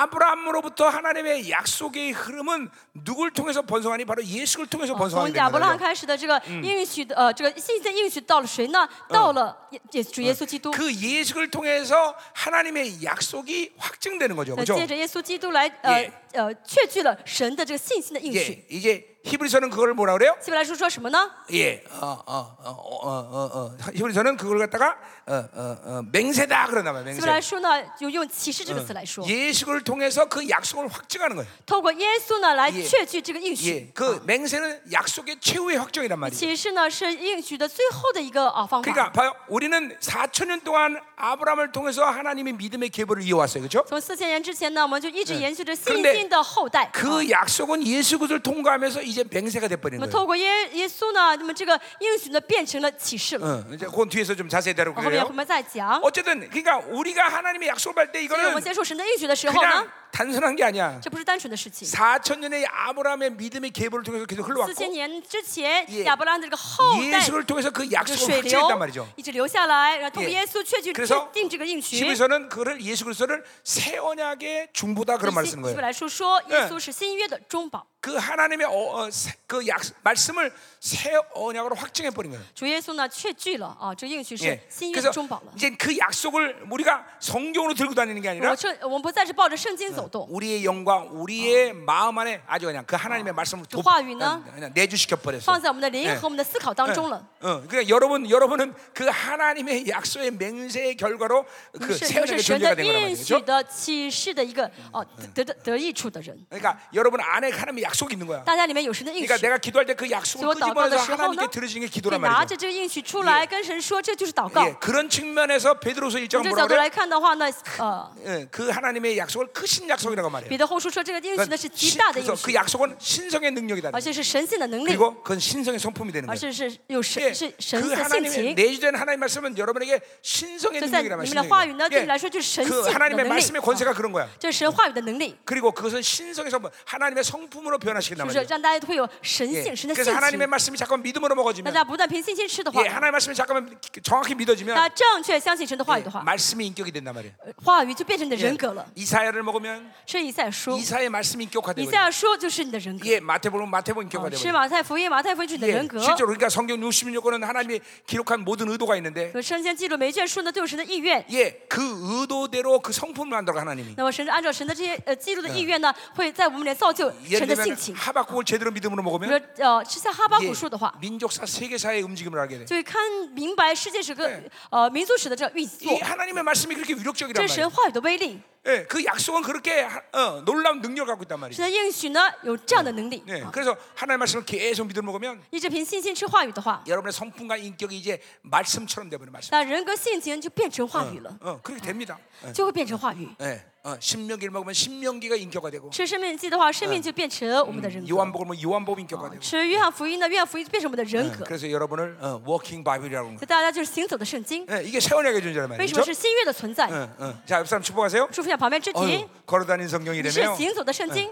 Speaker 1: 아브라함으로부터 하나님의 약속의 흐름은 누굴 통해서 번성하니 바로 예수를 통해서
Speaker 2: 哦从
Speaker 1: 번성하게
Speaker 2: 亚伯拉
Speaker 1: 되는
Speaker 2: 罕
Speaker 1: 거예요.
Speaker 2: 开始的这个应许的、呃，这个信心的应许到了谁呢？到了耶耶主耶稣基督。
Speaker 1: 그 예수를 통해서 하나님의 약속이 확증되는 거죠.
Speaker 2: 那
Speaker 1: 그렇죠?
Speaker 2: 呃借着耶稣基督来呃
Speaker 1: 예
Speaker 2: 呃确据了神的这个信心的应
Speaker 1: 예,
Speaker 2: 许。
Speaker 1: 이제 히브리서는 그걸 뭐라 그래요?
Speaker 2: 希伯来书说什么呢？
Speaker 1: 예, 어, 어, 어, 어, 어, 어, 어. 히브리서는 그걸 갖다가 어, 어, 어, 맹세다 그러나 봐요.
Speaker 2: 希伯来
Speaker 1: 맹세.
Speaker 2: 书呢就用启示这个词来说，
Speaker 1: 예수를 통해서 그 약속을 확증하는 거예요.
Speaker 2: 透过耶稣呢来
Speaker 1: 예
Speaker 2: 确据这个应
Speaker 1: 예,
Speaker 2: 许。
Speaker 1: 그 맹세는 약속의 최후의 확정이란 말이에요.
Speaker 2: 启示呢是应许的最后的一个啊方法
Speaker 1: 그러니까 。 봐요. 우리는 4천 년 동안 아브라함을 통해서 하나님의 믿음의 계보를 이어왔어요. 그렇죠?
Speaker 2: 嗯从四千年之前呢，我们就一直延续着信
Speaker 1: 그런데
Speaker 2: 心的后代。啊
Speaker 1: 아. 그 약속은 예수 그리스도를 통과하면서 이제 맹세가 돼버린
Speaker 2: 那么
Speaker 1: 거예요.
Speaker 2: 透过耶耶稣呢，那么这个应许呢变成了启示了。
Speaker 1: 응, 어, 이제 그건 뒤에서 좀 자세히 다루고
Speaker 2: 我后面
Speaker 1: 아, 그래요.
Speaker 2: 我们再讲。
Speaker 1: 어쨌든 그러니까 우리가 하나님의 약속을 받을 때
Speaker 2: 所以我
Speaker 1: 이거는
Speaker 2: 们接受神的应许的时候呢
Speaker 1: 그냥 ， 단순한 게 아니야.
Speaker 2: 这不是单纯的事情。
Speaker 1: 4천 년의 아브라함의 믿음의 계보를 통해서 계속
Speaker 2: 四千
Speaker 1: 흘러왔고
Speaker 2: 年之前，
Speaker 1: 예
Speaker 2: 亚伯拉罕的这个后代
Speaker 1: 예수를 통해서 그
Speaker 2: 这个
Speaker 1: 약속을
Speaker 2: 水
Speaker 1: 확증했단
Speaker 2: 流
Speaker 1: 말이죠.
Speaker 2: 一直流下来，然后通过
Speaker 1: 예
Speaker 2: 耶稣确据
Speaker 1: 그래
Speaker 2: 确
Speaker 1: 서
Speaker 2: 定这个应许。
Speaker 1: 집에서는 그를 예수 그리스도를 새 언약의 중보다
Speaker 2: 以
Speaker 1: 그런 말 쓰는
Speaker 2: 希伯
Speaker 1: 거예요.
Speaker 2: 来书说，耶
Speaker 1: 예
Speaker 2: 稣是新约的中保，
Speaker 1: 그 하나님의 어, 어, 새- 그 약, 말씀을 새 언약으로 확증해 버린 거예요.
Speaker 2: 主耶稣呢确据了啊，这个应许是
Speaker 1: 예.
Speaker 2: 新约
Speaker 1: 그래서
Speaker 2: 的中保了。
Speaker 1: 이제 그 약속을 우리가 성경으로 들고 다니는 게
Speaker 2: 我
Speaker 1: 아니라
Speaker 2: 这我们不再是抱着圣经走动，
Speaker 1: 우리의 영광, 우리의 마음 안에 아주 그냥 그 하나님의 말씀을
Speaker 2: 어. 그 화위는
Speaker 1: 내주시켜 버렸어.
Speaker 2: 放在我们的
Speaker 1: 예.
Speaker 2: 灵和我们的思考当中了。
Speaker 1: 어, 그러니까 여러분 여러분은 그 하나님의 약속의 맹세의 결과로
Speaker 2: 你
Speaker 1: 그
Speaker 2: 是
Speaker 1: 새
Speaker 2: 你是
Speaker 1: 언약의
Speaker 2: 神
Speaker 1: 존재가
Speaker 2: 的
Speaker 1: 된 거란
Speaker 2: 应
Speaker 1: 말이죠.
Speaker 2: 许
Speaker 1: 그렇죠?
Speaker 2: 的启示的一个哦得得得益处的人，
Speaker 1: 그러니까 여러분 안에 하나님의 약속이 있는 거야.
Speaker 2: 大家里面有神的应
Speaker 1: 그러니까
Speaker 2: 许。
Speaker 1: 내가 기도할 때 그
Speaker 2: 所以我
Speaker 1: 약속을
Speaker 2: 祷告的
Speaker 1: 끄집어내서
Speaker 2: 时候呢
Speaker 1: 하나님께 ， 들으시는 게
Speaker 2: 可以
Speaker 1: 기도란
Speaker 2: 拿
Speaker 1: 말이죠.
Speaker 2: 着这个应许出来跟神说，这就是祷告
Speaker 1: 예, 。 그런 측면에서 베드로서 1장은
Speaker 2: 从这
Speaker 1: 뭐라고
Speaker 2: 角度
Speaker 1: 그래?
Speaker 2: 来看的话呢，呃，
Speaker 1: 예, 그 하나님의 약속을 크신 약속이라고 말해요.
Speaker 2: 彼得后书说这个应许呢
Speaker 1: 그러니까
Speaker 2: 是极
Speaker 1: 신-
Speaker 2: 大的
Speaker 1: 그래서
Speaker 2: 应
Speaker 1: 그
Speaker 2: 许，
Speaker 1: 약속은 신성의 능력이다.
Speaker 2: 而且是神性的能力，
Speaker 1: 그리고 그건 신성의 성품이 되는
Speaker 2: 而
Speaker 1: 거예요.
Speaker 2: 且是有
Speaker 1: 예,
Speaker 2: 神是神
Speaker 1: 그
Speaker 2: 的性
Speaker 1: 하나님의
Speaker 2: 情。
Speaker 1: 내주된 하나님 말씀은 여러분에게 신성의
Speaker 2: 就在
Speaker 1: 능력이란
Speaker 2: 你们的话语呢，对你来
Speaker 1: 말씀이에요.
Speaker 2: 说就是神性
Speaker 1: 그
Speaker 2: 的
Speaker 1: 하나님의
Speaker 2: 能力，
Speaker 1: 말씀의 권세가 그런 거야.
Speaker 2: 这是神话语的能力，
Speaker 1: 그리고 그것은 신성의 성품, 하나님의 성품으로 변화시킨단
Speaker 2: 就是
Speaker 1: 말이에요.
Speaker 2: 让大家会有神
Speaker 1: 예,
Speaker 2: 性、神的性
Speaker 1: 그래서 하나님의
Speaker 2: 情。
Speaker 1: 말씀이 자꾸 믿음으로
Speaker 2: 大
Speaker 1: 먹어지면
Speaker 2: 家不断凭信心吃的话
Speaker 1: 예, ， 하나님의 말씀이 잠깐만 정확히 믿어지면 예,
Speaker 2: 大家正确相信神的话语的话，
Speaker 1: 말씀이 인격이 된단 말이에요. 예.
Speaker 2: 呃话语就变成你的人格了。
Speaker 1: 이사야를 먹으면
Speaker 2: 吃以赛亚书，
Speaker 1: 이사야의 어, 말씀이
Speaker 2: 以
Speaker 1: 인격화되고
Speaker 2: 赛亚书就是你的人格。
Speaker 1: 예, 마태복음 마태복음
Speaker 2: 哦
Speaker 1: 인격화되고
Speaker 2: 吃马太福音，马太福音就是你的
Speaker 1: 예,
Speaker 2: 人格。
Speaker 1: 실제로 그러니까 성경 66권은 하나님이 기록한 모든 의도가 있는데
Speaker 2: 有圣经记录每一卷书呢都有神的意愿，
Speaker 1: 예, 그 의도대로 그 성품을 만들어 하나님이
Speaker 2: 那么神是按照神的这些呃记录的意愿呢，会在我们里面造就神
Speaker 1: 예를
Speaker 2: 的
Speaker 1: 들면
Speaker 2: 性情。
Speaker 1: 하박국을 제대로 믿음으로
Speaker 2: 比
Speaker 1: 먹으면
Speaker 2: 如说呃，吃下哈巴
Speaker 1: 예,
Speaker 2: 古树的话，
Speaker 1: 민족사 세계사의 움직임을 알게 돼.
Speaker 2: 就会看明白世界史和
Speaker 1: 네
Speaker 2: 呃民族史的这个运作
Speaker 1: 이 ， 하나님의 말씀이 그렇게 위력적이란
Speaker 2: 这
Speaker 1: 말이에요.
Speaker 2: 是神话语的威力。
Speaker 1: 예, 그 약속은 그렇게 하- 어, 놀라운 능력을 갖고 있단 말이에요.
Speaker 2: 神的应许呢有这样的能力，
Speaker 1: 예,
Speaker 2: 啊
Speaker 1: 그래서 하나님의 말씀을 계속 믿음으로 먹으면
Speaker 2: 一直凭信心吃话语的话，
Speaker 1: 여러분의 성품과 인격이 이제 말씀처럼 되버려 말씀.
Speaker 2: 那人格性情就变成话语了，
Speaker 1: 어, 그렇게 됩니다. 예,
Speaker 2: 就会变成话语。
Speaker 1: 예, 어, 신명기를 먹으면 신명기가 인격화되고
Speaker 2: 吃生命记的话，生命就变成我们的人格；
Speaker 1: 요한복음은 요한복음 인격화되고
Speaker 2: 吃约翰福音呢，约翰福音就变成我们的人格。
Speaker 1: 그래서 여러분을 어, 워킹 바이블이라고 하는
Speaker 2: 所以
Speaker 1: 거예요.
Speaker 2: 大家就是行走的圣经。
Speaker 1: 예, 이게 새 언약의 존재란
Speaker 2: 为什
Speaker 1: 말이죠.
Speaker 2: 么是新约的存在？
Speaker 1: 응, 응. 자, 옆 사람 축복하세요.
Speaker 2: 祝福一下旁边肢体
Speaker 1: 어휴, ， 걸어다닌
Speaker 2: 你是
Speaker 1: 성경이래요.
Speaker 2: 行走的圣经，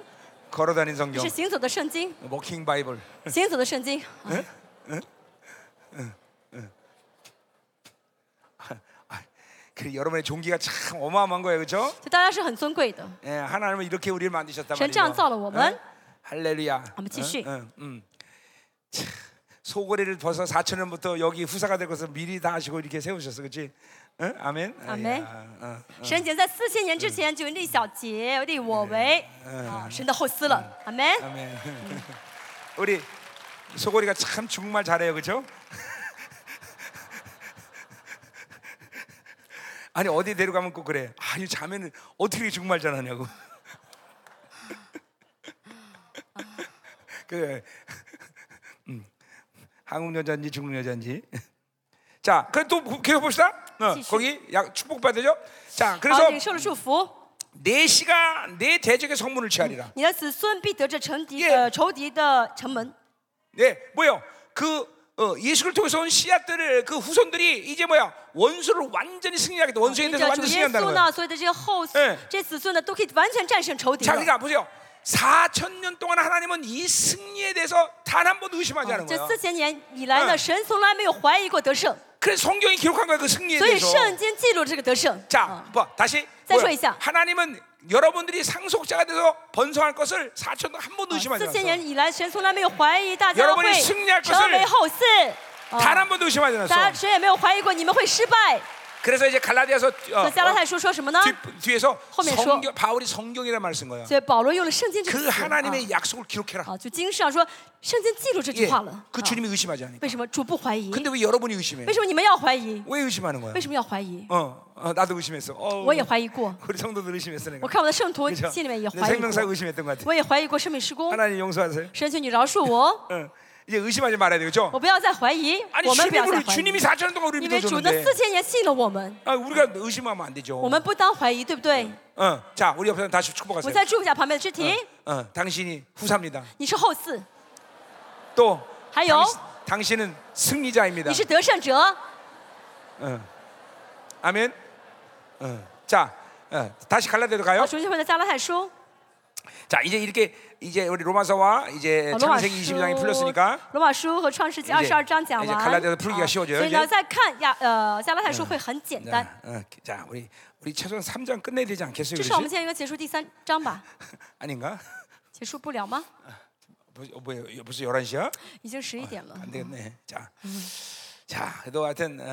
Speaker 1: 걸어다닌
Speaker 2: 你
Speaker 1: 성경.
Speaker 2: 是行走的圣经，
Speaker 1: 워킹 바이블.
Speaker 2: *laughs* 行走的圣经。啊
Speaker 1: 그 여러분의 종기가 참 어마어마한 거예요. 그렇죠?
Speaker 2: 就大家是很尊贵的。
Speaker 1: 예, 하나님은 이렇게 우리를 만드셨단
Speaker 2: 전
Speaker 1: 말이죠.
Speaker 2: 这样造了我们。
Speaker 1: 응? 할렐루야.
Speaker 2: 한번
Speaker 1: 응?
Speaker 2: 지시.
Speaker 1: 응, 응. 참, 소고리를 벌써 4천 년부터 여기 후사가 될 것을 미리 다 아시고 이렇게 세우셨어. 그렇지? 응? 아멘.
Speaker 2: 아멘.
Speaker 1: 아야, 어. 응.
Speaker 2: 神姐在四千年之前就立小节，立我为啊神的后嗣了。阿门。
Speaker 1: 아멘. 우리 소고리가 참 중국말 잘해요, 그렇죠? 아니 어디 데려가면 꼭 그래. 아니 자매는 어떻게 중국말 잘하냐고. 그래. 음. 한국 여자인지 중국 여자인지. 자, 그래 또 계속 봅시다. 어,
Speaker 2: 지시. 아, 네,
Speaker 1: 거기 약 축복 받으죠. 자,
Speaker 2: 好，
Speaker 1: 그래서
Speaker 2: 领受了祝福，
Speaker 1: 내 시가 내 대적의 성문을 취하리라.
Speaker 2: 你的子孙必得这城敌
Speaker 1: Yeah.
Speaker 2: 呃仇敌的城门。
Speaker 1: 예, 뭐요? 그 어, 예수를 통해서 온 씨앗들을 그 후손들이 이제 뭐야 원수를 완전히 승리하게 돼.
Speaker 2: 因
Speaker 1: 원수에
Speaker 2: 着
Speaker 1: 대해서
Speaker 2: 主
Speaker 1: 완전히
Speaker 2: 耶
Speaker 1: 승리한다는
Speaker 2: 稣
Speaker 1: 거예요.
Speaker 2: 呢，所有的嗯这些后
Speaker 1: Yeah.
Speaker 2: 这子孙呢，都可以完全战胜仇敌
Speaker 1: 자,
Speaker 2: 了。
Speaker 1: 그러니까 보세요. 4천 년 동안 하나님은 이 승리에 대해서 단 한 번도 의심하지
Speaker 2: 啊
Speaker 1: 않은
Speaker 2: 这
Speaker 1: 거예요.
Speaker 2: 四千年以来
Speaker 1: Yeah.
Speaker 2: 呢，神从来没有怀疑过得胜，
Speaker 1: 그래서 성경이 기록한 거예요. 그 승리에
Speaker 2: 所以
Speaker 1: 대해서.
Speaker 2: 圣经记录这个得胜。啊
Speaker 1: 자, 뭐 다시
Speaker 2: 자,
Speaker 1: 뭐야?
Speaker 2: 소이사.
Speaker 1: 하나님은 여러분들이 상속자가 돼서 번성할 것을 4천 동안 한 번도
Speaker 2: 啊
Speaker 1: 의심하지
Speaker 2: 四千
Speaker 1: 않았어요.
Speaker 2: 年以来，神从来没有怀疑大家
Speaker 1: 여러분이
Speaker 2: 会
Speaker 1: 승리할것을
Speaker 2: 成为后嗣。啊
Speaker 1: 단 한 번도 의심하지
Speaker 2: 大家
Speaker 1: 않았어.
Speaker 2: 谁也没有怀疑过你们会失败。
Speaker 1: 그래서 이제 갈라디아서
Speaker 2: 那
Speaker 1: 어,
Speaker 2: 加拉
Speaker 1: 어,
Speaker 2: 太书说什么呢？
Speaker 1: 뒤, 뒤에서
Speaker 2: 호면서.
Speaker 1: 성경, 바울이 성경이라는 말을 쓴 거예요.
Speaker 2: 所以保罗用了圣经这个
Speaker 1: 그
Speaker 2: 词啊
Speaker 1: 하나님의 약속을 기록해라.
Speaker 2: 啊，就经上说圣经记录这
Speaker 1: 예,
Speaker 2: 句话了。
Speaker 1: 아, 그
Speaker 2: 啊
Speaker 1: 주님이 의심하지 않으니까.
Speaker 2: 为什么主不怀疑？
Speaker 1: 근데 왜 여러분이 의심해?
Speaker 2: 为什么你们要怀疑？
Speaker 1: 왜 의심하는 거야?
Speaker 2: 为什么要怀疑？
Speaker 1: 어, 어, 나도 의심했어. 어,
Speaker 2: 我也怀疑过，
Speaker 1: 우리 성도들 의심했어 내가.
Speaker 2: 我看我的圣徒
Speaker 1: 뭐 그죠?
Speaker 2: 心里面也
Speaker 1: 내
Speaker 2: 怀疑
Speaker 1: 생명사
Speaker 2: 过，
Speaker 1: 의심했던 것 같아.
Speaker 2: 我也怀疑过生命施工。
Speaker 1: 하나님 용서하세요.
Speaker 2: 神求你饶恕我，
Speaker 1: 어, 이제 의심하지 말아야 되겠죠?
Speaker 2: 我不要再怀疑，
Speaker 1: 아니
Speaker 2: 我们不要再
Speaker 1: 주님을
Speaker 2: 怀疑，
Speaker 1: 주님이 4천 년 동안 우리
Speaker 2: 因为主呢
Speaker 1: 믿어줬는데
Speaker 2: 四千年信了我们，
Speaker 1: 아, 우리가 의심하면 안 되죠.
Speaker 2: 我们不当怀疑，对不对？
Speaker 1: 어, 자 우리 옆에 사람 다시
Speaker 2: 我们
Speaker 1: 축복하세요.
Speaker 2: 再祝福一下旁边的肢体，
Speaker 1: 어, 당신이 후사입니다.
Speaker 2: 你是后嗣，
Speaker 1: 또
Speaker 2: 하여.
Speaker 1: 당신, 은 승리자입니다.
Speaker 2: 你是得胜者。
Speaker 1: 아멘. 어, 자, 어, 다시 갈라디아로 가요.
Speaker 2: 好，重新回到加拉太书。
Speaker 1: 자, 이제 이렇게 이제 우리 어, 로마서와 이제
Speaker 2: 好罗马书
Speaker 1: 창세기 20장이 풀렸으니까 ，
Speaker 2: 罗马书和创世纪二十二章讲
Speaker 1: 이제
Speaker 2: 完。
Speaker 1: 이제갈라디아서풀기가
Speaker 2: 啊
Speaker 1: 쉬워져요 嗯
Speaker 2: 所以
Speaker 1: 이제
Speaker 2: 呢，再看亚呃加拉太书会很简单。
Speaker 1: 자, 어, 자, 우리 우리 최소한 3장 끝내야 되지 않겠어요?
Speaker 2: 至少我们
Speaker 1: 그렇지?
Speaker 2: 现在应该结束第三章吧？
Speaker 1: 아닌가?
Speaker 2: 结束不了吗？
Speaker 1: 뭐, 뭐 벌써 11시야?
Speaker 2: 已经十一点了。
Speaker 1: 안 되겠네. 자. 자, 그래도 하여튼 어,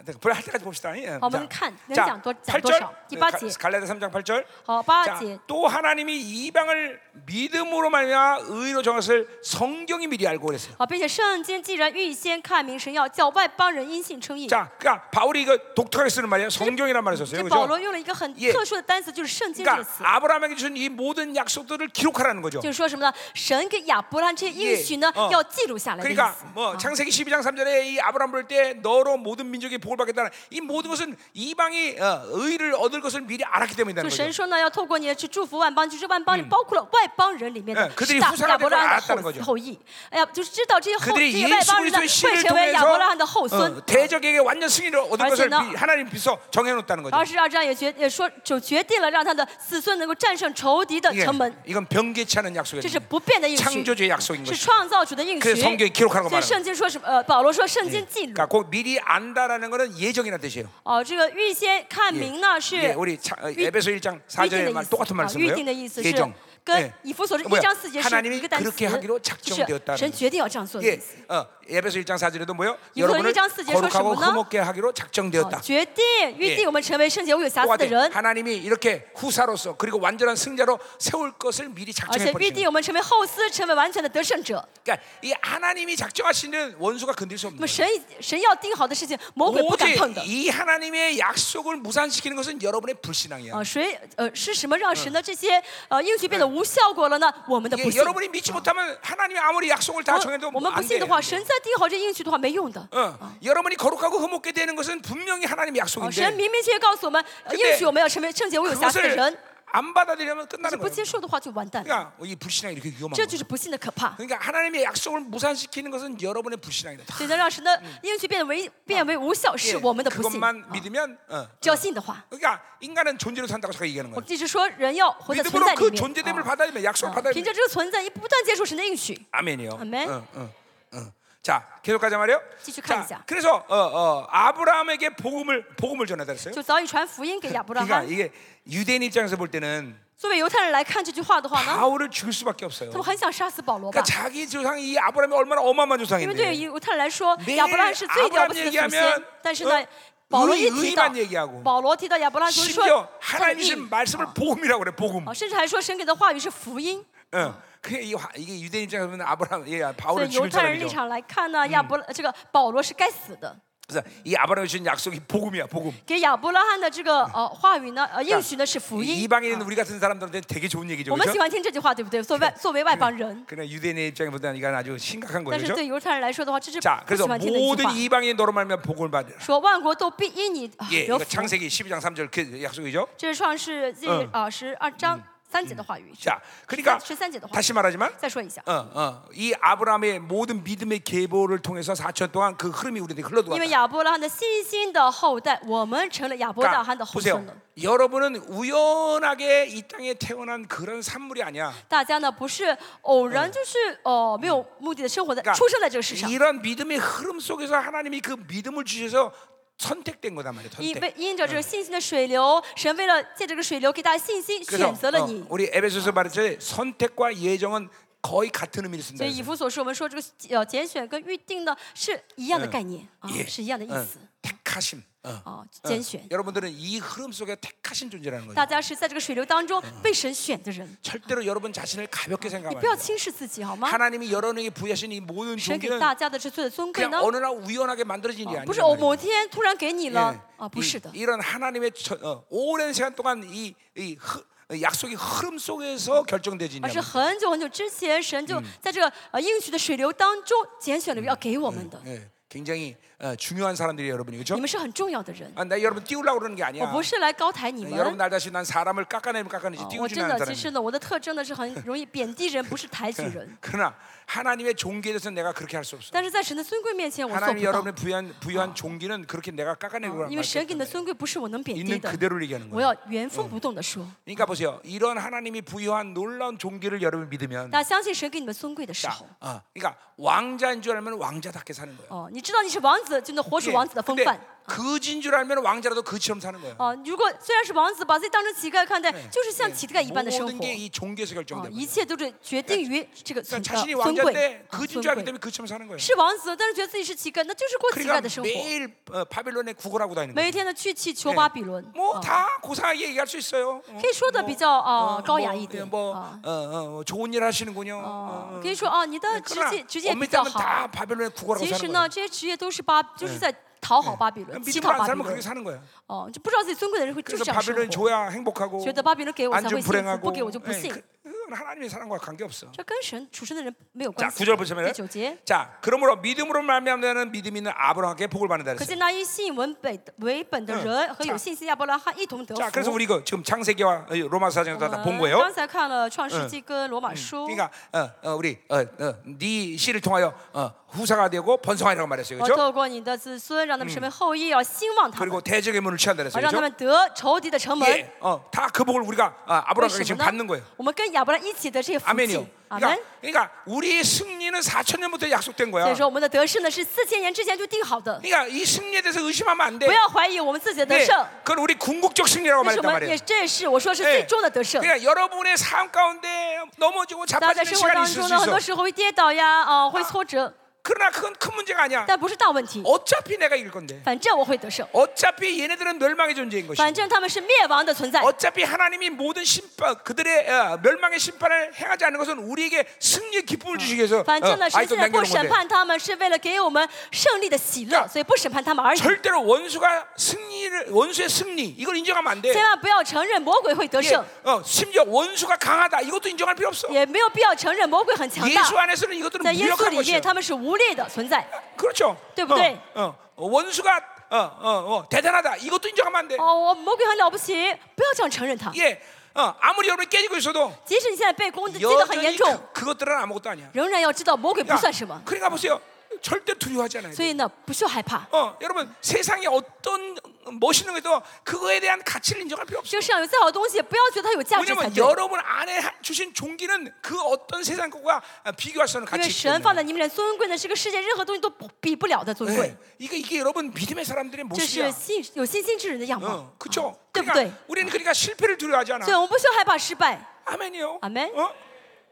Speaker 1: 하여튼 불할 때까지 봅시다. 예. 자,
Speaker 2: 我们看，
Speaker 1: 자,
Speaker 2: 能讲多讲多少？
Speaker 1: 8절.
Speaker 2: 第八节。
Speaker 1: 갈라디아 3장 8절.
Speaker 2: 好，八
Speaker 1: 자,
Speaker 2: 节。
Speaker 1: 또 하나님이 이방을 믿음으로 말미암아 의로 정하실 성경이 미리 알고 그랬어요.
Speaker 2: 好，并且圣经既然预先看明神要叫外邦人因信称义，
Speaker 1: 자, 그러니까 바울이 이거 독특하게 쓰는 말이에요. 성경이란 말을
Speaker 2: 这
Speaker 1: 썼어요.
Speaker 2: 保
Speaker 1: 그렇죠?
Speaker 2: 罗用了一个很
Speaker 1: 예
Speaker 2: 特殊的单词，就是圣经这个
Speaker 1: 그러니까
Speaker 2: 词，
Speaker 1: 아브라함에게 주신 이 모든 약속들을 기록하라는 거죠.
Speaker 2: 就是说什么呢？神给亚伯拉罕这些应许呢
Speaker 1: 예 ，
Speaker 2: 要记录下来的意
Speaker 1: 그러니까
Speaker 2: 思。
Speaker 1: 뭐
Speaker 2: 啊
Speaker 1: 창세기 12장 3절에 이 아브라함 부를 때 너로 모든 민족이 복을 받겠다는 이 모든 것은 이방이 어, 의를 얻을 것을 미리 알았기 때문이라는
Speaker 2: 就
Speaker 1: 거죠.
Speaker 2: 神说呢，要透过你去祝福万邦，就是万邦里包括了外邦人里面
Speaker 1: 嗯哎
Speaker 2: 的
Speaker 1: 그들이
Speaker 2: 大
Speaker 1: 후사가
Speaker 2: 亚伯拉
Speaker 1: 될걸알았다는
Speaker 2: 罕
Speaker 1: 거죠
Speaker 2: 的后后裔。哎呀，就是知道这些后这
Speaker 1: 그들이
Speaker 2: 些
Speaker 1: 예수
Speaker 2: 外邦人呢
Speaker 1: 그리스도의
Speaker 2: 会
Speaker 1: 씨를
Speaker 2: 成为亚伯拉罕的
Speaker 1: 통해서
Speaker 2: 后孙。
Speaker 1: 어, 대적에게 완전 승리를 얻은 것을
Speaker 2: 알겠나?
Speaker 1: 미- 하나님 비서 정해놓았다는 거죠.
Speaker 2: 二十二章也决也说，就决定了让他的子孙能够战胜仇敌的
Speaker 1: 이게
Speaker 2: 城门，
Speaker 1: 이건 변개치 않은
Speaker 2: 这是
Speaker 1: 약속이에요.
Speaker 2: 不变的应
Speaker 1: 嗯
Speaker 2: 许，
Speaker 1: 창조주의 약속인
Speaker 2: 是
Speaker 1: 것이죠.
Speaker 2: 创造主的应
Speaker 1: 그
Speaker 2: 许。
Speaker 1: 성경에기록하라고말하는 嗯
Speaker 2: 所以圣经说什么？呃，保罗说圣经记录
Speaker 1: 그러니까 。꼭 미리 안다라는 것은 예정이라는 뜻이에요.
Speaker 2: 哦，这个预先看
Speaker 1: 예.
Speaker 2: 明呢是
Speaker 1: 예, 우리 차, 어, 에베소 1장 4절에 말 똑같은 말
Speaker 2: 啊
Speaker 1: 쓴
Speaker 2: 预
Speaker 1: 거예요.
Speaker 2: 定的意思是
Speaker 1: 예정.
Speaker 2: 跟
Speaker 1: 예.
Speaker 2: 以弗所是一
Speaker 1: 뭐야?
Speaker 2: 章四节是一
Speaker 1: 하나님이
Speaker 2: 个单词，
Speaker 1: 그렇게 하기로
Speaker 2: 就是
Speaker 1: 작정되었다는
Speaker 2: 神决定要这样做的意
Speaker 1: 예,
Speaker 2: 思。
Speaker 1: 어, 에베소 1장 4절에도 뭐요?
Speaker 2: 이거
Speaker 1: 여러분을
Speaker 2: 1장 4절
Speaker 1: 거룩하고
Speaker 2: 설명은?
Speaker 1: 흠없게 하기로
Speaker 2: 哦
Speaker 1: 작정되었다.
Speaker 2: 决定预
Speaker 1: 예
Speaker 2: 定我们成为圣洁无有瑕疵的
Speaker 1: 똑같아.
Speaker 2: 人，
Speaker 1: 하나님이 이렇게 후사로서 그리고 완전한 승자로 세울 것을 아, 미리
Speaker 2: 而且
Speaker 1: 작정해
Speaker 2: 预
Speaker 1: 버리신
Speaker 2: 定
Speaker 1: 거예요.
Speaker 2: 我们成为后嗣，成为完全的得胜者。
Speaker 1: 그러니까 이 하나님이 작정하시는 원수가 건들 수
Speaker 2: 那
Speaker 1: 없는 거예요.
Speaker 2: 么神已神要定好的事情，魔鬼不敢碰
Speaker 1: 오직
Speaker 2: 的。
Speaker 1: 이 하나님의 약속을 무산시키는 것은 여러분의 불신앙이야.
Speaker 2: 啊，谁呃是什么让神的这些呃应许变得无效果了呢？我们的不
Speaker 1: 이게
Speaker 2: 信。
Speaker 1: 예, 여러분이 믿지 못하면 하나님이 아무리 약속을 다
Speaker 2: 我
Speaker 1: 정해도
Speaker 2: 我们不
Speaker 1: 안
Speaker 2: 信
Speaker 1: 돼.
Speaker 2: 的话，神再定好这应许的话没用的。
Speaker 1: 어, 여러분이 거룩하고 흠없게 되는 것은 분명히 하나님의
Speaker 2: 哦，神
Speaker 1: 약속인데
Speaker 2: 明明确确告诉我们，呃
Speaker 1: 근데
Speaker 2: 应许我们要成为圣洁无有瑕疵的
Speaker 1: 그것을
Speaker 2: 人，
Speaker 1: 안 받아들이면
Speaker 2: 但
Speaker 1: 끝나는
Speaker 2: 是不
Speaker 1: 거예요.
Speaker 2: 接受的话就完蛋了。
Speaker 1: 그러니까 이 불신앙이 이렇게 위험한
Speaker 2: 这
Speaker 1: 거예요.
Speaker 2: 就是不信的可怕。 *laughs*
Speaker 1: 그러니까 하나님의 약속을 무산시키는 것은 여러분의 불신앙이다. 다
Speaker 2: 所以呢，让神的应许变为变为无效，
Speaker 1: 예,
Speaker 2: 是我们的不信。啊
Speaker 1: 그것만 믿으면 어.
Speaker 2: 只要信的话，
Speaker 1: 그러니까 인간은 존재로 산다고 제가 얘기하는
Speaker 2: 我
Speaker 1: 어, 거예요.
Speaker 2: 一直说人要活在存在
Speaker 1: 믿음으로 그
Speaker 2: 里面
Speaker 1: 존재됨을 。
Speaker 2: 啊
Speaker 1: 받아들이면 약속을
Speaker 2: 啊凭
Speaker 1: 받아들이면
Speaker 2: 着这个存在，一不断接受神的应许，
Speaker 1: 아멘이요.
Speaker 2: 아멘.
Speaker 1: 응, 응, 응. 자, 계속 가자 말이요.
Speaker 2: 지축
Speaker 1: 자,
Speaker 2: 하자.
Speaker 1: 그래서 어, 어, 아브라함에게 복음을 복음을 전해달랬어요.
Speaker 2: 就早已传福音给亚伯拉
Speaker 1: 그러니까
Speaker 2: 罕。
Speaker 1: 이게 유대인 입장에서 볼 때는
Speaker 2: 作为犹太人来看这句话的话呢，
Speaker 1: 바울을 죽일 수밖에 없어요.
Speaker 2: 他们很想杀死保罗
Speaker 1: 그러니까 ？
Speaker 2: 吧
Speaker 1: 자기 조상이 이 아브라함이 얼마나 어마어마한
Speaker 2: 因为对
Speaker 1: 조상인데
Speaker 2: 于犹太人来说，
Speaker 1: 매일
Speaker 2: 亚伯拉罕是最了不起的
Speaker 1: 아브라함
Speaker 2: 祖
Speaker 1: 얘기하면
Speaker 2: 先。但是呢
Speaker 1: 어，
Speaker 2: 保罗
Speaker 1: 의
Speaker 2: 一提到
Speaker 1: 의만얘기하고
Speaker 2: 保罗提到亚伯拉罕，就是说
Speaker 1: 심지어
Speaker 2: 他的义
Speaker 1: 하나님이신 어. 말씀을
Speaker 2: 啊
Speaker 1: 복음이라고 그래 복음.
Speaker 2: 啊，甚至还说神给的话语是福音。
Speaker 1: 응. 어. 그게 이 화- 이게 유대인 입장에서 보면 아브라함, 예,
Speaker 2: 所
Speaker 1: 바울을
Speaker 2: 以犹
Speaker 1: 죽일
Speaker 2: 太人立
Speaker 1: 사람이죠.
Speaker 2: 场来看呢，亚伯拉这个保罗是该死的。
Speaker 1: 그래서 이 아브라함이 주신 약속이 복음이야 복음.
Speaker 2: 给亚伯拉罕的这个呃话语呢，呃应许呢是福
Speaker 1: 이
Speaker 2: 音。
Speaker 1: 이방인은 아. 우리 같은 사람들한테 되게 좋은 얘기죠.
Speaker 2: 我们
Speaker 1: 그렇죠?
Speaker 2: 喜欢听这句话，对不对？作为外作为外邦人，
Speaker 1: 그러나 유대인의 입장에 보면 이건 아주 심각한
Speaker 2: 但
Speaker 1: 거죠.
Speaker 2: 是
Speaker 1: 그렇죠?
Speaker 2: 对犹太人来说的话，这是
Speaker 1: 자,
Speaker 2: 不喜
Speaker 1: 그래서
Speaker 2: 欢听的一句
Speaker 1: 모든
Speaker 2: 话。
Speaker 1: 이방인 너로 말면 복음을 받으라.
Speaker 2: 说万国都必因你啊
Speaker 1: 예,
Speaker 2: 有
Speaker 1: 이거
Speaker 2: 福。
Speaker 1: 창세기 12장 3절 그 약속이죠.
Speaker 2: 这是创世记
Speaker 1: 嗯
Speaker 2: 啊十二章三节的话语。
Speaker 1: 자, 그러니까
Speaker 2: 13节的话。
Speaker 1: 다시 말하지만
Speaker 2: 再嗯说一下，
Speaker 1: 어, 어, 이 아브라함의 모든 믿음의 계보를 통해서 4천 동안 그 흐름이 우리한테
Speaker 2: 因为
Speaker 1: 흘러들어왔다.
Speaker 2: 亚伯拉罕的信心的后代，我们成了亚伯拉罕的后孙
Speaker 1: 그러니까 보세요.
Speaker 2: 了。
Speaker 1: 여러분은 우연하게 이 땅에 태어난 그런 산물이 아니야.
Speaker 2: 大家呢不是偶然，就是哦、没有目的的生活在
Speaker 1: 그러니까
Speaker 2: 出生在这个世上。
Speaker 1: 이런 믿음의 흐름 속에서 하나님이 그 믿음을 주셔서 선택된 거단 말이에요.
Speaker 2: 因
Speaker 1: 선택.
Speaker 2: 为因着这个信心的水流，神为了借这个水流给大家信心，
Speaker 1: 그래서
Speaker 2: 选择了
Speaker 1: 어,
Speaker 2: 你。
Speaker 1: 우리 에베소서 말했듯이 선택과 예정은 거의 같은 의미를
Speaker 2: 所
Speaker 1: 쓴다.
Speaker 2: 以以弗所说，我们说这个呃拣选跟预定呢是一样的概念啊，是一样的意
Speaker 1: 어,
Speaker 2: 思
Speaker 1: 택하심. 어,
Speaker 2: 啊，
Speaker 1: 어.
Speaker 2: 拣选。
Speaker 1: 여러분들은 이 흐름 속에 택하신 존재라는
Speaker 2: 大
Speaker 1: 거죠.
Speaker 2: 家是在这个水流当中被神选的人，
Speaker 1: 절대로 여러분 자신을 가볍게
Speaker 2: 你
Speaker 1: 생각하면
Speaker 2: 不要
Speaker 1: 안 돼요.
Speaker 2: 轻视自己好吗？
Speaker 1: 하나님이 여러분에게 부여하신 이 모든
Speaker 2: 神给
Speaker 1: 종기는
Speaker 2: 大家的这最的尊贵
Speaker 1: 그냥
Speaker 2: 呢，
Speaker 1: 어느 날 우연하게 만들어진 일이
Speaker 2: 啊
Speaker 1: 아니에요.
Speaker 2: 不是哦某天突然给你了
Speaker 1: 嗯 아,
Speaker 2: 啊，不是的。
Speaker 1: 예. 이런 하나님의 저, 어, 오랜 시간 동안 이, 이 흐, 어, 약속의 흐름 속에서 결정되지
Speaker 2: 而是
Speaker 1: 않아요.
Speaker 2: 很久很久之
Speaker 1: 嗯
Speaker 2: 前，神就在这个呃应许的水流当中拣选了要给我们的。
Speaker 1: 예, 굉장히 어, 중요한 사람들이 여러분이 그죠?
Speaker 2: 你们是很重要的人。
Speaker 1: 아, 나 여러분 띄우려고 그러는 게
Speaker 2: 我
Speaker 1: 아니야.
Speaker 2: 不是来高抬你
Speaker 1: 네,
Speaker 2: 们，啊
Speaker 1: 여러분 알다시피 난 사람을 깎아내면 깎아내지
Speaker 2: 我
Speaker 1: 띄우지
Speaker 2: 真
Speaker 1: 않는
Speaker 2: 的其
Speaker 1: 사람이야.
Speaker 2: 实呢，我的特征呢是很容易贬低人，不是抬举
Speaker 1: *laughs*
Speaker 2: 人。
Speaker 1: 그러나 하나님의 종기에 대해서 내가 그렇게 할 수 없어.
Speaker 2: 但是在神的尊贵面前，我做
Speaker 1: 하나님
Speaker 2: 不到，
Speaker 1: 여러분의 부여한 부여한 종기는 그렇게 내가 아. 깎아내고
Speaker 2: 因为神给你的
Speaker 1: 말이야.
Speaker 2: 尊贵不是我能嗯贬低
Speaker 1: 있는
Speaker 2: 的。
Speaker 1: 그대로 얘기하는
Speaker 2: 我
Speaker 1: 거야.
Speaker 2: 要原封不动的说，
Speaker 1: 그러니까 보세요. 이런 하나님이 부여한 놀라운 종기를 여러분 믿으면
Speaker 2: 大家相信神给你们尊贵的时
Speaker 1: 자,
Speaker 2: 候，
Speaker 1: 어, 그러니까 왕자인 줄 알면 왕자답게 사는 거예요.
Speaker 2: 哦，你知道你是王子，就能活出
Speaker 1: 이게
Speaker 2: 王子的风
Speaker 1: 근데
Speaker 2: 范。
Speaker 1: 거지인 줄 알면 왕자라도 그 거지처럼 사는 거예요.
Speaker 2: 哦，如果虽然是王子，把自己当成乞丐看待，就是像乞丐一哎般的生
Speaker 1: 모든
Speaker 2: 活。
Speaker 1: 게 어, 이 종교에서
Speaker 2: 哦，
Speaker 1: 결정돼요.
Speaker 2: 一切都是决定于这个
Speaker 1: 그러니까
Speaker 2: 存呃
Speaker 1: 자신이
Speaker 2: 尊贵
Speaker 1: 왕자인데 그
Speaker 2: 啊
Speaker 1: 거지인
Speaker 2: 尊
Speaker 1: 줄 알기
Speaker 2: 贵。
Speaker 1: 때문에 거지처럼 사는 거예요.
Speaker 2: 是王子，但是觉得自己是乞丐，那就是过乞丐
Speaker 1: 그러니까
Speaker 2: 的生活。
Speaker 1: 매일 어, 바벨론에 구걸하고 다니는
Speaker 2: 每
Speaker 1: 거예요.
Speaker 2: 一天呢去祈求巴比伦，啊
Speaker 1: 뭐다 고상하게 얘기할 수 있어요. 어,
Speaker 2: 可以说的比较啊高雅一
Speaker 1: 예,
Speaker 2: 点，
Speaker 1: 뭐,
Speaker 2: 啊
Speaker 1: 어, 어, 좋은 일 하시는군요.
Speaker 2: 啊
Speaker 1: 어, ， 어.
Speaker 2: 可以说啊你的职
Speaker 1: 그러나
Speaker 2: 业职业比
Speaker 1: 엄밀히
Speaker 2: 较
Speaker 1: 따면
Speaker 2: 好。
Speaker 1: 다 바벨론에 구걸하고
Speaker 2: 其
Speaker 1: 사는
Speaker 2: 实
Speaker 1: 거예요.
Speaker 2: 呢，这些职业都是巴，就是在讨好巴比伦，乞
Speaker 1: 믿음을
Speaker 2: 讨
Speaker 1: 안
Speaker 2: 巴比
Speaker 1: 살면 그렇게
Speaker 2: 伦。
Speaker 1: 사는 거야.
Speaker 2: 哦，就不知道自己尊贵的人会就
Speaker 1: 그래서
Speaker 2: 是这样生
Speaker 1: 바벨론
Speaker 2: 活，
Speaker 1: 줘야 행복하고
Speaker 2: 觉得巴比伦给我
Speaker 1: 안
Speaker 2: 才
Speaker 1: 주
Speaker 2: 会幸福，
Speaker 1: 불행하고
Speaker 2: 不给我就不
Speaker 1: 예,
Speaker 2: 信。
Speaker 1: 그, 그건 하나님의 사랑과 관계 없어.
Speaker 2: 这跟神处身的人没有
Speaker 1: 자
Speaker 2: 关系。
Speaker 1: 구절 보시면
Speaker 2: 第九节，
Speaker 1: 자 그러므로 믿음으로 말미암는 믿음이 있는 아브라함께 복을 받는다
Speaker 2: 可
Speaker 1: 그랬어요.
Speaker 2: 见那因信文本为本的人和有信心亚伯拉罕一同得
Speaker 1: 자
Speaker 2: 福
Speaker 1: 그래서 。 우리 그 지금 창세기와 어, 로마서
Speaker 2: 我
Speaker 1: 사정에서 다본
Speaker 2: 们
Speaker 1: 거예요.
Speaker 2: 刚才看了《创世纪》跟《罗马书》，
Speaker 1: 그러니까 어, 어, 우리 어, 어, 네 씨를 통하여 어, 후사가 되고 번성하리라고 말했어요.
Speaker 2: 我
Speaker 1: 그렇죠?
Speaker 2: 透过你的子孙，让他们成为后裔，要兴旺他们，
Speaker 1: 그리고 대적의 문을 취한다 그랬어요.
Speaker 2: 而让他
Speaker 1: 그렇죠?
Speaker 2: 们得仇敌的城门。
Speaker 1: 예, 어, 다 그 복을 우리가 아,
Speaker 2: 为
Speaker 1: 아브라함에게
Speaker 2: 什
Speaker 1: 지금
Speaker 2: 么
Speaker 1: 받는
Speaker 2: 呢
Speaker 1: 거예요. ？
Speaker 2: 我们跟亚伯拉一起的这些福气
Speaker 1: 아멘이요. ，
Speaker 2: 阿门
Speaker 1: 그러니까, 。 그러니까 우리의 승리는 4천 년부터 약속된
Speaker 2: 所
Speaker 1: 거야.
Speaker 2: 以说，我们的得胜呢是四千年之前就定好的，
Speaker 1: 그러니까 이 승리에 대해서 의심하면 안 돼.
Speaker 2: 不要怀疑我们自己的得
Speaker 1: 네,
Speaker 2: 胜。
Speaker 1: 그건 우리 궁극적 승리라고
Speaker 2: 但是
Speaker 1: 말했단
Speaker 2: 我们也
Speaker 1: 말이에요.
Speaker 2: 这也哎是我说是最
Speaker 1: 예.
Speaker 2: 终的得胜。
Speaker 1: 그러니까 여러분의 삶 가운데 넘어지고
Speaker 2: 大家在
Speaker 1: 자빠지는
Speaker 2: 生活
Speaker 1: 시간이
Speaker 2: 当
Speaker 1: 있을
Speaker 2: 中
Speaker 1: 수
Speaker 2: 呢，很
Speaker 1: 있어.
Speaker 2: 多时候会跌倒呀，啊，会挫折，
Speaker 1: 그러나 그건 큰 문제가 아니야.
Speaker 2: 但不是大问题。
Speaker 1: 어차피 내가 이길 건데.
Speaker 2: 反正我会得胜，
Speaker 1: 어차피 얘네들은 멸망의 존재인 것이.
Speaker 2: 反正他们是哦灭亡的存在。
Speaker 1: 어차피 하나님이 모든 심판 그들의 어, 멸망의 심판을 행하지 않는 것은 우리에게 승리의 기쁨을 주시기 위해서
Speaker 2: 反正
Speaker 1: 어,
Speaker 2: 呢，神
Speaker 1: 아직도
Speaker 2: 现在不
Speaker 1: 남겨놓은
Speaker 2: 审
Speaker 1: 건데
Speaker 2: 判他们，啊是为了给我们胜利的喜乐，所以不审判他们而已。
Speaker 1: 절대로 원수가 승리를 원수의 승리 이걸 인정하면 안 돼.
Speaker 2: 千万不要承认魔鬼会得
Speaker 1: 이게,
Speaker 2: 胜，
Speaker 1: 어, 심지어 원수가 강하다 이것도 인정할 필요 없어.
Speaker 2: 也没有必要承认魔鬼很强大。
Speaker 1: 예, 예수 안에서는 이것들은
Speaker 2: 在耶稣
Speaker 1: 무력한
Speaker 2: 里
Speaker 1: 것이야.
Speaker 2: 面，他们是无力的存在。
Speaker 1: 그렇죠.
Speaker 2: 对不对?
Speaker 1: 어, 어, 어, 원수가 어, 어, 어, 대단하다 이것도 인정하면 안 돼.
Speaker 2: 哦，我魔鬼很了不起，不要这样承认他。
Speaker 1: 예, 어, 아무리 여러분이 깨지고 있어도
Speaker 2: 即使你现在被攻击得很严
Speaker 1: 여전히
Speaker 2: 重，
Speaker 1: 그, 그것들은 아무것도 아니야.
Speaker 2: 仍然要知道魔鬼不
Speaker 1: 그러니까,
Speaker 2: 算什么。
Speaker 1: 그러니까 보세요. 절대 두려워하지 않아요.
Speaker 2: 所以呢，不需要害怕。
Speaker 1: 어, 여러분 세상에 어떤 멋있는 것도 그거에 대한 가치를 인정할 필요 없어요.
Speaker 2: 这个世上有再好的东西，不要觉得它有价值才
Speaker 1: 왜냐면
Speaker 2: 对。
Speaker 1: 여러분 안에 하- 주신 종기는 그 어떤 세상 것과 비교할 수 없는
Speaker 2: 因为
Speaker 1: 가치.
Speaker 2: 神放在你们里尊贵呢，这个世界任何东西都不比不了的尊贵
Speaker 1: 네. 。 이게 이게 여러분 믿음의 사람들의
Speaker 2: 这是
Speaker 1: 모습이야.
Speaker 2: 信有信心之人的样貌
Speaker 1: 어, ， 그렇죠?
Speaker 2: 对不
Speaker 1: 그러니까
Speaker 2: 对？
Speaker 1: 우리는 그러니까 실패를 두려워하지 않아.
Speaker 2: 所以我们不需要害怕失败，
Speaker 1: 아멘이요.
Speaker 2: 아멘.
Speaker 1: 어?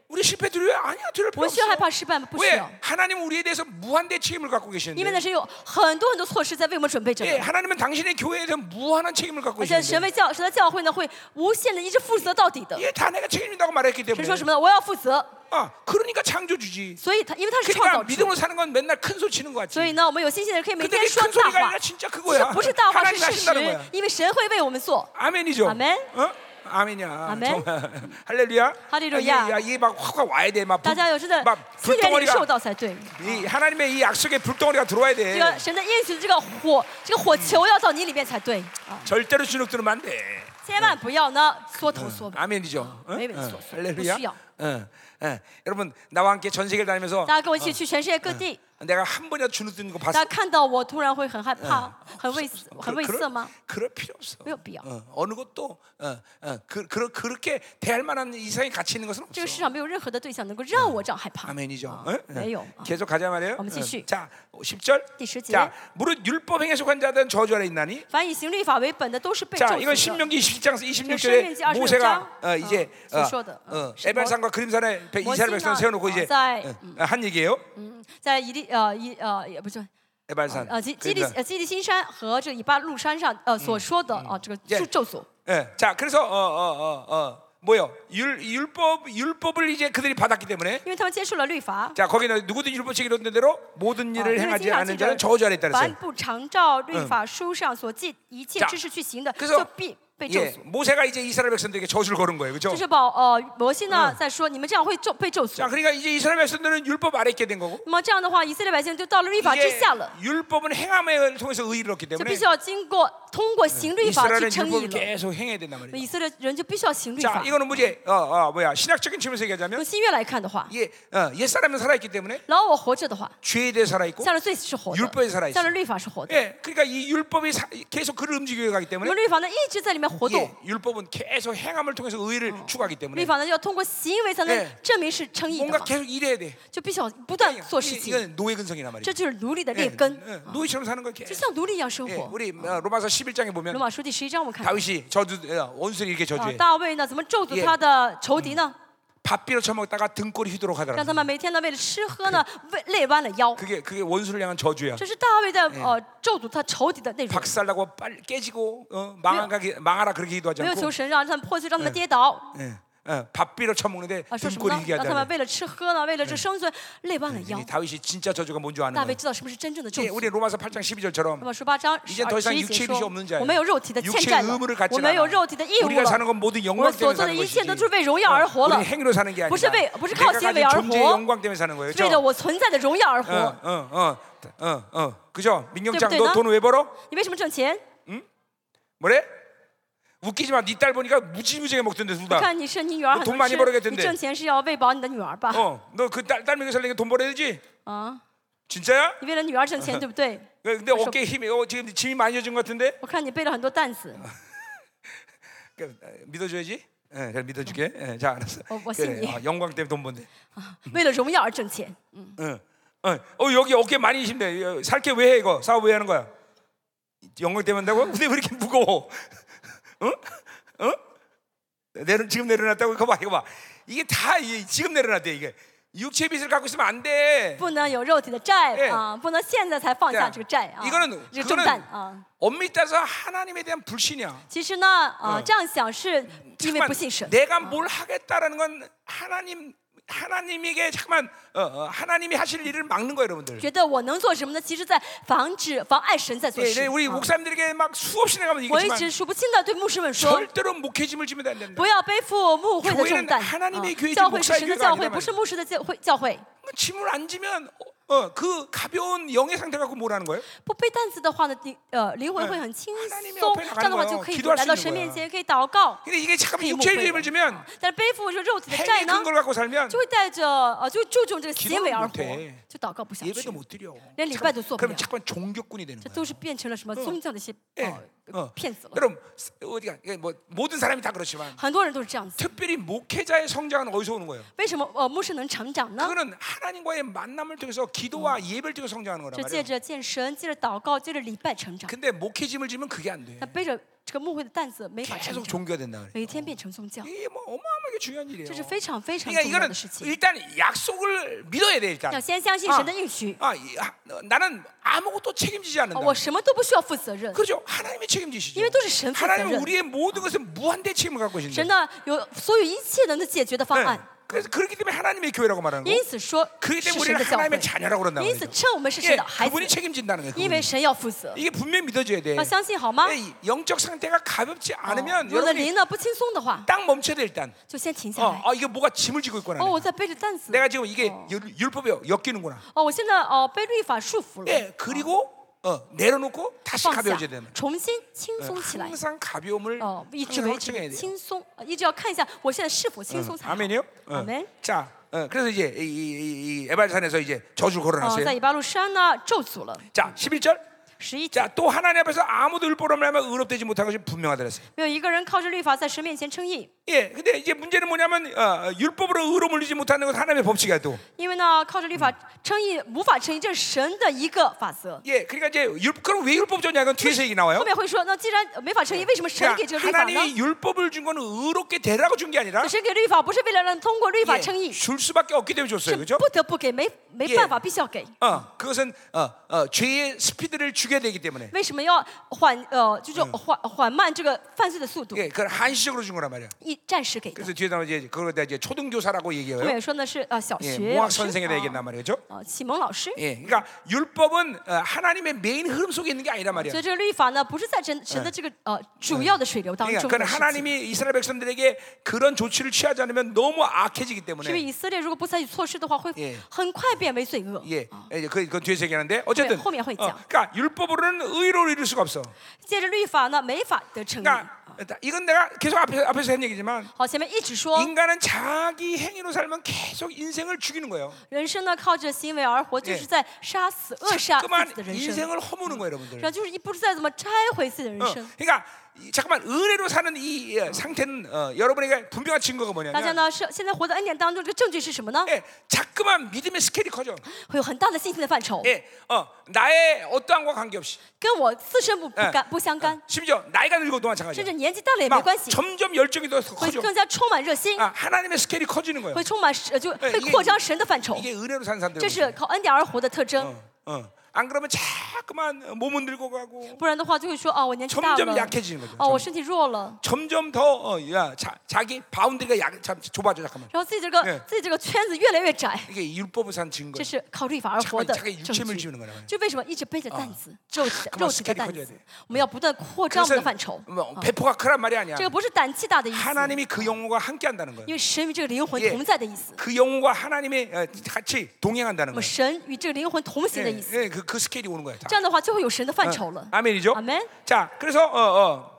Speaker 1: 우리 실패 두려워 아니야 두려울 필요
Speaker 2: 我们需
Speaker 1: 없어.
Speaker 2: 要害怕失败吗？不需
Speaker 1: 왜
Speaker 2: 要，
Speaker 1: 하나님 우리에 대해서 무한대 책임을 갖고
Speaker 2: 因为
Speaker 1: 계시는데.
Speaker 2: 呢，神有很多很多措施在为我们准备着呢
Speaker 1: 예, 。 하나님은 당신의 교회에 대한 무한한 책임을 갖고
Speaker 2: 而且神
Speaker 1: 계시는데.
Speaker 2: 为教神的教会呢，会无限的一直负责到底的。
Speaker 1: 예, 다 내가 책임진다고 말했기
Speaker 2: 神
Speaker 1: 때문에.
Speaker 2: 说什么呢？我要负责，
Speaker 1: 아, 그러니까 창조주지.
Speaker 2: 所以他因为他是创
Speaker 1: 그러니까
Speaker 2: 造主，
Speaker 1: 믿음으로 사는 건 맨날 큰 소리 치는 거
Speaker 2: 所
Speaker 1: 같지.
Speaker 2: 以呢，我们有信心的人可以每
Speaker 1: 근데
Speaker 2: 天
Speaker 1: 그
Speaker 2: 说
Speaker 1: 큰
Speaker 2: 大
Speaker 1: 소리가
Speaker 2: 话
Speaker 1: 아니라 ，진짜
Speaker 2: 其实
Speaker 1: 그거야.
Speaker 2: 不是大话，是
Speaker 1: 하나님
Speaker 2: 事
Speaker 1: 하신다는
Speaker 2: 实
Speaker 1: 거야. ，
Speaker 2: 因为神会为我们做。
Speaker 1: 아멘이죠.
Speaker 2: 아멘.
Speaker 1: 어? 아멘이야.
Speaker 2: 아멘.
Speaker 1: 정말. 할렐루야.
Speaker 2: 할렐루야.
Speaker 1: 아, 이게- 야, 이게 막 확확 와야 돼. 막 불-
Speaker 2: 大家有真的
Speaker 1: 막
Speaker 2: 心愿领受
Speaker 1: 불덩어리가
Speaker 2: 到才对。
Speaker 1: 이 하나님의 이 약속의 불덩어리가 들어와야
Speaker 2: 这
Speaker 1: 돼.
Speaker 2: 个神的应许的这个火，这个火球要到你里面才对啊！
Speaker 1: 절대로 주눅 들으면 안 돼.
Speaker 2: 千万不要呢缩头缩
Speaker 1: 嗯
Speaker 2: 尾。
Speaker 1: 아멘이죠. 응?
Speaker 2: 아멘.
Speaker 1: 응.
Speaker 2: 소스.
Speaker 1: 할렐루야.
Speaker 2: 소스요.
Speaker 1: 응. 응. 여러분 나와 함께 전 세계를 다니면서
Speaker 2: 大家跟我一起去全世界各地，
Speaker 1: 내가 한 번이라도 주눅 드는 거
Speaker 2: 大
Speaker 1: 봤어?
Speaker 2: 家看到我突然会很害怕、很畏、很畏色吗？
Speaker 1: 그럴 필요 없어.
Speaker 2: 필요 없어요.
Speaker 1: 어, 느 것도 어, 어, 그, 그, 그렇게 대할 만한 이상의 가치 있는 것은
Speaker 2: 这个世
Speaker 1: 없어.
Speaker 2: 上没有任何的对象能够让我这样害怕。
Speaker 1: 아멘이죠.
Speaker 2: 아,
Speaker 1: 응? 응.
Speaker 2: 왜요? 아.
Speaker 1: 계속 가자 말이에요.
Speaker 2: 한번 지시.
Speaker 1: 자, 10절.
Speaker 2: 第十节。
Speaker 1: 자, 무릇 율법 행에 속한 자들은 저주 아래 있나니.
Speaker 2: 凡以行律法为本的，都是被
Speaker 1: 자,
Speaker 2: 咒
Speaker 1: 이건
Speaker 2: 诅的。
Speaker 1: 신명기 27장에서
Speaker 2: 这是申命记
Speaker 1: 26절에
Speaker 2: 26
Speaker 1: 모세가
Speaker 2: 장,
Speaker 1: 어, 이제
Speaker 2: 어, 소쇼드, 어, 신문.
Speaker 1: 에발산과 그림산에 백- 이스라엘 백성
Speaker 2: 모세나,
Speaker 1: 세워놓고
Speaker 2: 어,
Speaker 1: 이제
Speaker 2: 자,
Speaker 1: 어, 한 얘기예요.
Speaker 2: 嗯，在以利呃以呃也不是
Speaker 1: 에발산.
Speaker 2: 呃基基利
Speaker 1: 그림산.
Speaker 2: 呃基利新山和这以巴路山上呃所说的啊这个
Speaker 1: 예
Speaker 2: 咒咒诅。
Speaker 1: 예, 자, 그래서 어, 어, 어, 어, 뭐요? 율, 율법 율법을 이제 그들이 받았기 때문에
Speaker 2: 因为他们接受了律法，
Speaker 1: 자, 거기는 누구든 율법책에 놓는 대로 모든
Speaker 2: 啊因为
Speaker 1: 일을
Speaker 2: 经
Speaker 1: 행하지
Speaker 2: 常
Speaker 1: 않은
Speaker 2: 记着
Speaker 1: 자는 저주 아래 있다
Speaker 2: 凡
Speaker 1: 그랬어요.
Speaker 2: 不常照律法书上所记一切
Speaker 1: 자
Speaker 2: 知识去行的，
Speaker 1: 그래서
Speaker 2: 就必被咒
Speaker 1: 예,
Speaker 2: 诅。
Speaker 1: 모세가 이제 이스라엘 백성들에게 저주를 걸은 거예요, 그렇죠?
Speaker 2: 这是保呃摩西呢在说，你们这样会咒被咒诅
Speaker 1: 자, 。 그러니까 이제 이스라엘 백성들은 율법 아래 있게 된 거고,
Speaker 2: 那么这样的话，以色列百姓就到了律法之
Speaker 1: 이제
Speaker 2: 下了，
Speaker 1: 율법은 행함을 통해서 의를 얻기
Speaker 2: 就
Speaker 1: 때문에
Speaker 2: 必须要经过通过行律法去
Speaker 1: 이스라엘은
Speaker 2: 称义
Speaker 1: 율법을
Speaker 2: 了。
Speaker 1: 계속 행해야 된단
Speaker 2: 那
Speaker 1: 말이에요.
Speaker 2: 以色列人就必须要行律
Speaker 1: 자,
Speaker 2: 法。
Speaker 1: 이거는 뭐지? 어, 어, 뭐야? 신학적인 측면에서
Speaker 2: 用
Speaker 1: 얘기하자면,
Speaker 2: 新约来看的话，
Speaker 1: 예, 어, 옛 사람은 살아 있기 때문에
Speaker 2: 老我活着的话，
Speaker 1: 죄에 대해 살아 있고,
Speaker 2: 下了罪是活
Speaker 1: 율법에살아있어
Speaker 2: 的，下了嗯律法是活的。
Speaker 1: 예, 그러니까 이 율법이 사- 계속 그를 움직여 가기
Speaker 2: 我们
Speaker 1: 때문에
Speaker 2: 律法呢一直在里面活动
Speaker 1: 예, ， 율법은 계속 행함을 통해서 의를 추구하기
Speaker 2: 律
Speaker 1: 때문에
Speaker 2: 法呢要通过行为才
Speaker 1: 예
Speaker 2: 能证明是称义的
Speaker 1: 뭔가
Speaker 2: 嘛，
Speaker 1: 계속 일해야 돼.
Speaker 2: 就必须要不断
Speaker 1: 예,
Speaker 2: 做事
Speaker 1: 이-
Speaker 2: 情，
Speaker 1: 이건 노예 근성이란 말이에요.
Speaker 2: 这就是奴隶的
Speaker 1: 예,
Speaker 2: 劣根，
Speaker 1: 예, 노예처럼 사는 거
Speaker 2: 就
Speaker 1: 계속.
Speaker 2: 像奴隶一样生
Speaker 1: 예,
Speaker 2: 活。
Speaker 1: 우리 어, 로마서 11장에
Speaker 2: 罗
Speaker 1: 보면
Speaker 2: 马书第十一章我们看到，
Speaker 1: 다윗이 저주 어, 원수를 이렇게
Speaker 2: 啊，
Speaker 1: 저주해.
Speaker 2: 大卫呢怎么咒
Speaker 1: 예
Speaker 2: 诅他的仇敌呢？
Speaker 1: 밥 빌어 처먹다가 등골이 휘도록
Speaker 2: 让
Speaker 1: 하더라.
Speaker 2: 他们每天呢为了吃喝呢为累弯了腰，
Speaker 1: 그게 그게 원수를 향한 저주야.
Speaker 2: 这是大卫在呃咒诅他仇敌的内容。
Speaker 1: 박살나고 빨리 깨지고 어, 망하기 망하라 그렇게 기도하지
Speaker 2: 没有
Speaker 1: 않고
Speaker 2: 求神让他们破碎，让他们跌倒
Speaker 1: 예, 어, 밥 빌어 처먹는데
Speaker 2: 啊！说什
Speaker 1: 등골이
Speaker 2: 么呢？让他
Speaker 1: 휘게하잖아.
Speaker 2: 们为了吃喝呢，为了这生存累弯了腰
Speaker 1: 이 。 다윗이 진짜 저주가 뭔 줄 아는
Speaker 2: 大
Speaker 1: 거야.
Speaker 2: 卫知道什么是真正的咒
Speaker 1: 예,
Speaker 2: 诅。
Speaker 1: 우리 로마서 8장 12절처럼
Speaker 2: 那么十八章十
Speaker 1: 이제 더
Speaker 2: 二十
Speaker 1: 이상
Speaker 2: 一节
Speaker 1: 육체의
Speaker 2: 说
Speaker 1: 것이 ， 없는 자예요.
Speaker 2: 我们有肉体的欠
Speaker 1: 육체의
Speaker 2: 债了
Speaker 1: 의무를 ，
Speaker 2: 我
Speaker 1: 갖지
Speaker 2: 们有
Speaker 1: 않아.
Speaker 2: 肉体的义务
Speaker 1: 우리가
Speaker 2: 了
Speaker 1: 사는 。건 모든
Speaker 2: 我们
Speaker 1: 영광 때문에
Speaker 2: 所做的
Speaker 1: 사는
Speaker 2: 一
Speaker 1: 것이지.
Speaker 2: 切都是为荣耀而活了
Speaker 1: 우리 ， 행위로 사는 게 아니라
Speaker 2: 不是为-不是靠
Speaker 1: 내가 가진
Speaker 2: 行为而活。
Speaker 1: 존재의 영광 때문에 사는 거예요.
Speaker 2: 为了
Speaker 1: 그렇죠?
Speaker 2: 我存在的荣耀而
Speaker 1: 어,
Speaker 2: 活。
Speaker 1: 어, 어, 어, 어. 그죠? 민경장
Speaker 2: 때문에
Speaker 1: 너 돈 왜 벌어?
Speaker 2: 你为什么挣钱？
Speaker 1: 뭐래? 웃기지 마. 네 딸 보니까 무지무지하게 먹던데 둘
Speaker 2: 我
Speaker 1: 다.
Speaker 2: 看你是你女儿
Speaker 1: 너
Speaker 2: 很
Speaker 1: 돈
Speaker 2: 能
Speaker 1: 많이벌어겠
Speaker 2: 吃，
Speaker 1: 던데
Speaker 2: 你挣钱是要喂饱你的女儿吧？
Speaker 1: 어, 너 그 딸 딸 먹여 살려니까 돈 벌어야 되지?
Speaker 2: 啊，
Speaker 1: 진짜야?
Speaker 2: 你为了女儿挣钱，对不 *laughs* 对？
Speaker 1: 근데 어깨 에 힘이 어, 지금 짐이 많이 져진 것 같은데?
Speaker 2: 我看你背了很多担 *laughs* 子，
Speaker 1: 그러니까, 어, 믿어줘야지. 예, 그래 믿어줄게. 예, 자, 알았어.
Speaker 2: 어, 멋있니?
Speaker 1: 그래, 어, 영광 때문에 돈 번대.
Speaker 2: 为了荣耀而挣钱。
Speaker 1: 응. 어, 어, 여기 어깨 많이 힘내. 살게 왜 해, 이거? 사업 왜 하는 거야? 영광 때문에 한다고? 근데 왜 이렇게 무거워? 응? 응? 내려, 지금 내려놨다고? 이거 봐, 이거 봐. 이게 다 이게 지금 내려놨대, 이게. 육체 빚을 갖고 있으면 안 돼.
Speaker 2: 不能有肉体的债
Speaker 1: 哎
Speaker 2: 啊，不能现在才放下这个债啊，
Speaker 1: 이거는,
Speaker 2: 这个重担啊
Speaker 1: 그거는 。 엄밀히 따서 하나님에 대한 불신이야.
Speaker 2: 其实呢，啊，这样想是因为
Speaker 1: 잠깐만,
Speaker 2: 不信神。
Speaker 1: 내가 뭘 하겠다라는 건 하나님, 하나님에게 잠깐만 어, 어, 하나님이 하실 일을 막는 거예요, 여러분들.
Speaker 2: 觉得我能做什么呢？其实，在防止妨碍神在做
Speaker 1: 예,
Speaker 2: 事。
Speaker 1: 네, 우리
Speaker 2: 啊
Speaker 1: 목사님들에게 막 수없이 내가면
Speaker 2: 我一
Speaker 1: 얘기했지만
Speaker 2: 直数不清的对牧师们说，
Speaker 1: 절대로 목회짐을 지면 안 된다.
Speaker 2: 不要背负牧会的重担。啊
Speaker 1: 교회는하나님의교회지
Speaker 2: 教会
Speaker 1: 목사의
Speaker 2: 是神的
Speaker 1: 교회가
Speaker 2: 教
Speaker 1: 아니란
Speaker 2: 会，
Speaker 1: 말이야
Speaker 2: 不是牧师的教会。教会
Speaker 1: 그 짐을 안 지면 어, 어, 그 가벼운 영의 상태 갖고 뭐라는 거예요?
Speaker 2: 不背担子的话呢，灵呃灵
Speaker 1: 嗯
Speaker 2: 魂会很轻
Speaker 1: 하나님의옆
Speaker 2: 松
Speaker 1: 에나가는거예요。
Speaker 2: 这样的话就可以
Speaker 1: 기도할수
Speaker 2: 来到
Speaker 1: 있는
Speaker 2: 神
Speaker 1: 거야
Speaker 2: 面前，可以祷告，
Speaker 1: 근데 이게 잠깐
Speaker 2: 可以牧
Speaker 1: 육체의
Speaker 2: 会
Speaker 1: 짐을 。 지면
Speaker 2: 但是背负着肉体的债
Speaker 1: 행위
Speaker 2: 呢
Speaker 1: 큰，걸 갖고 살면
Speaker 2: 就会带着呃，就会注重这个行为而活
Speaker 1: 기도를못해 ，
Speaker 2: 就祷告不下
Speaker 1: 예배도
Speaker 2: 去，
Speaker 1: 못 드려.
Speaker 2: 내 리바도
Speaker 1: 잠깐-
Speaker 2: 수업
Speaker 1: 그러면
Speaker 2: 그냥.
Speaker 1: 잠깐 종교꾼이 되는
Speaker 2: 这
Speaker 1: 거야.
Speaker 2: 都是变成了什么宗教的一些
Speaker 1: 어
Speaker 2: 呃骗子了。
Speaker 1: 여러분 어디가 이게 뭐 모든 사람이 다 그렇지만
Speaker 2: 很多人都是这样子。
Speaker 1: 특별히 목회자의 성장은 어디서 오는 거예요?
Speaker 2: 为什么呃牧师能成长呢？
Speaker 1: 그거는 하나님과의 만남을 통해서 기도와 예배를 통해서 성장하는
Speaker 2: 是
Speaker 1: 거란
Speaker 2: 借
Speaker 1: 말이에요.
Speaker 2: 着见神，借着祷告，借着礼拜成长。
Speaker 1: 근데 목회짐을 지면 그게 안 돼.
Speaker 2: 那背着这个牧会的担子，没法成
Speaker 1: 계속
Speaker 2: 长，
Speaker 1: 종교가 된다 그래.
Speaker 2: 每天变成宗教，
Speaker 1: 이게 뭐 어마어마하게 중요한 일이에요.
Speaker 2: 这是非常非常
Speaker 1: 그러니까
Speaker 2: 重要
Speaker 1: 이거는
Speaker 2: 的事情。
Speaker 1: 일단 약속을 믿어야 돼 일단.
Speaker 2: 要先相信
Speaker 1: 啊
Speaker 2: 神的应许，
Speaker 1: 아, 이- 아, 너- 나는 아무것도 책임지지
Speaker 2: 啊
Speaker 1: 않는다.
Speaker 2: 我什么都不需要负责任，
Speaker 1: 그렇죠? 어, 하나님이 책임지시죠.
Speaker 2: 因为都是神负责任。
Speaker 1: 하나님은 우리의 모든 것은 무한대 책임을 갖고
Speaker 2: 神
Speaker 1: 계신다.
Speaker 2: 呢有所有一切能够解决的方
Speaker 1: 네.
Speaker 2: 案。
Speaker 1: 그래서 그렇기 때문에 하나님의 교회라고 말하는 거고.
Speaker 2: 因此说
Speaker 1: 그때문
Speaker 2: 是
Speaker 1: 우리를
Speaker 2: 神的教
Speaker 1: 하나님의자녀라고그런단
Speaker 2: 会，因
Speaker 1: 말이죠
Speaker 2: 此称我们是
Speaker 1: 예,
Speaker 2: 神的孩子，
Speaker 1: 그분이 책임진다는 거예요.
Speaker 2: 嗯因为哎
Speaker 1: 그분이.
Speaker 2: 神要负责，
Speaker 1: 이게 분명히 믿어져야 돼.
Speaker 2: 要相信好吗？
Speaker 1: 예, 이 영적 상태가 가볍지
Speaker 2: 哦
Speaker 1: 않으면
Speaker 2: 我的
Speaker 1: 여러분이
Speaker 2: 灵呢不轻松的话，
Speaker 1: 딱 멈춰야 돼 일단.
Speaker 2: 就先停下
Speaker 1: 어,
Speaker 2: 来。
Speaker 1: 아, 이게 뭐가 짐을 지고 있구나.
Speaker 2: 哦，
Speaker 1: 내가.
Speaker 2: 我在背着担子，
Speaker 1: 내가 지금 이게 율- 율법에 엮이는구나.
Speaker 2: 哦，我现在哦被律法束缚了，
Speaker 1: 예, 그리고 어, 내려놓고 다시
Speaker 2: 放下
Speaker 1: 가벼워져야 되는. ，
Speaker 2: 重新嗯轻松起来。
Speaker 1: 항상 가벼움을
Speaker 2: 哦，一嗯直
Speaker 1: 항상
Speaker 2: 维
Speaker 1: 확정해야
Speaker 2: 持
Speaker 1: 돼요.
Speaker 2: 轻松，呃一直要看一下我现在是否轻松才好。
Speaker 1: 아멘이요? 어.
Speaker 2: 아멘.
Speaker 1: 자, 어, 그래서 이제 이, 이, 이, 이 에발산에서 이제 저주를
Speaker 2: 哦，
Speaker 1: 걸어놨어요.
Speaker 2: 在以巴路山呢咒诅了
Speaker 1: 자, 11절.
Speaker 2: 十一节，
Speaker 1: 자, 또 하나님 앞에서 아무도 율법을 하면 의롭되지 못한 것이 분명하다 그랬어요.
Speaker 2: 没有一个人靠着律法在神面前称义，
Speaker 1: 예, 근데 이제 문제는 뭐냐면 어, 어, 율법으로 의로 물리지 못하는 건 하나님의 법칙이야 또.
Speaker 2: 因为呢靠着律法称义无法称义，这是神的一个法则。
Speaker 1: 예, 그러니까 이제 율 그럼 왜 율법 줬냐? 그건 뒤에서 얘기 나와요.
Speaker 2: 后面会说，那既然没法称义，为什么神
Speaker 1: 그러니까
Speaker 2: 给这个律法呢？
Speaker 1: 하나님이 그 율법을 준 거는 의롭게 되라고 준 게 아니라
Speaker 2: 神给律法不是为了让通过律法
Speaker 1: 예,
Speaker 2: 称义，
Speaker 1: 줄 수밖에 없기 때문에 줬어요,
Speaker 2: 是
Speaker 1: 그렇죠?
Speaker 2: 不得不给，没没办法，必须要给。
Speaker 1: 어, 그것은 어, 어, 죄의 스피드를 죽여야 되기 때문에
Speaker 2: 为什么要缓呃，就是缓缓慢这个犯罪的速度？
Speaker 1: 예, 그걸 한시적으로 준 거란 말이야.
Speaker 2: 一暂时给的。
Speaker 1: 그래서 뒤에 나오는 이제 그걸 다 이제 초등교사라고
Speaker 2: 后
Speaker 1: 얘기해요. 에
Speaker 2: 面说呢是呃小
Speaker 1: 예,
Speaker 2: 学老
Speaker 1: 모학
Speaker 2: 师
Speaker 1: 선생이라 얘기했단
Speaker 2: 啊
Speaker 1: 말이죠.
Speaker 2: 啊启蒙老师。
Speaker 1: 예, 그러니까 율법은 어, 하나님의 메인 흐름 속에 있는 게 아니란 말이야.
Speaker 2: 所以这个律法呢，不是在神神的这个呃主要的水流当
Speaker 1: 그러니까
Speaker 2: 中
Speaker 1: 그건
Speaker 2: 的事情。
Speaker 1: 하나님이 이스라엘 백성들에게 그런 조치를 취하지 않으면 너무 악해지기
Speaker 2: 是不是
Speaker 1: 때문에
Speaker 2: 以色列如果不采取措施的话，会
Speaker 1: 예
Speaker 2: 很快变为罪恶？
Speaker 1: 예, 예, 그- 그건 뒤에서 얘기하는데 어쨌든
Speaker 2: 네, 后面会讲。
Speaker 1: 그러니까 율법으로는 의로를 이룰 수가 없어.
Speaker 2: 借着律法呢，没法得称义。
Speaker 1: 그러니까 이건 내가 계속 앞에서 앞에서 한 얘기지만
Speaker 2: 好，前面一直说，
Speaker 1: 인간은 자기 행위로 살면 계속 인생을 죽이는 거예요.
Speaker 2: 人生呢靠着行为而活，
Speaker 1: 哎
Speaker 2: 就是在杀死扼杀自己的
Speaker 1: 자꾸만
Speaker 2: 人生，
Speaker 1: 인생을 허무는 거예요, 여러분들.
Speaker 2: 然后就是一不知道怎么拆毁自己的人
Speaker 1: 어,
Speaker 2: 生。
Speaker 1: 그러니까 이- 잠깐만 의뢰로 사는 이 예, 상태는 어, 여러분에게 분명한 증거가
Speaker 2: 大家
Speaker 1: 뭐냐면
Speaker 2: 呢是现在活在恩典当中，这个证据是什么呢？
Speaker 1: 예, 자꾸만 믿음의 스케일이 커져.
Speaker 2: 会有很大的信心的范畴，
Speaker 1: 예, 어, 나의 어떠한과 관계없이
Speaker 2: 跟我自身不不
Speaker 1: 哎
Speaker 2: 干不相干，
Speaker 1: 심지어 나이가 늙어도 마찬가지야.
Speaker 2: 甚至年纪大了也没
Speaker 1: 막
Speaker 2: 关系，
Speaker 1: 점점 열정이 더
Speaker 2: 会
Speaker 1: 커져.
Speaker 2: 更加充满热心，
Speaker 1: 아, 하나님의 스케일이 커지는 거예요.
Speaker 2: 会充满呃就
Speaker 1: 啊哎
Speaker 2: 会
Speaker 1: 이게
Speaker 2: 扩张神的范畴，
Speaker 1: 이게 의뢰로 사는 사람들.
Speaker 2: 这是靠恩典而活的特征。
Speaker 1: 嗯 어, 안 그러면 자꾸만 몸은 늙고 가고
Speaker 2: 不然的话就会说啊，我年纪大
Speaker 1: 점점
Speaker 2: 了，
Speaker 1: 약해지는 거죠.
Speaker 2: 哦，我身体弱了，
Speaker 1: 점점 더 어, 야, 자, 자기 바운드리가 약, 참 좁아져 잠깐만.
Speaker 2: 然后自己这个、
Speaker 1: 哎
Speaker 2: 自己这个圈子越来越窄，
Speaker 1: 이게 율법을 산 증거.
Speaker 2: 嗯这是靠律法而活
Speaker 1: 잠깐만
Speaker 2: 的
Speaker 1: 자기
Speaker 2: 证
Speaker 1: 육체물
Speaker 2: 据。
Speaker 1: 지우는 거라.
Speaker 2: 就为什么一直背着担子，肉体的
Speaker 1: 그만
Speaker 2: 肉体的
Speaker 1: 스케일이
Speaker 2: 担
Speaker 1: 커져야
Speaker 2: 子
Speaker 1: 돼 ，
Speaker 2: 我们要不断扩张我
Speaker 1: 그래서
Speaker 2: 们的范畴。
Speaker 1: 뭐 배포가 크란 말이 아니야.
Speaker 2: 这个不是胆气大的意思，
Speaker 1: 하나님이 그 영혼과 함께한다는 거예요.
Speaker 2: 因为神与这个灵魂
Speaker 1: 예
Speaker 2: 同在的意思，
Speaker 1: 그 영혼과 하나님이 어, 같이 동행한다는
Speaker 2: 我们
Speaker 1: 거예요.
Speaker 2: 神与这个灵魂同行的意
Speaker 1: 예,
Speaker 2: 思。
Speaker 1: 예, 그, 그 스케일이 오는 거예요. 다.
Speaker 2: 这样的话就会有神的范畴了。
Speaker 1: 아멘이죠.
Speaker 2: 아멘.
Speaker 1: 자, 그래서 어, 어,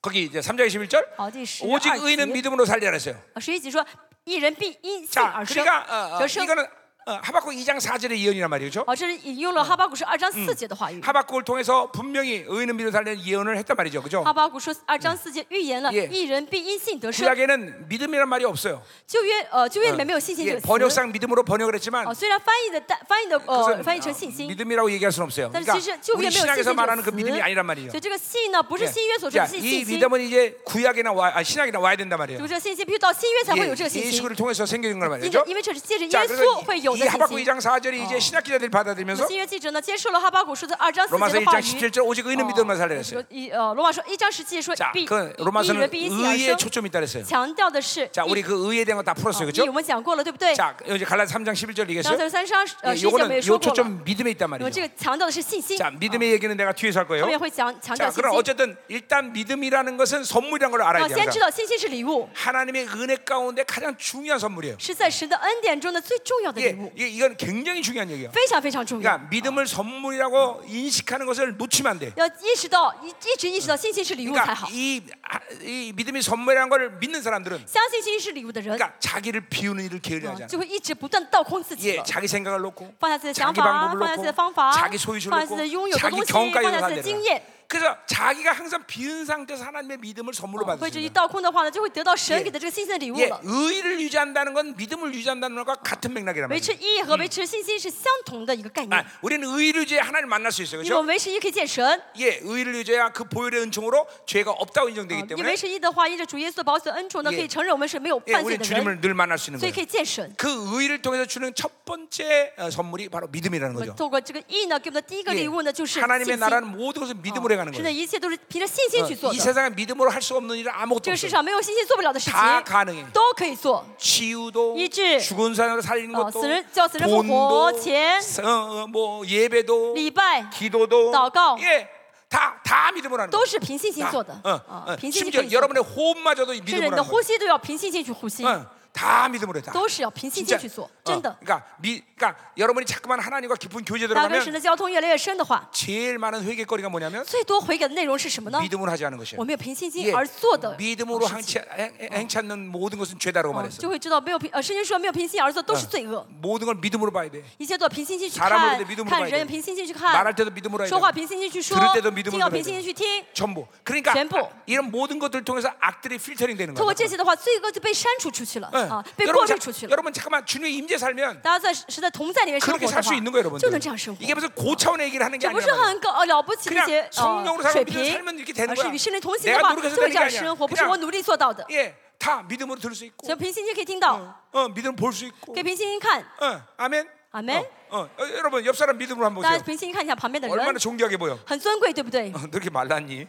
Speaker 1: 거기 이제 3장 21절
Speaker 2: 好，第十二
Speaker 1: 오직 의인은
Speaker 2: 节，
Speaker 1: 믿음으로 살리라 했어요.
Speaker 2: 啊十一节说一人必因信
Speaker 1: 자,
Speaker 2: 而生，
Speaker 1: 그러니까 어, 어,
Speaker 2: 得生。哦
Speaker 1: 이거는 어, 하박국 2장 4절의 예언이란 말이죠.
Speaker 2: 好，这是引用了哈巴谷书二章四节的话语。
Speaker 1: 하박국을 통해서 분명히 의인은 믿음으로 살리는 예언을 했단 말이죠. 그죠?
Speaker 2: 哈巴谷说二章四节预言了
Speaker 1: 예
Speaker 2: 一人必因信得生。
Speaker 1: 구약에는 믿음이란 말이 없어요.
Speaker 2: 旧约呃旧约里面没有信心这
Speaker 1: 예,
Speaker 2: 个词。
Speaker 1: 번역상 믿음으로 번역을 했지만
Speaker 2: 哦，虽然翻译的但翻译的呃
Speaker 1: 그것은
Speaker 2: 翻译成
Speaker 1: 아,
Speaker 2: 信心，
Speaker 1: 믿음이라고 얘기할 수는 없어요.
Speaker 2: 但是其实
Speaker 1: 그러니까
Speaker 2: 旧
Speaker 1: 우리
Speaker 2: 约没有信心
Speaker 1: 신약에서
Speaker 2: 这
Speaker 1: 말하는 그
Speaker 2: 个
Speaker 1: 믿음이 아니란
Speaker 2: 词。
Speaker 1: 말이에요.
Speaker 2: 所以这个信呢，不是
Speaker 1: 예.
Speaker 2: 新约所说
Speaker 1: 자,
Speaker 2: 的信
Speaker 1: 이
Speaker 2: 心，
Speaker 1: 믿음은 이제 구약이나 와, 아, 신약이나 와야 된단
Speaker 2: 就
Speaker 1: 말이에요.
Speaker 2: 是这个信心必须到新约才会有这个
Speaker 1: 예,
Speaker 2: 信心。
Speaker 1: 예수를 통해서 생기는 걸
Speaker 2: 因
Speaker 1: 말이죠.
Speaker 2: 为因为这是借着耶
Speaker 1: 자,
Speaker 2: 稣
Speaker 1: 그래서
Speaker 2: 会
Speaker 1: 이,
Speaker 2: 有
Speaker 1: 이
Speaker 2: 的
Speaker 1: 하박국
Speaker 2: 信心。
Speaker 1: 2장 4절이 이제 신약 기자들이
Speaker 2: 我
Speaker 1: 받아들이면서
Speaker 2: 们新约记者呢接受了哈巴谷书的二章四
Speaker 1: 로마서
Speaker 2: 节的话
Speaker 1: 1장 17절
Speaker 2: 语。
Speaker 1: 오직 의인은 믿음으로 살려
Speaker 2: 什
Speaker 1: 했어요.
Speaker 2: 么
Speaker 1: 그렇죠.
Speaker 2: 一呃，罗马说一章十七说
Speaker 1: 자,
Speaker 2: 必
Speaker 1: 그
Speaker 2: 一
Speaker 1: 로마서는
Speaker 2: 人必因信而
Speaker 1: 의에
Speaker 2: 生，
Speaker 1: 초점이 있다 그랬어요.
Speaker 2: 强调的是
Speaker 1: 자,
Speaker 2: 义
Speaker 1: 우리 그 의에 대한 거 다 풀었어요.
Speaker 2: 义
Speaker 1: 그죠?
Speaker 2: 我们讲过了，对不对？
Speaker 1: 자, 여기 갈라디아 3장 11절
Speaker 2: 然后
Speaker 1: 얘기했어요.
Speaker 2: 在三章呃
Speaker 1: 예,
Speaker 2: 十一节我们
Speaker 1: 요거는
Speaker 2: 也
Speaker 1: 요
Speaker 2: 说过了，
Speaker 1: 초점 믿음에 있단
Speaker 2: 我们这
Speaker 1: 말이죠.
Speaker 2: 个强调的是信心。
Speaker 1: 자,
Speaker 2: 啊
Speaker 1: 믿음의 얘기는 내가 뒤에서 할
Speaker 2: 后
Speaker 1: 거예요.
Speaker 2: 面会讲强调
Speaker 1: 자
Speaker 2: 信
Speaker 1: 그럼
Speaker 2: 心。
Speaker 1: 어쨌든 일단 믿음이라는 것은 선물이라는 걸 알아야
Speaker 2: 要
Speaker 1: 돼요.
Speaker 2: 先知
Speaker 1: 항상.
Speaker 2: 道信心是礼物，
Speaker 1: 하나님의 은혜 가운데 가장 중요한 선물이에요.
Speaker 2: 是在神的恩典中的最重要的礼
Speaker 1: 이게,
Speaker 2: 物，
Speaker 1: 이게 이건 굉장히 중요한 얘기예요.
Speaker 2: 非常非常重要。
Speaker 1: 그러니까 믿음을 선물이라고 인식하는 것을 놓치면 안 돼.
Speaker 2: 要意识到一一直意识到信心是礼物才
Speaker 1: 그러니까
Speaker 2: 好。
Speaker 1: 이, 아, 이 믿음이 선물이라는 걸 믿는 사람들은
Speaker 2: 相信信心是礼物的人，
Speaker 1: 그러니까 자기를 비우는 일을 게으르게
Speaker 2: 啊
Speaker 1: 하지 않아.
Speaker 2: 就会一直不断倒空自己
Speaker 1: 예,
Speaker 2: 了。
Speaker 1: 자기 생각을 놓고
Speaker 2: 放下自己的想
Speaker 1: 자기
Speaker 2: 法，
Speaker 1: 방법을
Speaker 2: 放下自己的
Speaker 1: 놓고
Speaker 2: 方法，
Speaker 1: 자기 소유주를 그
Speaker 2: 放下
Speaker 1: 놓고
Speaker 2: 自己的拥有的
Speaker 1: 자기
Speaker 2: 东西，放
Speaker 1: 경험까지
Speaker 2: 下自己
Speaker 1: 가는
Speaker 2: 的经
Speaker 1: 데를
Speaker 2: 验。
Speaker 1: 그래서 자기가 항상 비운 상태에서 하나님의 믿음을 선물로
Speaker 2: 会这一
Speaker 1: 받으시는 거예요.
Speaker 2: 倒空的话呢，就会得到神
Speaker 1: 예
Speaker 2: 给的这个信心的礼物
Speaker 1: 예,
Speaker 2: 了。
Speaker 1: 의를 유지한다는 건 믿음을 유지한다는 것과 같은 맥락이란
Speaker 2: 维
Speaker 1: 말이에요.
Speaker 2: 持意义和维持信心是相同的一个概
Speaker 1: 아,
Speaker 2: 念，
Speaker 1: 우리는 의를 유지해 하나님 만날 수 있어요.
Speaker 2: 因为
Speaker 1: 그렇죠?
Speaker 2: 我们维持意义可以见神，啊
Speaker 1: 예, 의를 유지해야 그 보혈의 은총으로 죄가 없다고 인정되기
Speaker 2: 因为嗯维
Speaker 1: 때문에
Speaker 2: 持意义的话，依着主耶稣的保险恩宠呢，
Speaker 1: 예
Speaker 2: 可以承认我们是没有
Speaker 1: 예,
Speaker 2: 犯罪
Speaker 1: 우리는
Speaker 2: 的人，
Speaker 1: 주님을 늘 만날 수 있는
Speaker 2: 所以可
Speaker 1: 거예요.
Speaker 2: 以见神。
Speaker 1: 그 의를 통해서 주는 첫 번째 어, 선물이 바로 믿음이라는
Speaker 2: 我
Speaker 1: 거죠.
Speaker 2: 们透过这个意义呢，给我们的第一个
Speaker 1: 예,
Speaker 2: 礼物呢，就是信
Speaker 1: 하나님의
Speaker 2: 心。
Speaker 1: 나라는 모든 것을 믿음으로 해가는
Speaker 2: 是的，嗯
Speaker 1: 거예요.
Speaker 2: 一切都是凭着信心
Speaker 1: 어,
Speaker 2: 去做
Speaker 1: 이
Speaker 2: 的。
Speaker 1: 세상에 믿음으로 할 수 없는 일은 아무것도
Speaker 2: 这个世
Speaker 1: 없어요.
Speaker 2: 上没有信心做不了的事
Speaker 1: 다
Speaker 2: 情，
Speaker 1: 가능해.
Speaker 2: 都可以做。
Speaker 1: 치유도,
Speaker 2: 이지.
Speaker 1: 죽은 사람을 살리는
Speaker 2: 어,
Speaker 1: 것도,
Speaker 2: 스를- 저 스를
Speaker 1: 돈도,
Speaker 2: 보고, 钱.
Speaker 1: 서- 어, 뭐 예배도,
Speaker 2: 礼拜
Speaker 1: 기도도,
Speaker 2: 祷告.
Speaker 1: 예, 다, 다 믿음으로 하는 거예요.
Speaker 2: 都是凭信心做的，
Speaker 1: 어,
Speaker 2: 啊
Speaker 1: 어,
Speaker 2: 凭信心可
Speaker 1: 심지어
Speaker 2: 以做的。
Speaker 1: 여러분의 호흡마저도 이
Speaker 2: 甚至
Speaker 1: 믿음으로
Speaker 2: 你的
Speaker 1: 하는
Speaker 2: 呼
Speaker 1: 거예요.
Speaker 2: 吸都要凭信心去呼吸，
Speaker 1: 어, 다 믿음으로 해, 다.
Speaker 2: 都是要凭信心
Speaker 1: 진짜.
Speaker 2: 去做
Speaker 1: 어, ，
Speaker 2: 真的。
Speaker 1: 그러니까, 미, 그러니까 여러분이 자꾸만 하나님과 깊은 교제
Speaker 2: 大家跟
Speaker 1: 들어가면
Speaker 2: 神的交通越来越深的话，
Speaker 1: 제일 많은 회개거리가 뭐냐면
Speaker 2: 最多悔改的内容是什么呢？
Speaker 1: 믿음으로 하지 않은 것이에요.
Speaker 2: 我没有凭信
Speaker 1: 예,
Speaker 2: 心而做的事
Speaker 1: 믿음으로
Speaker 2: 情，
Speaker 1: 행치, 행- 행치 않는 모든 것은 죄다라고
Speaker 2: 啊
Speaker 1: 말했어요.
Speaker 2: 就会知道没有凭呃，圣经说没有凭信心而做都是罪恶，
Speaker 1: 모든 걸 믿음으로 봐야 돼.
Speaker 2: 一切都要凭信心去
Speaker 1: 사람으로볼
Speaker 2: 看
Speaker 1: 때믿음으로，봐야
Speaker 2: 看人
Speaker 1: 돼
Speaker 2: 凭信心去
Speaker 1: 말할
Speaker 2: 看，
Speaker 1: 때도 믿음으로 해야
Speaker 2: 说话
Speaker 1: 돼.
Speaker 2: 凭信心去说
Speaker 1: 들을때도믿음으로，
Speaker 2: 听要
Speaker 1: 봐야
Speaker 2: 凭
Speaker 1: 돼
Speaker 2: 信心去听。
Speaker 1: 전부. 그러니까
Speaker 2: 전부.
Speaker 1: 이런 모든 것들 통해서 악들이 필터링 되는 거예요.
Speaker 2: 通过这些的话，罪恶就被删除出去了
Speaker 1: 예.
Speaker 2: 啊，被过
Speaker 1: 여러분,
Speaker 2: 滤
Speaker 1: 자-
Speaker 2: 出去了。
Speaker 1: 여러분 잠깐만 주님의 임재 살면
Speaker 2: 大家在实在同在里面生活
Speaker 1: 그렇게
Speaker 2: 的
Speaker 1: 살 수
Speaker 2: 话
Speaker 1: 있는 거예요, ，
Speaker 2: 就
Speaker 1: 여러분들.
Speaker 2: 能这样生活
Speaker 1: 이게 。 무슨 고차원의 얘기를 하는 게
Speaker 2: 这不
Speaker 1: 아니란
Speaker 2: 是
Speaker 1: 말이에요.
Speaker 2: 很高呃了不起的一些
Speaker 1: 그냥
Speaker 2: 呃
Speaker 1: 성령으로 살고
Speaker 2: 水平
Speaker 1: 믿음으로 ， 살면 이렇게 되는
Speaker 2: 而是
Speaker 1: 거야.
Speaker 2: 与圣灵同行的
Speaker 1: 내가
Speaker 2: 话，就
Speaker 1: 노력해서 되는
Speaker 2: 会这
Speaker 1: 게
Speaker 2: 样生
Speaker 1: 아니야.
Speaker 2: 活，不是
Speaker 1: 그냥
Speaker 2: 我努力做到的。
Speaker 1: 예, 다 믿음으로 들을 수 있고,
Speaker 2: 所以凭信心可以听到，
Speaker 1: 어, 믿음으로 볼 수 있고,
Speaker 2: 可以凭信心看，
Speaker 1: 어, 아멘.
Speaker 2: 아멘.
Speaker 1: 어, 어, 어, 여러분 옆 사람 믿음으로 한번
Speaker 2: 大
Speaker 1: 보세요.
Speaker 2: 家凭信心看一下旁边的
Speaker 1: 얼마나
Speaker 2: 人，
Speaker 1: 존귀하게 보여.
Speaker 2: 很尊贵，对不
Speaker 1: *laughs*
Speaker 2: 对
Speaker 1: 어, ？너 이렇게 말랐니?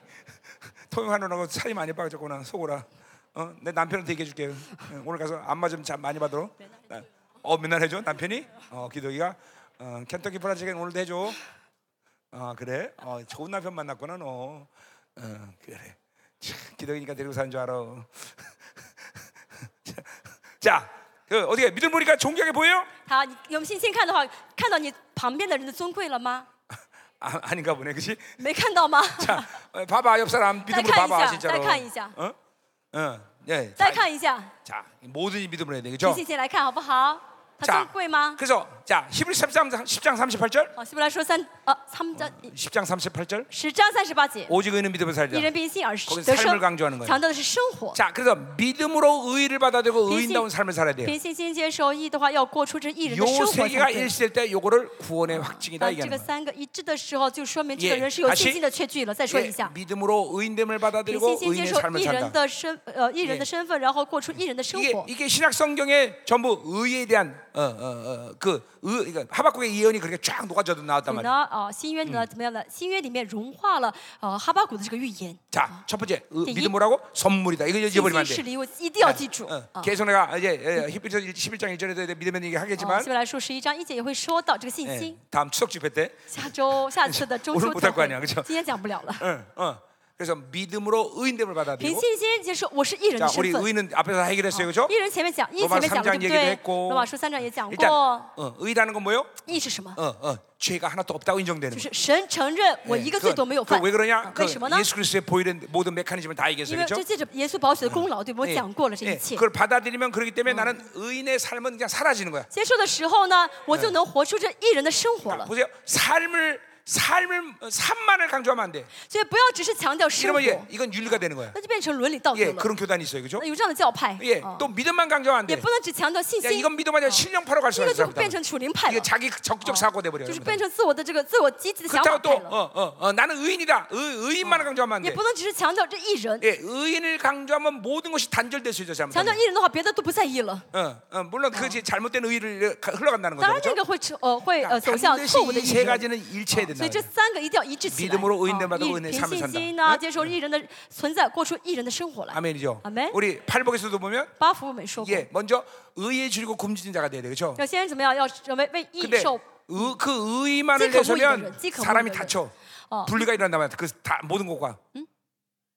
Speaker 1: 토용하느라고 살이 많이 빠졌구나. 속어라. 어, 내 남편한테 얘기해 줄게요. 어, 오늘 가서 안마 좀 자- 많이 받도록. 나- 어, 맨날 해줘 남편이? 어, 기도기가 어, 켄터키 프라이드 치킨 오늘도 해줘. 아 그래? 어, 좋은 남편 만났구나 너. 어, 그래. 참, 기덕이니까 데리고 사는 줄 알아. *laughs* 자, 그 어떻게 믿음 보니까 존경해 보여?
Speaker 2: 好，你用信心看的话，看到你旁边的人的尊贵了吗？
Speaker 1: 아, 아닌가 보네, 그렇지?
Speaker 2: 没看到吗？
Speaker 1: 자, 어, 봐봐 옆 사람
Speaker 2: 再
Speaker 1: 믿음으로
Speaker 2: 看一
Speaker 1: 봐봐
Speaker 2: 下，
Speaker 1: 진짜로.
Speaker 2: 再看一下，
Speaker 1: 어? 응, 예.
Speaker 2: 再
Speaker 1: 자,
Speaker 2: 看一下，
Speaker 1: 자, 모든이 믿음으로 해야 되겠죠?
Speaker 2: 用信心来看好不好？他
Speaker 1: 자,
Speaker 2: 尊贵吗？
Speaker 1: 그래서 자, 히브리 13장 10장 38절,
Speaker 2: 好，希伯来说三呃，他们章
Speaker 1: 10장 38절.
Speaker 2: 十章三十八节，
Speaker 1: 오직 의는 믿음으로
Speaker 2: 一
Speaker 1: 살자.
Speaker 2: 人必信而
Speaker 1: 거기서
Speaker 2: 得
Speaker 1: 삶을강조하는거예 요
Speaker 2: 生，强调的是生活。
Speaker 1: 자, 그래서 믿음으로 의를 받아들고
Speaker 2: 빈신-
Speaker 1: 의인다운 삶을 살아야 돼요.
Speaker 2: 凭信心接受义的话，要过出这一人的生
Speaker 1: 요
Speaker 2: 活
Speaker 1: 세계가
Speaker 2: 才对。
Speaker 1: 일실 때 요거를 구원의 확증이다
Speaker 2: 啊当这个
Speaker 1: 얘기하는 거예요.
Speaker 2: 三个一致的时候，就说明这个
Speaker 1: 예
Speaker 2: 人是有
Speaker 1: 다시
Speaker 2: 啊信心的确据了。再说
Speaker 1: 예,
Speaker 2: 一下，
Speaker 1: 믿음으로 의인됨을
Speaker 2: 凭
Speaker 1: 받아들이고
Speaker 2: 信心接
Speaker 1: 의인의
Speaker 2: 受
Speaker 1: 삶을
Speaker 2: 一人
Speaker 1: 산다.
Speaker 2: 的身呃一人的身份，然后过出一人的生
Speaker 1: 이게
Speaker 2: 活。
Speaker 1: 이게 신약 성경의 전부 의에 대한 어, 어어어그의 그러니까 하박국의 예언이 그렇게 쫙 녹아져도 나왔단
Speaker 2: 你
Speaker 1: 말이에요.
Speaker 2: 呢？啊，新约呢怎么样呢？新约里面融化了呃哈巴谷的这个预言。
Speaker 1: 자, 첫 번째 의-
Speaker 2: 이-
Speaker 1: 믿음으로라고 선물이다. 아. 이거
Speaker 2: 信
Speaker 1: 잊어버리면 안
Speaker 2: 心是
Speaker 1: 돼. 어,
Speaker 2: 礼物，一定要记住。啊，
Speaker 1: 계속 내가 아, 이제 예, 히브리서 11장 1절에서 믿음의 얘기
Speaker 2: 啊
Speaker 1: 하겠지만
Speaker 2: 希伯来书十一章一节也会说到这个信
Speaker 1: 예,
Speaker 2: 心。
Speaker 1: 다음 추석 집회 때
Speaker 2: 下周下次的 *laughs* 周
Speaker 1: 오늘
Speaker 2: 休
Speaker 1: 못
Speaker 2: 特
Speaker 1: 할 거
Speaker 2: 会
Speaker 1: 아니야, ， 그렇죠?
Speaker 2: 今天讲不了了。
Speaker 1: 응, 어. 그래서 믿음으로 의인됨을
Speaker 2: 凭
Speaker 1: 받아들이고
Speaker 2: 信心接受，我是一人
Speaker 1: 자
Speaker 2: 的身
Speaker 1: 우리
Speaker 2: 份。
Speaker 1: 의는 앞에서 해결했어요, 그렇죠?
Speaker 2: 一人前面讲，一
Speaker 1: 罗马
Speaker 2: 前面讲了
Speaker 1: 3장
Speaker 2: 对
Speaker 1: 얘기도했
Speaker 2: 不
Speaker 1: 고
Speaker 2: 对？罗马书三章也讲
Speaker 1: 일단
Speaker 2: 过，
Speaker 1: 어, 의라는 건 뭐요?
Speaker 2: 义是什么？
Speaker 1: 어, 어, 죄가 하나도 없다고 인정되는 거예요.
Speaker 2: 就是神承认
Speaker 1: 뭐
Speaker 2: 我一个罪都没有犯。
Speaker 1: 그왜 그러냐?
Speaker 2: 啊
Speaker 1: 그
Speaker 2: 哎为什么呢？
Speaker 1: 예수 그리스도의 보이는 모든 메커니즘을 다 얘기했어요,
Speaker 2: 因为
Speaker 1: 그렇죠? 예.
Speaker 2: 这借着耶稣宝血的功劳，对不对？我讲过了这一切。
Speaker 1: 그걸 받아들이면 그렇기 때문에 나는 의인의 삶은 그냥 사라지는 거야.
Speaker 2: 接受的时候呢，我就能活出这一人的生活了。
Speaker 1: 보세요, 삶을 삶을 어, 삶만을 강조하면 안 돼.
Speaker 2: 所以不要只是强调生
Speaker 1: 이러면 예,
Speaker 2: 活，
Speaker 1: 이건 윤리가 되는 거야.
Speaker 2: 那就变成伦理道德
Speaker 1: 예,
Speaker 2: 了。
Speaker 1: 그런 교단이 있어요, 그렇죠?
Speaker 2: 那有这样的教派，
Speaker 1: 예,
Speaker 2: 啊
Speaker 1: 또 믿음만 강조하면 안
Speaker 2: 也
Speaker 1: 돼.
Speaker 2: 不能只强调信
Speaker 1: 야,
Speaker 2: 心，
Speaker 1: 이건 믿음 아니라 신령파로 갈 수가
Speaker 2: 这个
Speaker 1: 있어.
Speaker 2: 就变
Speaker 1: 사람들은.
Speaker 2: 成属灵派
Speaker 1: 이게
Speaker 2: 了。
Speaker 1: 자기 적극적 사고
Speaker 2: 就是
Speaker 1: 돼버려요.
Speaker 2: 变成自我的这个自我积极的想法
Speaker 1: 그렇다고 어. 또
Speaker 2: 派了，
Speaker 1: 어, 어, 어, 나는 의인이다. 의, 인만을 강조하면 안
Speaker 2: 也
Speaker 1: 돼.
Speaker 2: 不能只是强调这一人，
Speaker 1: 예, 의인을 강조하면 모든 것이 단절될 수 있죠,
Speaker 2: 强调
Speaker 1: 잘못하면.
Speaker 2: 一人的话，别的都不在意了。
Speaker 1: 어, 어, 물론 그것이 잘못된 의의를 가- 흘러간다는 거죠.
Speaker 2: 当然，这
Speaker 1: 그렇죠?
Speaker 2: 个会成呃会呃走向
Speaker 1: 반드시
Speaker 2: 错误的
Speaker 1: 이
Speaker 2: 一
Speaker 1: 세
Speaker 2: 人。
Speaker 1: 가지는 일체해야
Speaker 2: 所
Speaker 1: 된다.
Speaker 2: 以这三个一定要一致起来。
Speaker 1: 믿음으로의인됨
Speaker 2: 啊
Speaker 1: 받고
Speaker 2: 의
Speaker 1: 은혜의
Speaker 2: 凭
Speaker 1: 삶을산다
Speaker 2: 信心
Speaker 1: 응
Speaker 2: 呢，接受一人的存在，过出一人的生活来。
Speaker 1: 아멘이죠.
Speaker 2: 아멘.
Speaker 1: 우리 팔복에서도 보면
Speaker 2: 八福我们也说过，
Speaker 1: 예, 먼저 의에 줄이고 굶주린 자가 돼야 돼, 그렇죠?
Speaker 2: 要先怎么样？要为为义
Speaker 1: 근데
Speaker 2: 受
Speaker 1: 의, 그 의의만을
Speaker 2: 찌그러지고
Speaker 1: 내서면
Speaker 2: 있는 찌그러지고
Speaker 1: 사람이
Speaker 2: 있는
Speaker 1: 다쳐
Speaker 2: 어.
Speaker 1: 분리가 일어난단 말이야. 그 다, 모든 것과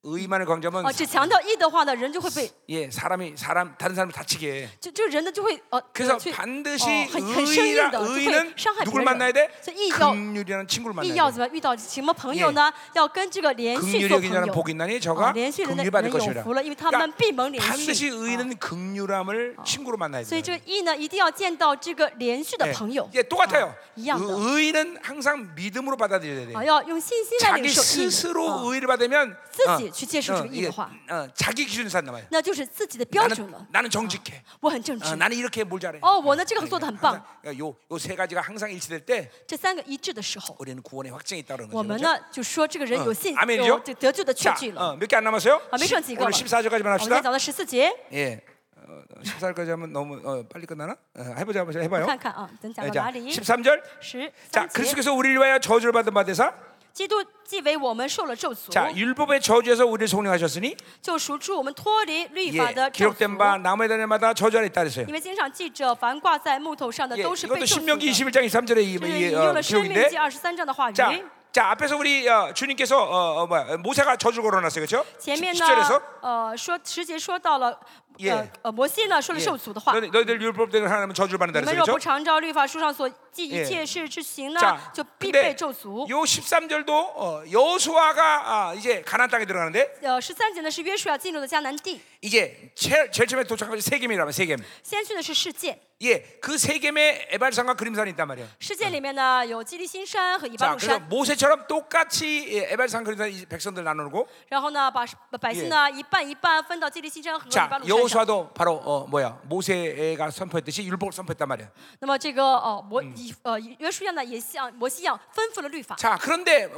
Speaker 1: 의의만을 강조하면
Speaker 2: 啊，只强调义的话呢，人就会被
Speaker 1: 예, 사람이 사람 다른 사람을 다치게 해.
Speaker 2: 就就人呢就会呃呃
Speaker 1: 그래서
Speaker 2: 去
Speaker 1: 반드시
Speaker 2: 哦很很生硬
Speaker 1: 의라
Speaker 2: 的，就
Speaker 1: 의는
Speaker 2: 会伤害别
Speaker 1: 누굴
Speaker 2: 人
Speaker 1: 만나야 。 돼?
Speaker 2: 所以义要
Speaker 1: 긍휼이라는 친구를
Speaker 2: 义要
Speaker 1: 만나야
Speaker 2: 怎
Speaker 1: 돼.
Speaker 2: 么样遇到什么朋友呢？要跟这个连续
Speaker 1: 긍휼이
Speaker 2: 做
Speaker 1: 여기
Speaker 2: 朋
Speaker 1: 자는
Speaker 2: 友
Speaker 1: 복이 。 어, 있나니
Speaker 2: 啊
Speaker 1: 저가
Speaker 2: 连续人的
Speaker 1: 긍휼
Speaker 2: 人
Speaker 1: 받을
Speaker 2: 有
Speaker 1: 것이라. 그러니까
Speaker 2: 福了，因为他们必蒙连
Speaker 1: 반드시
Speaker 2: 续。啊
Speaker 1: 의인은 긍휼함을 친구로 만나야
Speaker 2: 所以
Speaker 1: 돼.
Speaker 2: 这个义呢，一定要见到这个连续的
Speaker 1: 예,
Speaker 2: 朋友。啊
Speaker 1: 예, 똑같아요.
Speaker 2: 一样的
Speaker 1: 의- 의인은 항상 믿음으로 받아들여야 어.
Speaker 2: 啊，
Speaker 1: 돼.
Speaker 2: 要用信心来领
Speaker 1: 자기
Speaker 2: 受义啊
Speaker 1: 스스로 의를 받으면
Speaker 2: 自己去接受
Speaker 1: 어,
Speaker 2: 这个义
Speaker 1: 이게,
Speaker 2: 的话，
Speaker 1: 어, 자기 기준으로 산단 말이야.
Speaker 2: 那就是自己的标准
Speaker 1: 나는,
Speaker 2: 了。
Speaker 1: 나는 정직해.
Speaker 2: 我很正直哦
Speaker 1: 어, ， 나는 이렇게 뭘 잘해.
Speaker 2: 어, 뭐, 나 지금做得很
Speaker 1: 항상 요, 요 세 가지가 항상 일치될 때
Speaker 2: 这三个一致的时候，
Speaker 1: 우리는 구원의 확증이 있다는
Speaker 2: 我
Speaker 1: 거죠.
Speaker 2: 嗯们
Speaker 1: 그렇죠?
Speaker 2: 呢就说这个人有信，
Speaker 1: 阿门
Speaker 2: 有这得救的确
Speaker 1: 자,
Speaker 2: 据了。
Speaker 1: 어, 몇 개 안 남았어요?
Speaker 2: 아, 몇개
Speaker 1: 십-
Speaker 2: 안 찍어.
Speaker 1: 오늘 14절까지만
Speaker 2: 嗯我们再
Speaker 1: 합시다.
Speaker 2: 讲到十四节，
Speaker 1: 예. 어, 14절까지 하면 너무 어, 빨리 끝나나? 어, 해보자, 한번 해봐요.
Speaker 2: 看看啊，等讲
Speaker 1: 예,
Speaker 2: 到
Speaker 1: 자,
Speaker 2: 哪里？
Speaker 1: 13절.
Speaker 2: 十
Speaker 1: 자,
Speaker 2: 三节，
Speaker 1: 그리스도께서 우리를 위하여 저주를 받은 바대사.
Speaker 2: 基督既为我们受了咒
Speaker 1: 자
Speaker 2: 诅，
Speaker 1: 율법의 저주에서 우리를 속량하셨으니
Speaker 2: 就赎出我们脱离律法
Speaker 1: 예,
Speaker 2: 的咒
Speaker 1: 기록된 바
Speaker 2: 诅。
Speaker 1: 나무의 단에마다 저주 안에 있다 그랬어요
Speaker 2: 因为经上记着，凡挂在木头上的
Speaker 1: 예,
Speaker 2: 都是被
Speaker 1: 이것도
Speaker 2: 咒诅
Speaker 1: 신명기
Speaker 2: 的。
Speaker 1: 21장 23절의
Speaker 2: 这
Speaker 1: 이,
Speaker 2: 是
Speaker 1: 이,
Speaker 2: 引
Speaker 1: 어,
Speaker 2: 用了《生呃命
Speaker 1: 기록인데
Speaker 2: 记》二十三章的话语。
Speaker 1: 자, 자 앞에서 우리 어, 주님께서 어, 어, 뭐야, 모세가 저주를 걸어놨어요 그렇죠?
Speaker 2: 前面
Speaker 1: 10-
Speaker 2: 呢
Speaker 1: 10절에서 ，
Speaker 2: 呃，说十节说到了，呃
Speaker 1: Yeah.
Speaker 2: 呃，摩西呢说了
Speaker 1: 예,
Speaker 2: 受诅的话。
Speaker 1: 너희- 너희들 율법대로 하나님은 저주를 받는다
Speaker 2: 你们
Speaker 1: 그랬어요
Speaker 2: 若不
Speaker 1: 그렇죠?
Speaker 2: 常照律法书上所记一
Speaker 1: Yeah.
Speaker 2: 切事之行呢
Speaker 1: 자, ，
Speaker 2: 就必
Speaker 1: 근데 요
Speaker 2: 被咒诅。
Speaker 1: 13절도 어, 여수아가 아, 이제 가나안 땅에 들어가는데
Speaker 2: 呃，十三节呢是约书亚进入的迦南地，
Speaker 1: 이제 제, 제일 처음에 도착한 것이 세겜이라면 세겜
Speaker 2: 先去的是世界，
Speaker 1: 예, 그 세겜에 에발산과 그림산이 있단 말이에요
Speaker 2: 世界里面呢有基利新山和以巴
Speaker 1: 자,
Speaker 2: 路
Speaker 1: 그래서
Speaker 2: 山，
Speaker 1: 모세처럼 똑같이 예, 에발산 그린산 이 백성들 나누고
Speaker 2: 然后呢把把百姓呢一半一半分到基利新山和以
Speaker 1: 자,
Speaker 2: 巴路山上。
Speaker 1: 여호수아도 바로 어, 뭐야? 모세가 선포했듯이 율법을 선포했단 말이야.
Speaker 2: 那么这个哦摩以呃约书亚呢也像摩西一样吩咐了律法，
Speaker 1: 자, 그런데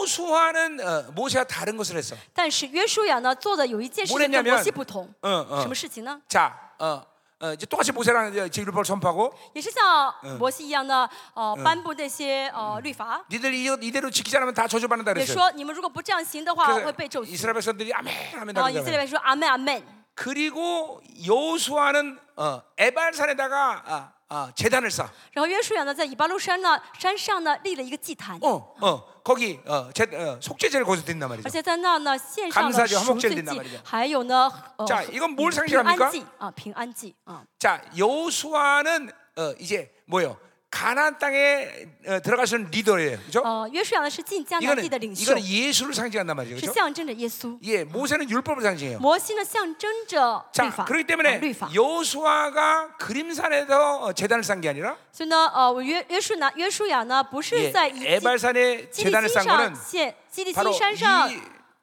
Speaker 1: 여호수아는 어, 모세와 다른 것을 했어.
Speaker 2: 但是约书亚呢做的有一件事
Speaker 1: 뭐랬
Speaker 2: 情
Speaker 1: 냐
Speaker 2: 跟
Speaker 1: 면
Speaker 2: 摩西不同，
Speaker 1: 응, 응.
Speaker 2: 什么事情呢？
Speaker 1: 어, 자, 어, 어, 이제 똑같이 모세랑 이제 제 율법을 선포하고
Speaker 2: 也是像摩西一样呢，呃颁布那些呃律法，
Speaker 1: 니들 이, 이대로 지키지 않으면 다 저주받는다
Speaker 2: 也
Speaker 1: 그랬어요.
Speaker 2: 说你们如果不这样行的话会被
Speaker 1: 그래서
Speaker 2: 咒诅。
Speaker 1: 이스라엘 백성들이 아멘 하면
Speaker 2: 然
Speaker 1: 다
Speaker 2: 后啊以色列
Speaker 1: 그랬어요.
Speaker 2: 百姓说阿门阿门。
Speaker 1: 그리고 여호수아는 어, 에발산에다가 아, 아, 재단을 쌓아.
Speaker 2: 然后约书亚呢，在以巴路山呢山上呢立了一个祭坛，
Speaker 1: 어, 어, 거기 어, 제, 어, 속죄제를 거기서 드린단
Speaker 2: 而
Speaker 1: 말이죠.
Speaker 2: 且在那呢献上
Speaker 1: 감사
Speaker 2: 了
Speaker 1: 제
Speaker 2: 赎
Speaker 1: 화목제를
Speaker 2: 罪
Speaker 1: 드린단
Speaker 2: 祭
Speaker 1: 말이죠 ，
Speaker 2: 还有呢呃
Speaker 1: 자 이건 뭘
Speaker 2: 平安
Speaker 1: 상징합니까?
Speaker 2: 祭啊平安祭啊。
Speaker 1: 자 여호수아는 어, 이제 뭐요? 가나안 땅에 어, 들어갈 수 있는 리더예요, 그렇죠?
Speaker 2: 呃，约书亚呢是进迦南
Speaker 1: 이거는
Speaker 2: 地的领袖
Speaker 1: 이거는 ， 예수를 상징한단 말이죠,
Speaker 2: 是
Speaker 1: 그렇죠?
Speaker 2: 象征着耶稣。
Speaker 1: 예, 모세는 율법을 상징해요.
Speaker 2: 摩西呢象征着律
Speaker 1: 자
Speaker 2: 法，
Speaker 1: 그렇기
Speaker 2: 啊
Speaker 1: 때문에
Speaker 2: 律法。
Speaker 1: 여호수아가 그림산에서 어, 재단을 쌓은 게 아니라
Speaker 2: 所以呢，呃，我约约书亚约书亚呢不
Speaker 1: 예,
Speaker 2: 是在以基
Speaker 1: 에발산에
Speaker 2: 基利
Speaker 1: 재단을
Speaker 2: 新
Speaker 1: 쌓은 거는
Speaker 2: 上建基利
Speaker 1: 바로
Speaker 2: 新山上呃
Speaker 1: 이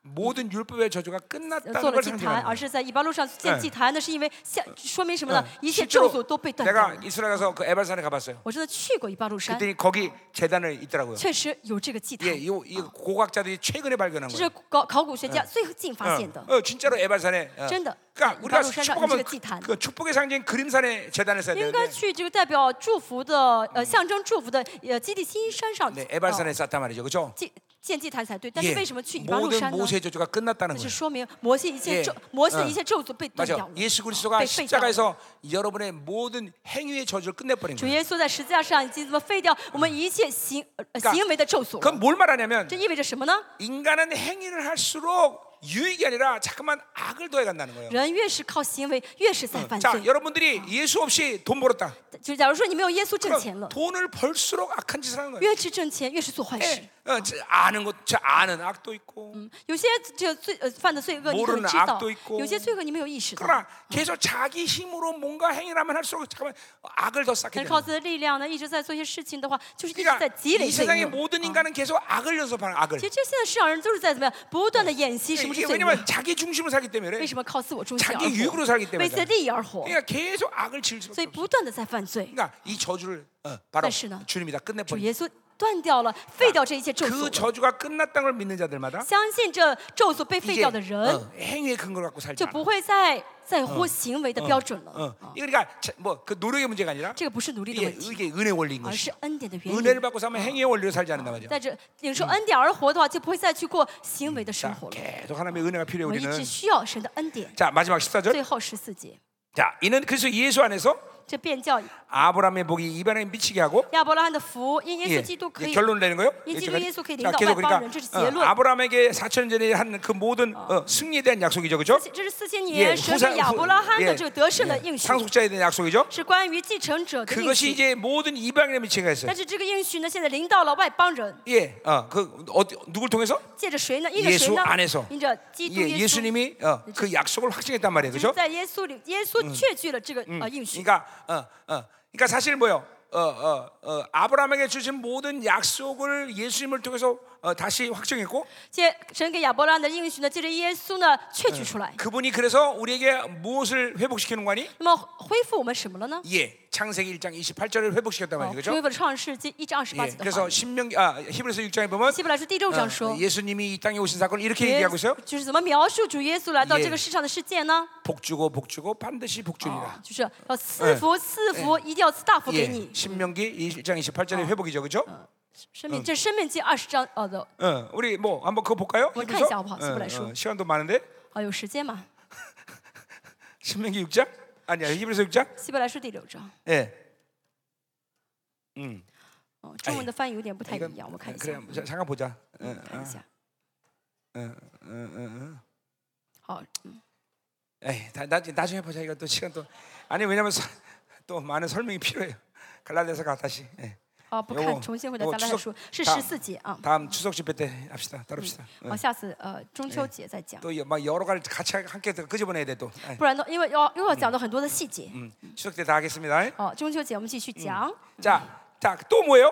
Speaker 1: 모든 율법의 저주가
Speaker 2: 做
Speaker 1: 끝났다는
Speaker 2: 了
Speaker 1: 걸
Speaker 2: 祭
Speaker 1: 상징하는
Speaker 2: 坛，而
Speaker 1: 거예요.
Speaker 2: 是在以巴路上建
Speaker 1: 嗯
Speaker 2: 祭坛呢，是因为像说明什么呢？一切咒
Speaker 1: 실제로
Speaker 2: 诅都被断掉
Speaker 1: 내가
Speaker 2: 了。
Speaker 1: 이스라엘 가서 그 에발산에 가봤어요.
Speaker 2: 我真的去过以巴路山，
Speaker 1: 그랬더니 거기 재단을 있더라고요.
Speaker 2: 确实有这个祭坛
Speaker 1: 예, ，이, 이 고각자들이 최근에 발견한
Speaker 2: 这是
Speaker 1: 거예요.
Speaker 2: 考考古学
Speaker 1: 嗯
Speaker 2: 家最近发现的。
Speaker 1: 어, 어, 진짜로 에발산에. 어.
Speaker 2: 真的，
Speaker 1: 그러니까 우리가
Speaker 2: 바로 산에
Speaker 1: 축복하면
Speaker 2: 음식을
Speaker 1: 그,
Speaker 2: 찌탄.
Speaker 1: 그 축복의 상징 그림산에 재단을 쌓아야
Speaker 2: 应该
Speaker 1: 되는데
Speaker 2: 去这个代表祝福的，呃，象征祝福的，呃，基地新山上
Speaker 1: 네,
Speaker 2: 呃
Speaker 1: 에발산에 쌓단 말이죠, 그렇죠?
Speaker 2: 建建祭坛才对。但是为什么去以巴路
Speaker 1: 모든
Speaker 2: 山呢？
Speaker 1: 모세 의 저주가 끝났다는
Speaker 2: 那是
Speaker 1: 거예요.
Speaker 2: 说明摩西一
Speaker 1: 예
Speaker 2: 切咒，摩西的
Speaker 1: 嗯
Speaker 2: 一切咒诅被断掉
Speaker 1: 맞아요.
Speaker 2: 了。
Speaker 1: 예수 그리스도가
Speaker 2: 被废掉了
Speaker 1: 십자가에서 여러분의 모든 행위의 저주를 끝내버린
Speaker 2: 主
Speaker 1: 거예요.
Speaker 2: 耶稣在十字架上已经怎么废掉我们一切行呃
Speaker 1: 嗯干
Speaker 2: 行为的咒诅了？
Speaker 1: 그건 뭘 말하냐면
Speaker 2: 这意味着什么呢？
Speaker 1: 인간은 행위를 할수록 유익이 아니라 자꾸만 악을 더해 간다는 거예요.
Speaker 2: 人越是靠行为，越是在犯
Speaker 1: 자,
Speaker 2: 罪。
Speaker 1: 여러분들이 예수 없이 돈 벌었다.
Speaker 2: 就假如说你没有耶稣挣钱
Speaker 1: 그럼
Speaker 2: 了，
Speaker 1: 돈을 벌수록 악한 짓을 하는 거예요.
Speaker 2: 越是挣钱越是做坏事。
Speaker 1: 예, 어, 저 아는 것, 저 아는 악도 있고.
Speaker 2: 有些这罪呃犯的罪恶你可
Speaker 1: 모르는
Speaker 2: 能知道
Speaker 1: 악도있고 ，
Speaker 2: 有些罪恶你没有意识到。
Speaker 1: 그러나 계속 자기 힘으로 뭔가 행위라면 할수록 잠깐만 악을 더 쌓게
Speaker 2: 但是
Speaker 1: 되는
Speaker 2: 靠
Speaker 1: 거예요.
Speaker 2: 自己的力量呢，一直在做一些事情的话，就是一直在
Speaker 1: 그러니까
Speaker 2: 积累
Speaker 1: 이
Speaker 2: 罪
Speaker 1: 세상의
Speaker 2: 恶。
Speaker 1: 모든 인간은 계속 악을 연습하는 악을. 그러니까
Speaker 2: 其实这现在世上人都是在怎么样，不断的演习什么
Speaker 1: 이게
Speaker 2: 是罪恶
Speaker 1: 왜냐면 ， 자기 중심을 살기 때문에
Speaker 2: 为什么靠自我中心而
Speaker 1: 자기유익으로살기때문에
Speaker 2: 活，为自己的利益而活，
Speaker 1: 그러니까 계속 악을 지을 수밖에
Speaker 2: 所以
Speaker 1: 없어요.
Speaker 2: 不断的在犯罪。
Speaker 1: 그러니까 이 저주를 어, 바로
Speaker 2: 사실은
Speaker 1: 주님이 다
Speaker 2: 主
Speaker 1: 끝내버린
Speaker 2: 耶稣断掉了，废掉这一切咒
Speaker 1: 그
Speaker 2: 诅了。
Speaker 1: 저주가 끝났다는 걸 믿는 자들마다
Speaker 2: 相信这咒诅被废
Speaker 1: 이제
Speaker 2: 掉的人，
Speaker 1: 어, 행위의 근거를 갖고 살지
Speaker 2: 就
Speaker 1: 않아.
Speaker 2: 不会再在乎行为的标准了。
Speaker 1: 어, 뭐 이거 그러니까 뭐 그 노력의 문제가 아니라
Speaker 2: 这个不是努力的
Speaker 1: 이게
Speaker 2: 问题，
Speaker 1: 이게 은혜 원리인
Speaker 2: 而
Speaker 1: 것이.
Speaker 2: 是恩典的原
Speaker 1: 은혜를
Speaker 2: 因。
Speaker 1: 받고 살면 행위의 원리로 살지 않는다 말이죠.
Speaker 2: 带着领受恩典而活的话，就不会再去过行为的生
Speaker 1: 자,
Speaker 2: 活了。
Speaker 1: 계속 하나님의 은혜가
Speaker 2: 我
Speaker 1: 필요해
Speaker 2: 们一
Speaker 1: 우리는.
Speaker 2: 直需要神的恩典。
Speaker 1: 자 마지막 14절.
Speaker 2: 最后十四节，
Speaker 1: 자 이는 그래서 예수 안에서
Speaker 2: 这便叫
Speaker 1: 아브라함의 복이 이방에 미치게 하고
Speaker 2: 亚伯拉罕的福，因耶
Speaker 1: 예,
Speaker 2: 稣基督可
Speaker 1: 예,
Speaker 2: 以
Speaker 1: 결론을 내는 거예요?
Speaker 2: 이
Speaker 1: 여기까지.
Speaker 2: 기도 예수 그리스도
Speaker 1: 자,
Speaker 2: 인도
Speaker 1: 계속
Speaker 2: 아빠
Speaker 1: 그러니까
Speaker 2: 바울은 뜻이
Speaker 1: 어,
Speaker 2: 결론.
Speaker 1: 아브라함에게 4천 년 전에 한 그 모든 어, 승리에 대한 약속이죠, 그렇죠?
Speaker 2: 这是四千
Speaker 1: 예,
Speaker 2: 年神
Speaker 1: 후사-
Speaker 2: 对亚
Speaker 1: 후-
Speaker 2: 伯拉罕
Speaker 1: 예,
Speaker 2: 的这个得胜的
Speaker 1: 예,
Speaker 2: 应许，
Speaker 1: 상속자에 대한 약속이죠.
Speaker 2: 是关于继承者的应
Speaker 1: 그것이
Speaker 2: 许。
Speaker 1: 이제 모든 이방인의 미치게 했어요.
Speaker 2: 但是这个应许呢，现在临到了外邦人，
Speaker 1: 예, 어, 그 어디 누굴 통해서?
Speaker 2: 借着谁呢？因着谁
Speaker 1: 예수안에
Speaker 2: 呢
Speaker 1: 서 ？
Speaker 2: 因着基督
Speaker 1: 예,
Speaker 2: 耶稣，
Speaker 1: 예수님이 어, 그 약속을 확증했단 말이에요,
Speaker 2: 就是
Speaker 1: 그렇죠?
Speaker 2: 在耶稣里，耶稣确据了这个呃应许。
Speaker 1: 그러니까, 어, 어, 그러니까 사실 뭐요? 어, 어, 어, 아브라함에게 주신 모든 약속을 예수님을 통해서 어, 다시 확증했고,
Speaker 2: 借神给亚伯拉罕的应许呢，借着耶稣呢确据出来。
Speaker 1: 그분이 그래서 우리에게 무엇을 회복시키는 거니?
Speaker 2: 那么恢复我们什么了呢？
Speaker 1: 예, 창세기 1장 28절을 회복시켰단
Speaker 2: 哦
Speaker 1: 말이죠, 그렇죠?
Speaker 2: 恢复了创世纪一至二十八
Speaker 1: 예,
Speaker 2: 节的话
Speaker 1: 그래서
Speaker 2: 语。
Speaker 1: 신명, 아, 히브리서 6장에 보면
Speaker 2: 希伯来书第六章说
Speaker 1: 어, ， 예수님이 이 땅에 오신 사건 을 이렇게
Speaker 2: 耶
Speaker 1: 얘기하고 있어요.
Speaker 2: 就是怎么描述主耶稣来到
Speaker 1: 예
Speaker 2: 这个世上的世界呢？
Speaker 1: 복 주고 복 주고 반드시 복 주리라.
Speaker 2: 就是要赐福，赐福，一定要赐大福给
Speaker 1: 예,
Speaker 2: 你。
Speaker 1: 신명기 1장 28절의 회복이죠, 그렇죠?
Speaker 2: 生命，这是生命记二十章，哦的，
Speaker 1: 어, 우리 뭐 한번 그거 볼까요?
Speaker 2: 뭐
Speaker 1: 히브리서?
Speaker 2: 칸이죠, 한번 히브리서.
Speaker 1: 어, 어, 시간도 많은데
Speaker 2: 哦有时间嘛？
Speaker 1: 신명기 6장? 아니야 히브리서 6장?
Speaker 2: 希伯来书第六章，
Speaker 1: 예. 음,
Speaker 2: 哦，中文的翻译有点不太
Speaker 1: 이건-
Speaker 2: 一样，我看一下
Speaker 1: 그래 ， 한번 자- 잠깐 보자. 어,
Speaker 2: 看一下。好，嗯
Speaker 1: 에이, 다, 나, 나중에 보자. 이거 또 시간 또 아니 왜냐면 사- 또 많은 설명이 필요해요. 갈라디아서가 다시. 예.
Speaker 2: 好，不
Speaker 1: 요거
Speaker 2: 看，重新回答
Speaker 1: 요거
Speaker 2: 咱俩
Speaker 1: 추석
Speaker 2: 再说，是
Speaker 1: 다
Speaker 2: 十四节啊。
Speaker 1: 다음 추석 집회 때 합시다. 다룹시다.
Speaker 2: 好，下次呃中秋节再讲，
Speaker 1: 또 막 여러 가지 같이 함께 또 끄집어내야 돼 또. 예.
Speaker 2: 不然的，因为要又要讲到很多的细节。
Speaker 1: 음, 추석 때 다 하겠습니다. 예.
Speaker 2: 哦，中秋节我们继续讲，
Speaker 1: 자, 자, 또 뭐예요?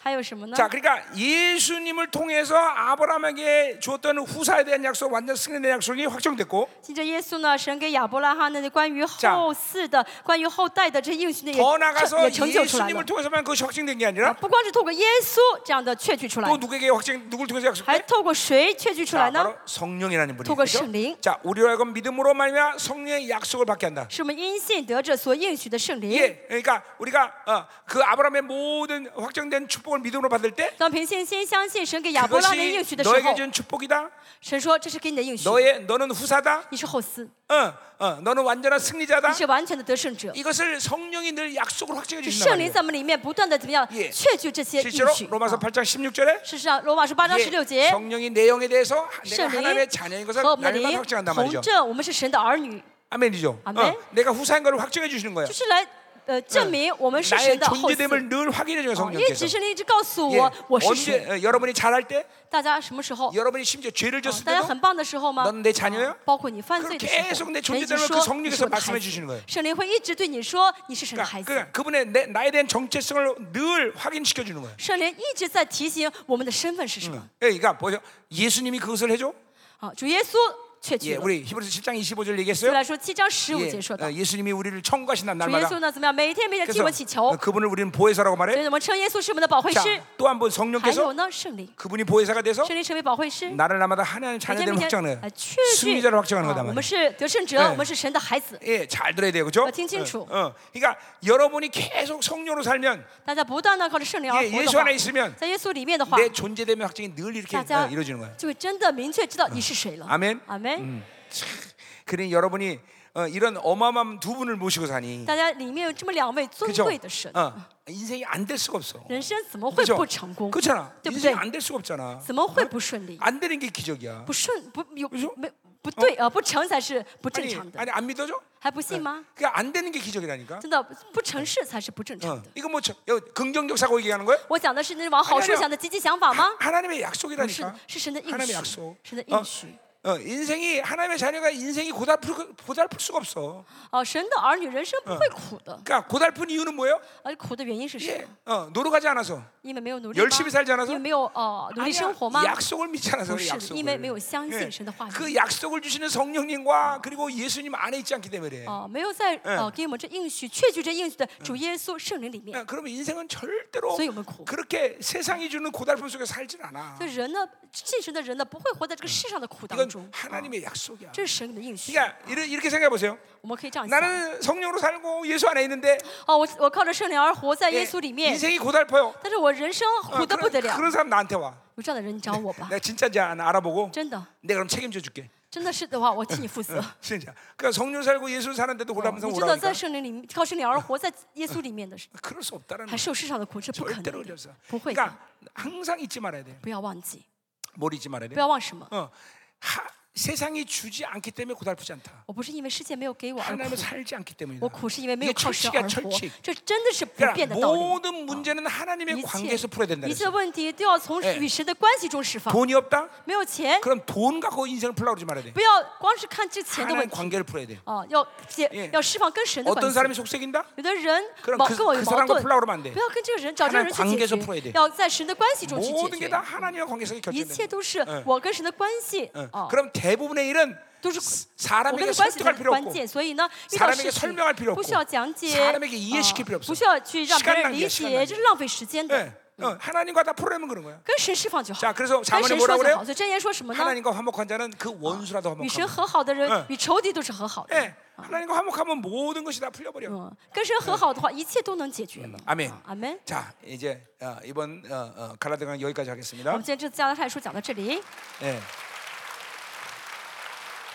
Speaker 2: 还有什么呢？
Speaker 1: 자, 그러니까 예수님을 통해서 아브라함에게 주었던 후사에 대한 약속, 완전 승리에 대한 약속이 확정됐고
Speaker 2: 信着耶稣呢，神给亚伯拉罕的关于
Speaker 1: 자
Speaker 2: 后世的、关于后代的这应许呢，也
Speaker 1: 더
Speaker 2: 成
Speaker 1: 나가서
Speaker 2: 也成就出来了
Speaker 1: 예, 예수님을 。 통해서만 그것이 확정된 게
Speaker 2: 啊
Speaker 1: 아니라 아.
Speaker 2: 不光是透过耶稣这样的确据出来
Speaker 1: 또 ， 누구에게 확정 누굴 통해서
Speaker 2: 还
Speaker 1: 약속돼?
Speaker 2: 透过谁确据出
Speaker 1: 자,
Speaker 2: 来呢？
Speaker 1: 바로 성령이라는 분이 네.
Speaker 2: 통과
Speaker 1: 그죠?
Speaker 2: 성령.
Speaker 1: 자, 우리로 하여금 믿음으로 말미암아 성령의 약속을 받게 한다.
Speaker 2: 是我们因信得着所应许的圣灵。
Speaker 1: 예, 그러니까 우리가 어, 그 아브라함의 모든 확정된 준 축복을 믿음으로 받을 때
Speaker 2: 当凭信心相信神给亚伯拉罕的
Speaker 1: 그것이
Speaker 2: 应许的时
Speaker 1: 너에게
Speaker 2: 候，
Speaker 1: 준 축복이다.
Speaker 2: 神说这是给你的应许，
Speaker 1: 너의 너는 후사다.
Speaker 2: 你是后嗣，
Speaker 1: 어, 어, 너는 완전한 승리자다.
Speaker 2: 你是完全的得胜
Speaker 1: 啊
Speaker 2: 者。
Speaker 1: 이것을 성령이 늘 약속을 확증해
Speaker 2: 圣
Speaker 1: 주신다.
Speaker 2: 灵在我们里面不断的怎么样
Speaker 1: 예
Speaker 2: 确据这些应
Speaker 1: 실제로
Speaker 2: 许。啊
Speaker 1: 로마서 8장 16절에 예,
Speaker 2: 事实上，罗马书八
Speaker 1: 아,
Speaker 2: 章十六节，
Speaker 1: 성령이 내 영에 대해서 내가
Speaker 2: 圣灵
Speaker 1: 하나님의 자녀인 것을
Speaker 2: 和我们的
Speaker 1: 날마다
Speaker 2: 灵
Speaker 1: 확증한단
Speaker 2: 同
Speaker 1: 말이죠.
Speaker 2: 证我们是神的儿女，
Speaker 1: 아멘이죠.
Speaker 2: 아멘.
Speaker 1: 어, 내가 후사인 것을 확증해 주시는 거예요.
Speaker 2: 就是来呃证明我们是神
Speaker 1: 나의
Speaker 2: 的后嗣。哦
Speaker 1: 존재됨을 늘 확인해 주는
Speaker 2: 因为
Speaker 1: 성령께서.
Speaker 2: 只是灵一直告诉
Speaker 1: 예,
Speaker 2: 我我是
Speaker 1: 언제
Speaker 2: 谁。
Speaker 1: 어, 여러분이 잘할 때,
Speaker 2: 大家什么时候？
Speaker 1: 여러분이 심지어 죄를
Speaker 2: 啊
Speaker 1: 졌을
Speaker 2: 大家
Speaker 1: 때도
Speaker 2: 很棒的时候吗哦
Speaker 1: 넌내자녀야 ？
Speaker 2: 包括你犯
Speaker 1: 그럼
Speaker 2: 罪的时
Speaker 1: 계속
Speaker 2: 候，
Speaker 1: 내
Speaker 2: 神一直
Speaker 1: 존재됨을
Speaker 2: 说
Speaker 1: 그
Speaker 2: 你是
Speaker 1: 성령께서
Speaker 2: 我的孩
Speaker 1: 말씀해
Speaker 2: 子
Speaker 1: 주시는 거예요.
Speaker 2: 圣灵会一直对你说你是神的孩
Speaker 1: 그러니까,
Speaker 2: 子。
Speaker 1: 그러니까 그분의 내, 나에 대한 정체성을 늘 확인시켜 주는 거예요.
Speaker 2: 圣灵一直在提醒我们的身份是什么。
Speaker 1: 예, 그러니까 보세요. 예수님이 그것을 해줘.
Speaker 2: 啊，主耶稣确
Speaker 1: 예,
Speaker 2: 据了。
Speaker 1: 우리 히브리서 7장 25절
Speaker 2: 对
Speaker 1: 얘기했어요.
Speaker 2: 来说，七章十五
Speaker 1: 예,
Speaker 2: 节说到
Speaker 1: 어, ， 예수님이 우리를 청구하신다
Speaker 2: 主耶
Speaker 1: 날마다.
Speaker 2: 稣呢怎么样？每天每天替我们祈求
Speaker 1: 어, ， 그분을 우리는 보혜사라고
Speaker 2: 所以
Speaker 1: 말해.
Speaker 2: 我们称耶稣是我们的保惠
Speaker 1: 자,
Speaker 2: 师。
Speaker 1: 또 한 번
Speaker 2: 还有
Speaker 1: 성령께서
Speaker 2: 呢，圣灵，
Speaker 1: 그분이 보혜사가 돼서
Speaker 2: 圣灵成为保惠师。
Speaker 1: 나를 나마다 하나님
Speaker 2: 每天
Speaker 1: 자녀됨을
Speaker 2: 每天
Speaker 1: 확정해요.
Speaker 2: 呃确据
Speaker 1: 승리자를
Speaker 2: 啊
Speaker 1: 확정하는 거다 哎
Speaker 2: 我
Speaker 1: 말이에요.
Speaker 2: 们是得胜者，
Speaker 1: 예
Speaker 2: 我们是神的孩子。
Speaker 1: 예, 잘 들어야 돼요, 그렇죠?
Speaker 2: 어, 칭칭추.
Speaker 1: 어, 어. 그러니까 여러분이 계속 성령으로 살면
Speaker 2: 大家不断的靠着圣灵而
Speaker 1: 예,
Speaker 2: 活的
Speaker 1: 예수
Speaker 2: 话
Speaker 1: 안에 ， 있으면
Speaker 2: 在耶稣里面的话，
Speaker 1: 내 존재됨의 확증이 늘 이렇게
Speaker 2: 大家
Speaker 1: 어, 이루어지는 거예요. 嗯
Speaker 2: 就会真的明确知道你是谁了。
Speaker 1: 아멘嗯
Speaker 2: 阿门。
Speaker 1: 그러니 여러분이 어, 이런 어마어마한 두 분을 모시고 사니
Speaker 2: 大家里面有这么两位尊
Speaker 1: 그죠?
Speaker 2: 贵的神，
Speaker 1: 어, 인생이 안 될 수가 없어.
Speaker 2: 人生怎么会
Speaker 1: 그죠?
Speaker 2: 不成功？
Speaker 1: 그렇잖아. 嗯啊
Speaker 2: 对不
Speaker 1: 인생이
Speaker 2: 对？
Speaker 1: 안 될 수가 없잖아.
Speaker 2: 怎么会不顺利？
Speaker 1: 안 되는 게 기적이야.
Speaker 2: 不顺不有
Speaker 1: 그죠
Speaker 2: 没不对啊？不成才是不正
Speaker 1: 哦 아니,
Speaker 2: 常的，
Speaker 1: 아니 嗯 안 믿어져?
Speaker 2: 还不信吗？
Speaker 1: 그러니까 안 되는 게 기적이라니까.
Speaker 2: 真的不成事才是不正
Speaker 1: 어,
Speaker 2: 常的。
Speaker 1: 이거 뭐 저, 여, 긍정적 사고 얘기하는 거야?
Speaker 2: 我讲的是那往好处想的积极想法吗？
Speaker 1: 하나님의
Speaker 2: 不是
Speaker 1: 약속이라니까.
Speaker 2: 的，是神的应
Speaker 1: 하나님의약
Speaker 2: 许
Speaker 1: 속， 哦
Speaker 2: 神的
Speaker 1: 어
Speaker 2: 应许。
Speaker 1: 어, 인생이 하나님의 자녀가 인생이 고달플 고달플 수가 없어.
Speaker 2: 哦，神的儿女人生不会苦的，
Speaker 1: 그러니까 고달픈 이유는 뭐예요?
Speaker 2: 而苦的原因是什
Speaker 1: 예,
Speaker 2: 么？
Speaker 1: 어, 노력하지 않아서
Speaker 2: 因为没有努力
Speaker 1: 열
Speaker 2: 吗
Speaker 1: 심히살지않아서
Speaker 2: 因为没有哦努力
Speaker 1: 아니야,
Speaker 2: 生活吗？
Speaker 1: 약속을 믿지 않아서
Speaker 2: 不
Speaker 1: 그래,
Speaker 2: 是的，
Speaker 1: 약속을.
Speaker 2: 因为没有相信
Speaker 1: 예,
Speaker 2: 神的话语。
Speaker 1: 그 약속을 주시는 성령님과 그리고 예수님 안에 있지 않기 때문에 그래.
Speaker 2: 哦，没有在哦给我们这应许，确据这应许的主耶稣圣灵里面，
Speaker 1: 예, 그러면 인생은 절대로
Speaker 2: 所以我们苦。
Speaker 1: 그렇게 세상이 주는 고달픔 속에 살진 않아.
Speaker 2: 所以人呢，信神的人呢，不会活在这个世上的苦当中
Speaker 1: 이건 。 하나님의 약속이야.
Speaker 2: 这是神的应许，
Speaker 1: 그러니까 이르- 이렇게 생각해 보세요.
Speaker 2: 我们可以这样想。
Speaker 1: 나는 성령으로 살고 예수 안에 있는데
Speaker 2: 哦，我我靠着圣灵而活在
Speaker 1: 예,
Speaker 2: 耶稣里面，
Speaker 1: 인생이 고달퍼요.
Speaker 2: 但是我人生
Speaker 1: 어,
Speaker 2: 苦的不
Speaker 1: 그런,
Speaker 2: 得了。
Speaker 1: 그런 사람 나한테 와.
Speaker 2: 有这样的人，你找我吧，
Speaker 1: 내가 진짜인지 안 알아보고
Speaker 2: 真的，
Speaker 1: 내가 그럼 책임져 줄게.
Speaker 2: 真的是的话，我替你负责。
Speaker 1: 진짜. 그러니까 성령 살고 예수 사는데도
Speaker 2: 哦
Speaker 1: 고달픈 사람
Speaker 2: 你知道，
Speaker 1: 오라니까.
Speaker 2: 在圣灵里面靠圣灵而活，在耶稣里面的是
Speaker 1: 그럴 수 없다는
Speaker 2: 还
Speaker 1: 거야.
Speaker 2: 受世上的苦是不可
Speaker 1: 절대로
Speaker 2: 能
Speaker 1: 그럴
Speaker 2: 的
Speaker 1: 수 없어. ，
Speaker 2: 不会的。
Speaker 1: 그러니까 항상 잊지 말아야 돼.
Speaker 2: 不要忘记，
Speaker 1: 뭘 잊지 말아야
Speaker 2: 不
Speaker 1: 돼.
Speaker 2: 要忘什么。
Speaker 1: 어. 하, 세상이 주지 않기 때문에 고달프지 않다.
Speaker 2: 我不是因为世界没有给我而苦
Speaker 1: 하나님을 ， 살지 않기
Speaker 2: 我
Speaker 1: 때문이다.
Speaker 2: 苦是因为没有
Speaker 1: 이게
Speaker 2: 靠神而
Speaker 1: 뭐 철칙이야
Speaker 2: 活
Speaker 1: 철칙 ，
Speaker 2: 这真的是不变
Speaker 1: 그러니까
Speaker 2: 的道理。
Speaker 1: 모든 문제는
Speaker 2: 一
Speaker 1: 하나님의
Speaker 2: 切
Speaker 1: 관계에서 풀어야 된다.
Speaker 2: 一切
Speaker 1: 그랬어.
Speaker 2: 问题都要从
Speaker 1: 예
Speaker 2: 与神的关系中释放。
Speaker 1: 돈이 없다?
Speaker 2: 没有钱，
Speaker 1: 그럼 돈 갖고 인생을 풀라고 그러지 말아야 돼.
Speaker 2: 不要光是看之前的
Speaker 1: 하나님
Speaker 2: 问题
Speaker 1: 관계를 풀어야 돼.
Speaker 2: 哦，要
Speaker 1: 예
Speaker 2: 解要释放跟神的
Speaker 1: 어떤
Speaker 2: 关
Speaker 1: 사람이
Speaker 2: 系。
Speaker 1: 속색인다?
Speaker 2: 有的人
Speaker 1: 그럼
Speaker 2: 矛
Speaker 1: 그
Speaker 2: 跟我有
Speaker 1: 그
Speaker 2: 矛
Speaker 1: 사람과
Speaker 2: 盾，
Speaker 1: 풀라고그러면안돼
Speaker 2: 不要跟这个人找这个人
Speaker 1: 하나님관계에서
Speaker 2: 去
Speaker 1: 풀어야
Speaker 2: 解
Speaker 1: 돼
Speaker 2: 决，要在神的关系中去解
Speaker 1: 모든 게
Speaker 2: 决
Speaker 1: 다 。 하나님과 관계성이
Speaker 2: 一
Speaker 1: 결정된다.
Speaker 2: 切都是我跟神的关系
Speaker 1: 어.
Speaker 2: 哦，
Speaker 1: 그럼 대부분의 일은
Speaker 2: 都是我跟
Speaker 1: 사람에게
Speaker 2: 的关系才
Speaker 1: 설득할
Speaker 2: 是
Speaker 1: 필요
Speaker 2: 关
Speaker 1: 없고
Speaker 2: 键。所以呢，遇
Speaker 1: 사
Speaker 2: 到
Speaker 1: 람에게
Speaker 2: 事情
Speaker 1: 설명할필요없고
Speaker 2: 不需要讲解，啊
Speaker 1: 사람에게이해시킬필요없어
Speaker 2: 不需要去让别
Speaker 1: 시간낭
Speaker 2: 人
Speaker 1: 비야
Speaker 2: 理
Speaker 1: 시간낭비
Speaker 2: 解，
Speaker 1: 야
Speaker 2: 这是浪费时间的。
Speaker 1: 예. 어, 하나님과 다 풀어내면 그런 거야.
Speaker 2: 跟神释放就好，
Speaker 1: 자그래서
Speaker 2: 跟
Speaker 1: 자문에
Speaker 2: 神释
Speaker 1: 뭐라
Speaker 2: 放
Speaker 1: 그래요
Speaker 2: 就好。所以箴言说什么呢？
Speaker 1: 하나님과 화목한 자는 그 원수라도
Speaker 2: 与神
Speaker 1: 화목하고.
Speaker 2: 和好的人
Speaker 1: 嗯，
Speaker 2: 与仇敌都是和好的。
Speaker 1: 예. 하나님과 화목하면 모든 것이 다 풀려버려.
Speaker 2: 嗯，跟神和好的话，一切都能解决了。
Speaker 1: 아멘
Speaker 2: 啊阿门。
Speaker 1: 嗯 자, 이제 어, 이번 어, 어, 갈라디아는 여기까지
Speaker 2: 我
Speaker 1: 하겠습니다.
Speaker 2: 们今天这次加拉太书讲到这里，
Speaker 1: 예.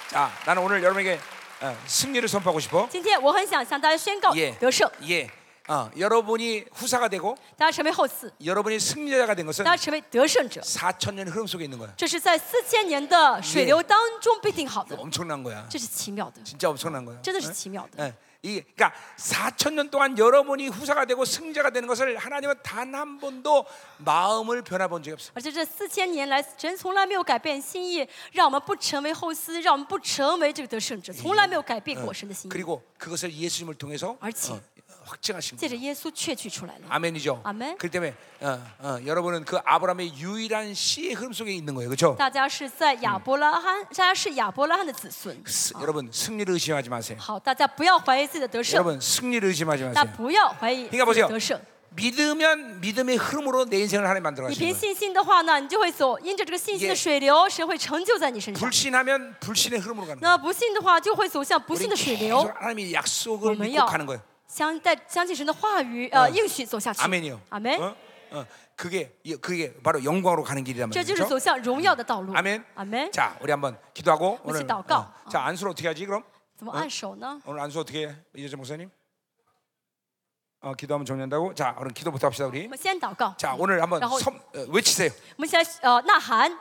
Speaker 1: 자, 나는 오늘 여러분에게 어, 승리를 선포하고 싶어.
Speaker 2: 今天我很想向大家宣告
Speaker 1: 예.
Speaker 2: 得胜，
Speaker 1: 예. 어, 여러분이 후사가 되고
Speaker 2: 大家成为后嗣，
Speaker 1: 여러분이 승리자가 된 것은
Speaker 2: 大家成为得胜者，
Speaker 1: 4천 년 흐름 속에 있는 거야.
Speaker 2: 这是在四千年的水流当中必定好
Speaker 1: 이거
Speaker 2: 的，
Speaker 1: 엄청난 거야.
Speaker 2: 这是奇妙的，
Speaker 1: 진짜 엄청난 거야.
Speaker 2: 真的是奇妙的。
Speaker 1: 예. 이 그러니까 4천 년 동안 여러분이 후사가 되고 승자가 되는 것을 하나님은 단 한 번도 마음을 변화본 적이 없어.
Speaker 2: 而且这四千年来，神从来没有改变心意，让我们不成为后嗣，让我们不成为这个得胜者，从来没有改变过神的心意，
Speaker 1: 그리고 그것을 예수님을 통해서
Speaker 2: 음. 알지.
Speaker 1: 어, 확증하신
Speaker 2: 借着
Speaker 1: 거예요.
Speaker 2: 耶稣确据出来了。
Speaker 1: 아멘이죠.
Speaker 2: 아멘.
Speaker 1: 그렇기 때문에 어, 어, 여러분은 그 아브라함의 유일한 씨의 흐름 속에 있는 거예요. 그렇죠?
Speaker 2: 大家是在亚伯拉罕，大家是亚伯拉罕的子孙。
Speaker 1: 스- 여러분 승리를 의심하지 마세요.
Speaker 2: 好，大家不要怀疑自己的得胜，
Speaker 1: 여러분 승리를 의심하지 마세요.
Speaker 2: 大家不要怀疑自
Speaker 1: 그러니까보세
Speaker 2: 己
Speaker 1: 요
Speaker 2: 的得胜。
Speaker 1: 믿으면 믿음의 흐름으로 내 인생을 하나님 만들어
Speaker 2: 你
Speaker 1: 가시는
Speaker 2: 凭
Speaker 1: 거예요.
Speaker 2: 信心的话呢，你就会走，因着这个信心的
Speaker 1: 예
Speaker 2: 水流，神会成就在你身上。
Speaker 1: 불신하면 불신의 흐름으로 가는 거예요.
Speaker 2: 那不信的话，就会走向不
Speaker 1: 우리
Speaker 2: 信的水
Speaker 1: 계속
Speaker 2: 流。
Speaker 1: 하나님의
Speaker 2: 我
Speaker 1: 약속을
Speaker 2: 们
Speaker 1: 믿고
Speaker 2: 要
Speaker 1: 가는 거예요.
Speaker 2: 相带相信神的话语，呃，应许走下去。
Speaker 1: 아멘이요.
Speaker 2: 阿门。
Speaker 1: 어? 어, 그게 이- 그게 바로 영광으로 가는 길이란
Speaker 2: 这就是
Speaker 1: 말이죠.
Speaker 2: 走向荣耀的道路。
Speaker 1: 아멘.
Speaker 2: 阿门。
Speaker 1: 자, 우리 한번 기도하고
Speaker 2: 우리
Speaker 1: 오늘
Speaker 2: 기도할까?
Speaker 1: 어, 자 안수를 어떻게 하지 그럼?
Speaker 2: 怎么按手呢？
Speaker 1: 오늘 안수 어떻게 해? 이재재 목사님? 어, 기도하면 정리한다고? 자, 그럼 기도부터 합시다 우리.
Speaker 2: 我们先祷告。
Speaker 1: 자, 오늘 한번
Speaker 2: 然后
Speaker 1: 섬, 어, 외치세요.
Speaker 2: 我们先呃呐喊，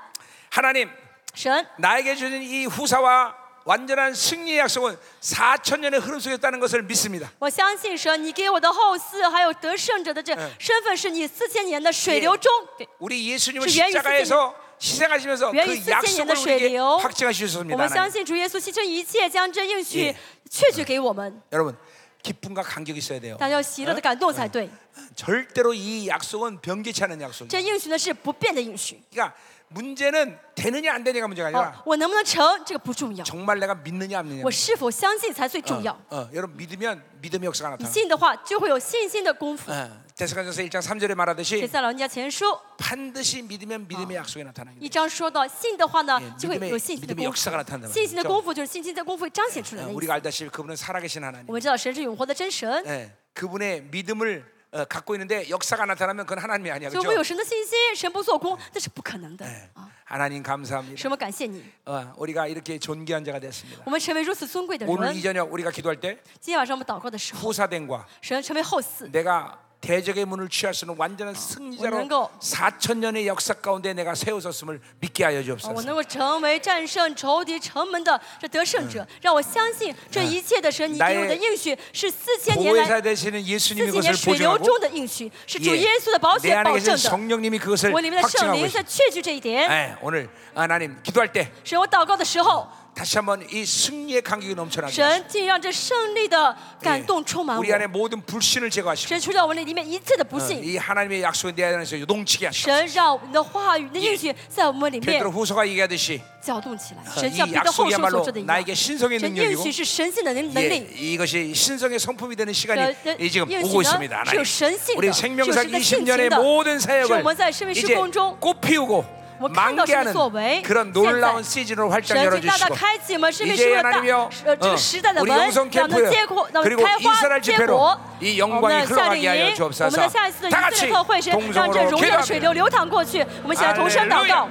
Speaker 1: 하나님,
Speaker 2: 神，
Speaker 1: 나에게 주신 이 후사와 완전한 승리의 약속은 4천 년의 흐름 속에 있다는 것을 믿습니다.
Speaker 2: 我相信神，你给我的后嗣还有得胜者的这
Speaker 1: 嗯
Speaker 2: 身份是你四千年的水流中给
Speaker 1: 우리 예수님을
Speaker 2: 주 예수
Speaker 1: 십자가에서 희생하시면서
Speaker 2: 주
Speaker 1: 그
Speaker 2: 예수
Speaker 1: 약속을
Speaker 2: 쓰시는
Speaker 1: 우리에게
Speaker 2: 것을요.
Speaker 1: 확증해
Speaker 2: 我
Speaker 1: 주셨습니다.
Speaker 2: 们相
Speaker 1: 하나님.
Speaker 2: 信主耶稣牺牲一切，将这应许
Speaker 1: 예
Speaker 2: 确据给我们。
Speaker 1: 여러분, 기쁨과 감격이 있어야 돼요. 어?
Speaker 2: 大家要喜乐的感动才对。
Speaker 1: 절대로 이 약속은 변개치 않은 약속이에요.
Speaker 2: 这应许呢是不变的应许。
Speaker 1: 그러니까 문제는 되느냐 안 되느냐가 문제가
Speaker 2: 哦
Speaker 1: 아니라 ，
Speaker 2: 我能不能成这个不重要，嗯
Speaker 1: 정말 내가 믿느냐 안 믿느냐.
Speaker 2: 我是否相信才最重要。
Speaker 1: 어, 여러분 믿으면 믿음의 역사가
Speaker 2: 你
Speaker 1: 나타나.
Speaker 2: 信的话，就会有信心的功夫。
Speaker 1: 어, 데스간전서 1장 3절에
Speaker 2: 铁
Speaker 1: 말하듯이
Speaker 2: 塞老人家前书
Speaker 1: 반드시 믿으면 믿음의 약속이 나타나게 돼요.
Speaker 2: 一章说到，信的话呢
Speaker 1: 예，
Speaker 2: 就会有信
Speaker 1: 믿 음의
Speaker 2: 心的
Speaker 1: 믿
Speaker 2: 功
Speaker 1: 음의역사가나타난단
Speaker 2: 夫。
Speaker 1: 말이죠
Speaker 2: 信心的功夫就是信心的功夫彰显出来
Speaker 1: 어,
Speaker 2: 的意思。
Speaker 1: 우리가 알다시피 그분은 살아계신 하나님.
Speaker 2: 我们知道神是永活的真神，
Speaker 1: 예, 그분의 믿음을 어, 갖고 있는데 역사가 나타나면 그건 하나님이 아니야.
Speaker 2: 所以我们有
Speaker 1: 그렇죠?
Speaker 2: 神的信心，神不做工，那是不可能的
Speaker 1: 예,
Speaker 2: 啊！
Speaker 1: 하나님 감사합니다.
Speaker 2: 神，我感谢你，
Speaker 1: 어, 우리가 이렇게 존귀한 자가 됐습니다.
Speaker 2: 我们成为如此尊贵的
Speaker 1: 오늘 이
Speaker 2: 人。
Speaker 1: 저녁 우리가 기도할 때
Speaker 2: 今天晚上我们祷告的时候，
Speaker 1: 후사된과
Speaker 2: 神成为后嗣，
Speaker 1: 내가 대적의 문을 취할 수 있는 완전한 승리자로
Speaker 2: 오늘도-
Speaker 1: 4천 년의 역사 가운데 내가 세워졌음을 믿게 하여
Speaker 2: 啊我
Speaker 1: 주옵소서.
Speaker 2: 能够成为战胜仇敌城门的这得胜者，让我相信这一切的神，你
Speaker 1: 나의
Speaker 2: 给我的应许是四千年来
Speaker 1: 보혜사 되시는
Speaker 2: 四
Speaker 1: 예수님이
Speaker 2: 千年
Speaker 1: 그것을
Speaker 2: 水流
Speaker 1: 보증하고
Speaker 2: 中的应许，是主
Speaker 1: 예,
Speaker 2: 耶稣的宝
Speaker 1: 내
Speaker 2: 血
Speaker 1: 안에
Speaker 2: 保
Speaker 1: 계신
Speaker 2: 证的。
Speaker 1: 성령님이 그것을
Speaker 2: 我里面的圣
Speaker 1: 확증하고
Speaker 2: 灵
Speaker 1: 있어.
Speaker 2: 在确据这一点。
Speaker 1: 예, 오늘 하나님 기도할 때
Speaker 2: 神，我祷告的时候，
Speaker 1: 다시 한번 이 승리의 감격이 넘쳐나게
Speaker 2: 神竟让这胜利的感动充满
Speaker 1: 하시고
Speaker 2: 我。
Speaker 1: 우리 안에 모든 불신을 제거하시고
Speaker 2: 神除掉我们里面一切的不信，
Speaker 1: 이 하나님의 약속에 대해 안에서 요동치게 하시고
Speaker 2: 神让你的话语、你的应许在我们里面
Speaker 1: 베드로 후서가 얘기하듯이
Speaker 2: 搅动起来。
Speaker 1: 어,
Speaker 2: 神像
Speaker 1: 이
Speaker 2: 彼得后书所
Speaker 1: 약속이야말로
Speaker 2: 做的一样，
Speaker 1: 나에게 신성의
Speaker 2: 神应
Speaker 1: 능력이고
Speaker 2: 许是神性的能能
Speaker 1: 예,
Speaker 2: 力。
Speaker 1: 이것이 신성의 성품이 되는 시간이
Speaker 2: 这这
Speaker 1: 이 지금
Speaker 2: 应许
Speaker 1: 오고
Speaker 2: 呢
Speaker 1: 있습니다
Speaker 2: 是
Speaker 1: 하나님
Speaker 2: 有神性的，
Speaker 1: 우리
Speaker 2: 是有
Speaker 1: 생명상
Speaker 2: 神的性情
Speaker 1: 20년의
Speaker 2: 的。
Speaker 1: 모든
Speaker 2: 是我
Speaker 1: 사역을
Speaker 2: 们在生命施
Speaker 1: 이제
Speaker 2: 工中，
Speaker 1: 꽃 피우고
Speaker 2: 我们看到
Speaker 1: 만개
Speaker 2: 神
Speaker 1: 하는
Speaker 2: 的作为。
Speaker 1: 그런
Speaker 2: 现
Speaker 1: 놀라운
Speaker 2: 在
Speaker 1: 시즌으로 활짝
Speaker 2: 神就大大
Speaker 1: 뭐 열어주시고
Speaker 2: 开启我们生命
Speaker 1: 이제
Speaker 2: 树的大
Speaker 1: 하나님이여
Speaker 2: 呃这
Speaker 1: 어,
Speaker 2: 个时代的
Speaker 1: 우리
Speaker 2: 门，让
Speaker 1: 영성
Speaker 2: 我们
Speaker 1: 캠프여
Speaker 2: 结果，让我们
Speaker 1: 그리고
Speaker 2: 开花
Speaker 1: 이스라엘
Speaker 2: 结
Speaker 1: 집회로
Speaker 2: 果。
Speaker 1: 이
Speaker 2: 我们
Speaker 1: 영광이
Speaker 2: 的夏
Speaker 1: 흘러가게
Speaker 2: 令营
Speaker 1: 하여 ，
Speaker 2: 我们
Speaker 1: 주옵소서
Speaker 2: 的下一次
Speaker 1: 다
Speaker 2: 的以色
Speaker 1: 같이
Speaker 2: 列特会是让这
Speaker 1: 동성으로
Speaker 2: 荣耀的水
Speaker 1: 기도합니다
Speaker 2: 流流淌过去。我们起来同声祷告。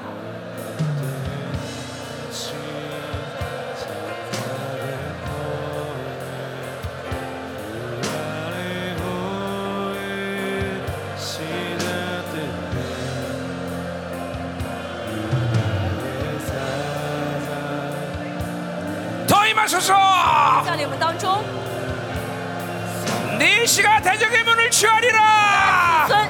Speaker 1: 더 임하소서
Speaker 2: 降临我们当中，
Speaker 1: 네 시가 대적의 문을 취하리라
Speaker 2: 尊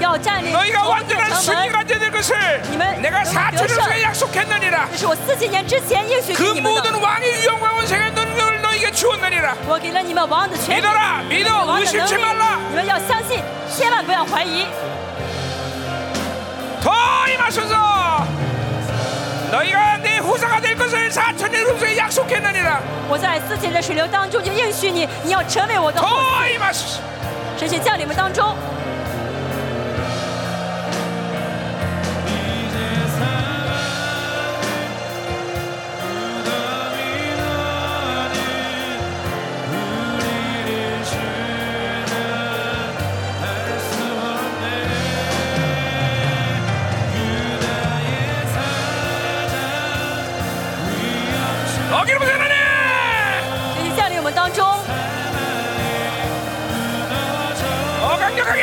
Speaker 2: 要占领
Speaker 1: 너희가
Speaker 2: 重建
Speaker 1: 완전한
Speaker 2: 城门
Speaker 1: 승리가 되는 것을
Speaker 2: 이만-
Speaker 1: 내가
Speaker 2: 이만
Speaker 1: 사천을 속에
Speaker 2: 열사-
Speaker 1: 약속했느니라
Speaker 2: 这是我四千年之前应许
Speaker 1: 그
Speaker 2: 给你们
Speaker 1: 모든
Speaker 2: 的。
Speaker 1: 왕의 영광은 생의 능력을 너에게 주었느니라
Speaker 2: 我给了你们王的权柄，
Speaker 1: 믿어라
Speaker 2: 你们
Speaker 1: 믿어
Speaker 2: 王的能
Speaker 1: 의심치
Speaker 2: 力，
Speaker 1: 말라
Speaker 2: 你们要相信，千万不要怀疑。
Speaker 1: 더 임하소서 너희가 내 후사가 될 것을 사천의 음성에 약속했느니라
Speaker 2: 我在四千的水流当中就应许你，你要成为我的后
Speaker 1: 더 임하소서
Speaker 2: 神学降临们当中，
Speaker 1: 너기로 보세요 하나님
Speaker 2: 神学降临我们当中，
Speaker 1: 더 어, 강력하게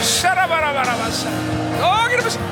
Speaker 1: 沙拉巴拉巴拉巴沙，너기로 어, 보세요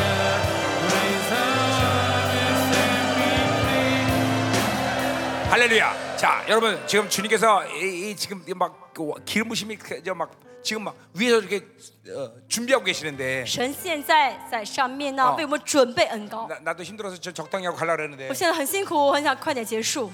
Speaker 3: 我
Speaker 1: 할렐루야. 자, 여러분 지금 주님께서 이, 이 지금 이막그 기름 부심이 저막 지금 막 위에서 이렇게 어, 준비하고 계시는데
Speaker 2: 神现在在上面呢，
Speaker 1: 哦
Speaker 2: 为我们准备恩高。
Speaker 1: 나, 나도 힘들어서 저 적당히 하고 가려고 그랬는데
Speaker 2: 我现在很辛苦，我很想快点结束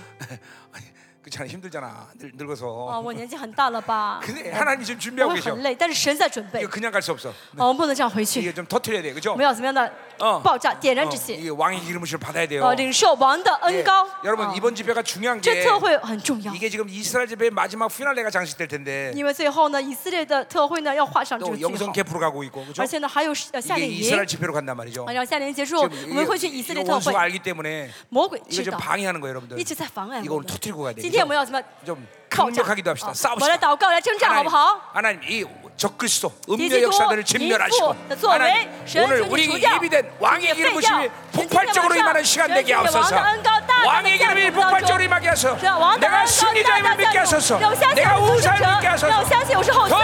Speaker 1: 그렇잖아 힘들잖아 늙,
Speaker 2: 啊！
Speaker 1: 늙어서
Speaker 2: 我年纪很大了吧？
Speaker 1: 근데 하나님 지금
Speaker 2: 我
Speaker 1: 준비하고
Speaker 2: 会
Speaker 1: 계셔
Speaker 2: 很累，但是神在准备
Speaker 1: 이거 。 그냥 갈 수 없어
Speaker 2: 啊，我们不能这样回
Speaker 1: 이게
Speaker 2: 去，
Speaker 1: 좀 터트려야 돼 그죠?
Speaker 2: 我们要怎么样的
Speaker 1: 哦
Speaker 2: 爆炸点燃
Speaker 1: 어,
Speaker 2: 这些？
Speaker 1: 이게 왕의 기름을 받아야 돼요
Speaker 2: 呃，领受王的
Speaker 1: 예,
Speaker 2: 恩高。
Speaker 1: 여러분
Speaker 2: 啊
Speaker 1: 이번 집회가 중요한
Speaker 2: 这
Speaker 1: 게
Speaker 2: 特会很重要，
Speaker 1: 이게 지금 이스라엘 집회의 마지막 피날레가 장식될 텐데
Speaker 2: 因为最后呢，以色列的特会呢要画上这个
Speaker 1: 또
Speaker 2: 句号
Speaker 1: 영성 。 캠프로 가고 있고 그죠?
Speaker 2: 而且呢，还有呃夏
Speaker 1: 이게
Speaker 2: 令营
Speaker 1: 이스라엘 ， 집회로 간단 말이죠
Speaker 2: 啊，让夏令营结束，我
Speaker 1: 지금
Speaker 2: 们会去以
Speaker 1: 어, 이게-
Speaker 2: 色
Speaker 1: 이게
Speaker 2: 列特会
Speaker 1: 원수가 。 알기 때문에
Speaker 2: 魔鬼
Speaker 1: 이거
Speaker 2: 知
Speaker 1: 좀
Speaker 2: 道，
Speaker 1: 방해하는 거예요 여러분들
Speaker 2: 一直在妨碍
Speaker 1: 이거
Speaker 2: 我
Speaker 1: 오늘
Speaker 2: 们
Speaker 1: 터트리고 가야 돼
Speaker 2: 今天我们要怎么
Speaker 1: 좀
Speaker 2: 爆炸？
Speaker 1: 강력하기도 합시다
Speaker 2: 啊我们
Speaker 1: 싸웁시다
Speaker 2: 来祷告，来征战，好不
Speaker 1: 하나님,
Speaker 2: 好？
Speaker 1: 하나님 이적 그리스도
Speaker 2: 敌
Speaker 1: 음녀
Speaker 2: 基督
Speaker 1: 역사들을
Speaker 2: 民
Speaker 1: 진멸하시고
Speaker 2: 族的作为
Speaker 1: 하나님 ，
Speaker 2: 神
Speaker 1: 오늘
Speaker 2: 求
Speaker 1: 우리
Speaker 2: 你除掉，
Speaker 1: 입이 된 왕의
Speaker 2: 神
Speaker 1: 기름
Speaker 2: 废掉
Speaker 1: 부심이
Speaker 2: 神今天
Speaker 1: 폭발적으로
Speaker 2: 晚上
Speaker 1: 임하는 시간
Speaker 2: 神
Speaker 1: 되게
Speaker 2: 今天王
Speaker 1: 하옵소서
Speaker 2: 的恩高大大
Speaker 1: 왕의
Speaker 2: 降
Speaker 1: 기름이
Speaker 2: 临我们当
Speaker 1: 폭발적으로
Speaker 2: 中
Speaker 1: 임하게
Speaker 2: 是吧
Speaker 1: 하소서
Speaker 2: 王的恩
Speaker 1: 내가
Speaker 2: 高大
Speaker 1: 승리자임을
Speaker 2: 大
Speaker 1: 믿게
Speaker 2: 降临
Speaker 1: 하소서
Speaker 2: 让我相信
Speaker 1: 내가
Speaker 2: 我是
Speaker 1: 우사를
Speaker 2: 胜
Speaker 1: 믿게
Speaker 2: 者，让我
Speaker 1: 하소서
Speaker 2: 相信我是后生，
Speaker 1: 아! 더!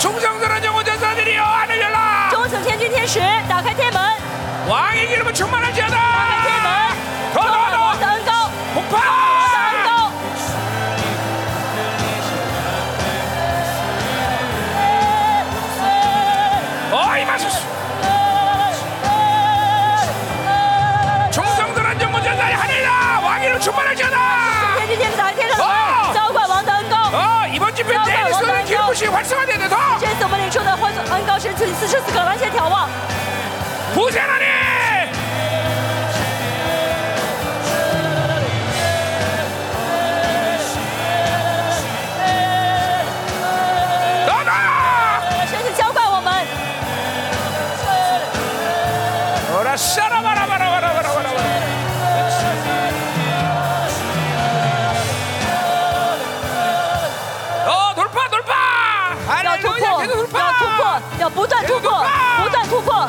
Speaker 1: 충성스러운 영혼 전사들이여 하늘 열라
Speaker 2: 忠诚天君天使，打开天门，
Speaker 1: 왕의 기름을 충만하지어다
Speaker 2: 充满王的
Speaker 1: 더더더
Speaker 2: 恩高，
Speaker 1: 폭발
Speaker 2: 恩高。
Speaker 1: 어이 마소서 충성스러운 영혼 전사의 하늘이라 왕의로 충만하지어다
Speaker 2: 天之天子打开天上的门，浇灌王的恩高。
Speaker 1: 어 이번 집회
Speaker 2: 야,
Speaker 1: 내내
Speaker 2: 야,
Speaker 1: 쏟는
Speaker 2: 야,
Speaker 1: 기름부시 활성화되는 더
Speaker 2: 这次我们领受的欢恩高是此此时此刻完全眺望，
Speaker 1: 부세하니 너다
Speaker 2: 神是浇灌我们，
Speaker 1: 오라 샤라바라바라바라바라바라 어 돌파 돌파
Speaker 2: 要突
Speaker 1: 할렐루야
Speaker 2: 破，
Speaker 1: 계속
Speaker 2: 要突
Speaker 1: 돌파
Speaker 2: 破，要不断突破，不断突破。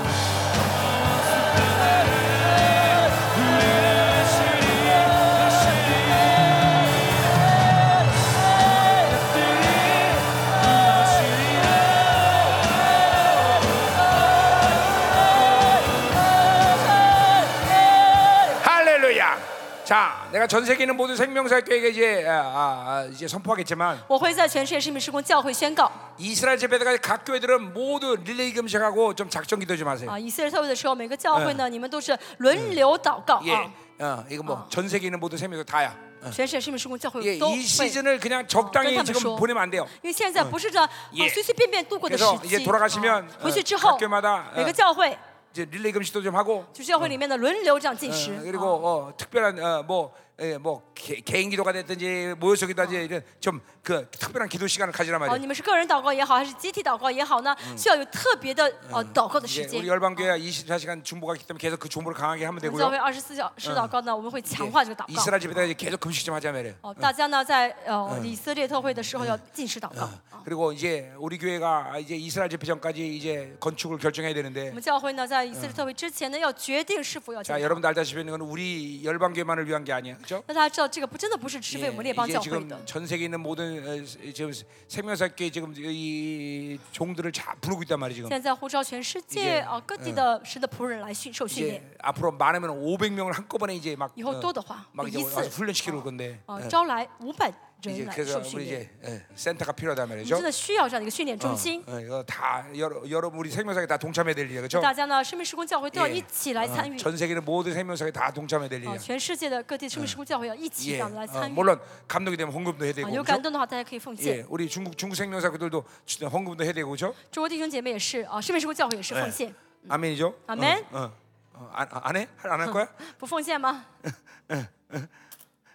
Speaker 1: 할렐루야 자, 내가 전 세계 있는 모든 생명사 교회에 이제 아, 아, 아, 이제 선포하겠지만
Speaker 2: 我会在全世界市民施工教会宣告
Speaker 1: 이스라엘 제배가 각 교회들은 모두 릴레이 금식하고 좀 작전 기도 좀 하세요.
Speaker 2: 啊，以色列特会的时候，每个教会呢，你们都是轮流祷告
Speaker 1: 예,
Speaker 2: 啊。
Speaker 1: 어, 이거 뭐 전 세계 있는 모든 세미도 다야.
Speaker 2: 全世界市民施工教
Speaker 1: 예,
Speaker 2: 会都会
Speaker 1: 이 ， 시즌을 그냥 적당히
Speaker 2: 어,
Speaker 1: 지금
Speaker 2: 그렇다면서.
Speaker 1: 보내면 안 돼요.
Speaker 2: 因为现在不是这样
Speaker 1: 예
Speaker 2: 啊随随便便度过的时
Speaker 1: 그래서
Speaker 2: 期
Speaker 1: 이제 。 돌아가시면
Speaker 2: 啊
Speaker 1: 어,
Speaker 2: 回去之
Speaker 1: 각
Speaker 2: 后，
Speaker 1: 교회마다
Speaker 2: 每
Speaker 1: 어,
Speaker 2: 个教会
Speaker 1: 이제 릴레이 금식도 좀 하고
Speaker 2: 就教会里面的轮流这样进
Speaker 1: 어,
Speaker 2: 食。啊
Speaker 1: 그리고 어, 특별한 어, 뭐 예, 뭐 개, 개인 기도가 됐든지 모여서 기도하든지 이런 좀그 특별한 기도 시간을 가지란
Speaker 2: 哦，
Speaker 1: 말이에요.
Speaker 2: 你们是个人祷告也好，还是集体祷告也好呢？需要有特别的呃祷告的时
Speaker 1: 이제
Speaker 2: 间
Speaker 1: 예, 우리 。 열방교회 24시간 중보가 있기 때문에 계속 그 중보를 강하게 하면
Speaker 2: 我们教
Speaker 1: 되고요.
Speaker 2: 会二十四小时祷告呢，我们会强化这个
Speaker 1: 예,
Speaker 2: 祷告。
Speaker 1: 이스라엘 집에다 이제 계속 금식 좀 하자 말이에요.
Speaker 2: 哦，大家呢在呃以色列特会的时候要进食祷告。哦
Speaker 1: 그리고 이제 우리 교회가 이제 이스라엘 집회 전까지 이제 건축을 결정해야
Speaker 2: 我
Speaker 1: 되는데
Speaker 2: 们教会呢在以色列特会之前呢，要决定是否要建
Speaker 1: 자
Speaker 2: 造。
Speaker 1: 여러분들 알다시피 이건 우리 열방 교회만을 위한 게 아니에요, 그렇죠? 예,
Speaker 2: 那大家知道这个不真的不是只为我们列邦
Speaker 1: 이게
Speaker 2: 教会的
Speaker 1: 지금 。전 세계 그 있는 모든 어, 지금 생명사계 지금 이 종들을 다 부르고 있단 말이에요 지금.
Speaker 2: 现在在呼召全世
Speaker 1: 이제
Speaker 2: 界啊各地的神的仆人来训受训练，
Speaker 1: 이제 앞으로 많으면 500명을 한꺼번에 네. 이제 막
Speaker 2: 以后
Speaker 1: 어,
Speaker 2: 多的话，
Speaker 1: 막 이제 어, 네,
Speaker 2: 一
Speaker 1: 와서
Speaker 2: 次
Speaker 1: 훈련시키러 올 건데
Speaker 2: 啊招来五百
Speaker 1: 이제
Speaker 2: 人来
Speaker 1: 그래서
Speaker 2: 受训
Speaker 1: 우리
Speaker 2: 练。
Speaker 1: 이제 예, 센터가 필요하단
Speaker 2: 我
Speaker 1: 말이죠.
Speaker 2: 们真的需要这样的一个训练中心。
Speaker 1: 어, 이거 다 여러 여러 우리 생명사계 다 동참해야 될 일이에요, 그렇죠?
Speaker 2: 大家呢，生命时空教会都要
Speaker 1: 예
Speaker 2: 一起来参与。
Speaker 1: 전 세계는 모든 생명사계 다 동참해야 될
Speaker 2: 啊，
Speaker 1: 일이에요.
Speaker 2: 全世界的各地生命时空教会要一起这
Speaker 1: 예,
Speaker 2: 样的来
Speaker 1: 어,
Speaker 2: 参与。
Speaker 1: 물론 감독이 되면 헌금도 해야
Speaker 2: 啊，
Speaker 1: 되고
Speaker 2: 有
Speaker 1: 그죠?
Speaker 2: 感动的话，大家可以奉
Speaker 1: 예,
Speaker 2: 献。
Speaker 1: 우리 중국 중국 생명사 그들도 진짜 헌금도 해야 되고 그렇죠?
Speaker 2: 中国弟兄姐妹也是啊，生命时空教会也是奉献，
Speaker 1: 아멘이죠?
Speaker 2: 아멘.
Speaker 1: 어, 어. 어, 안, 안 해? 안 할 *laughs* 거야?
Speaker 2: 不奉献吗？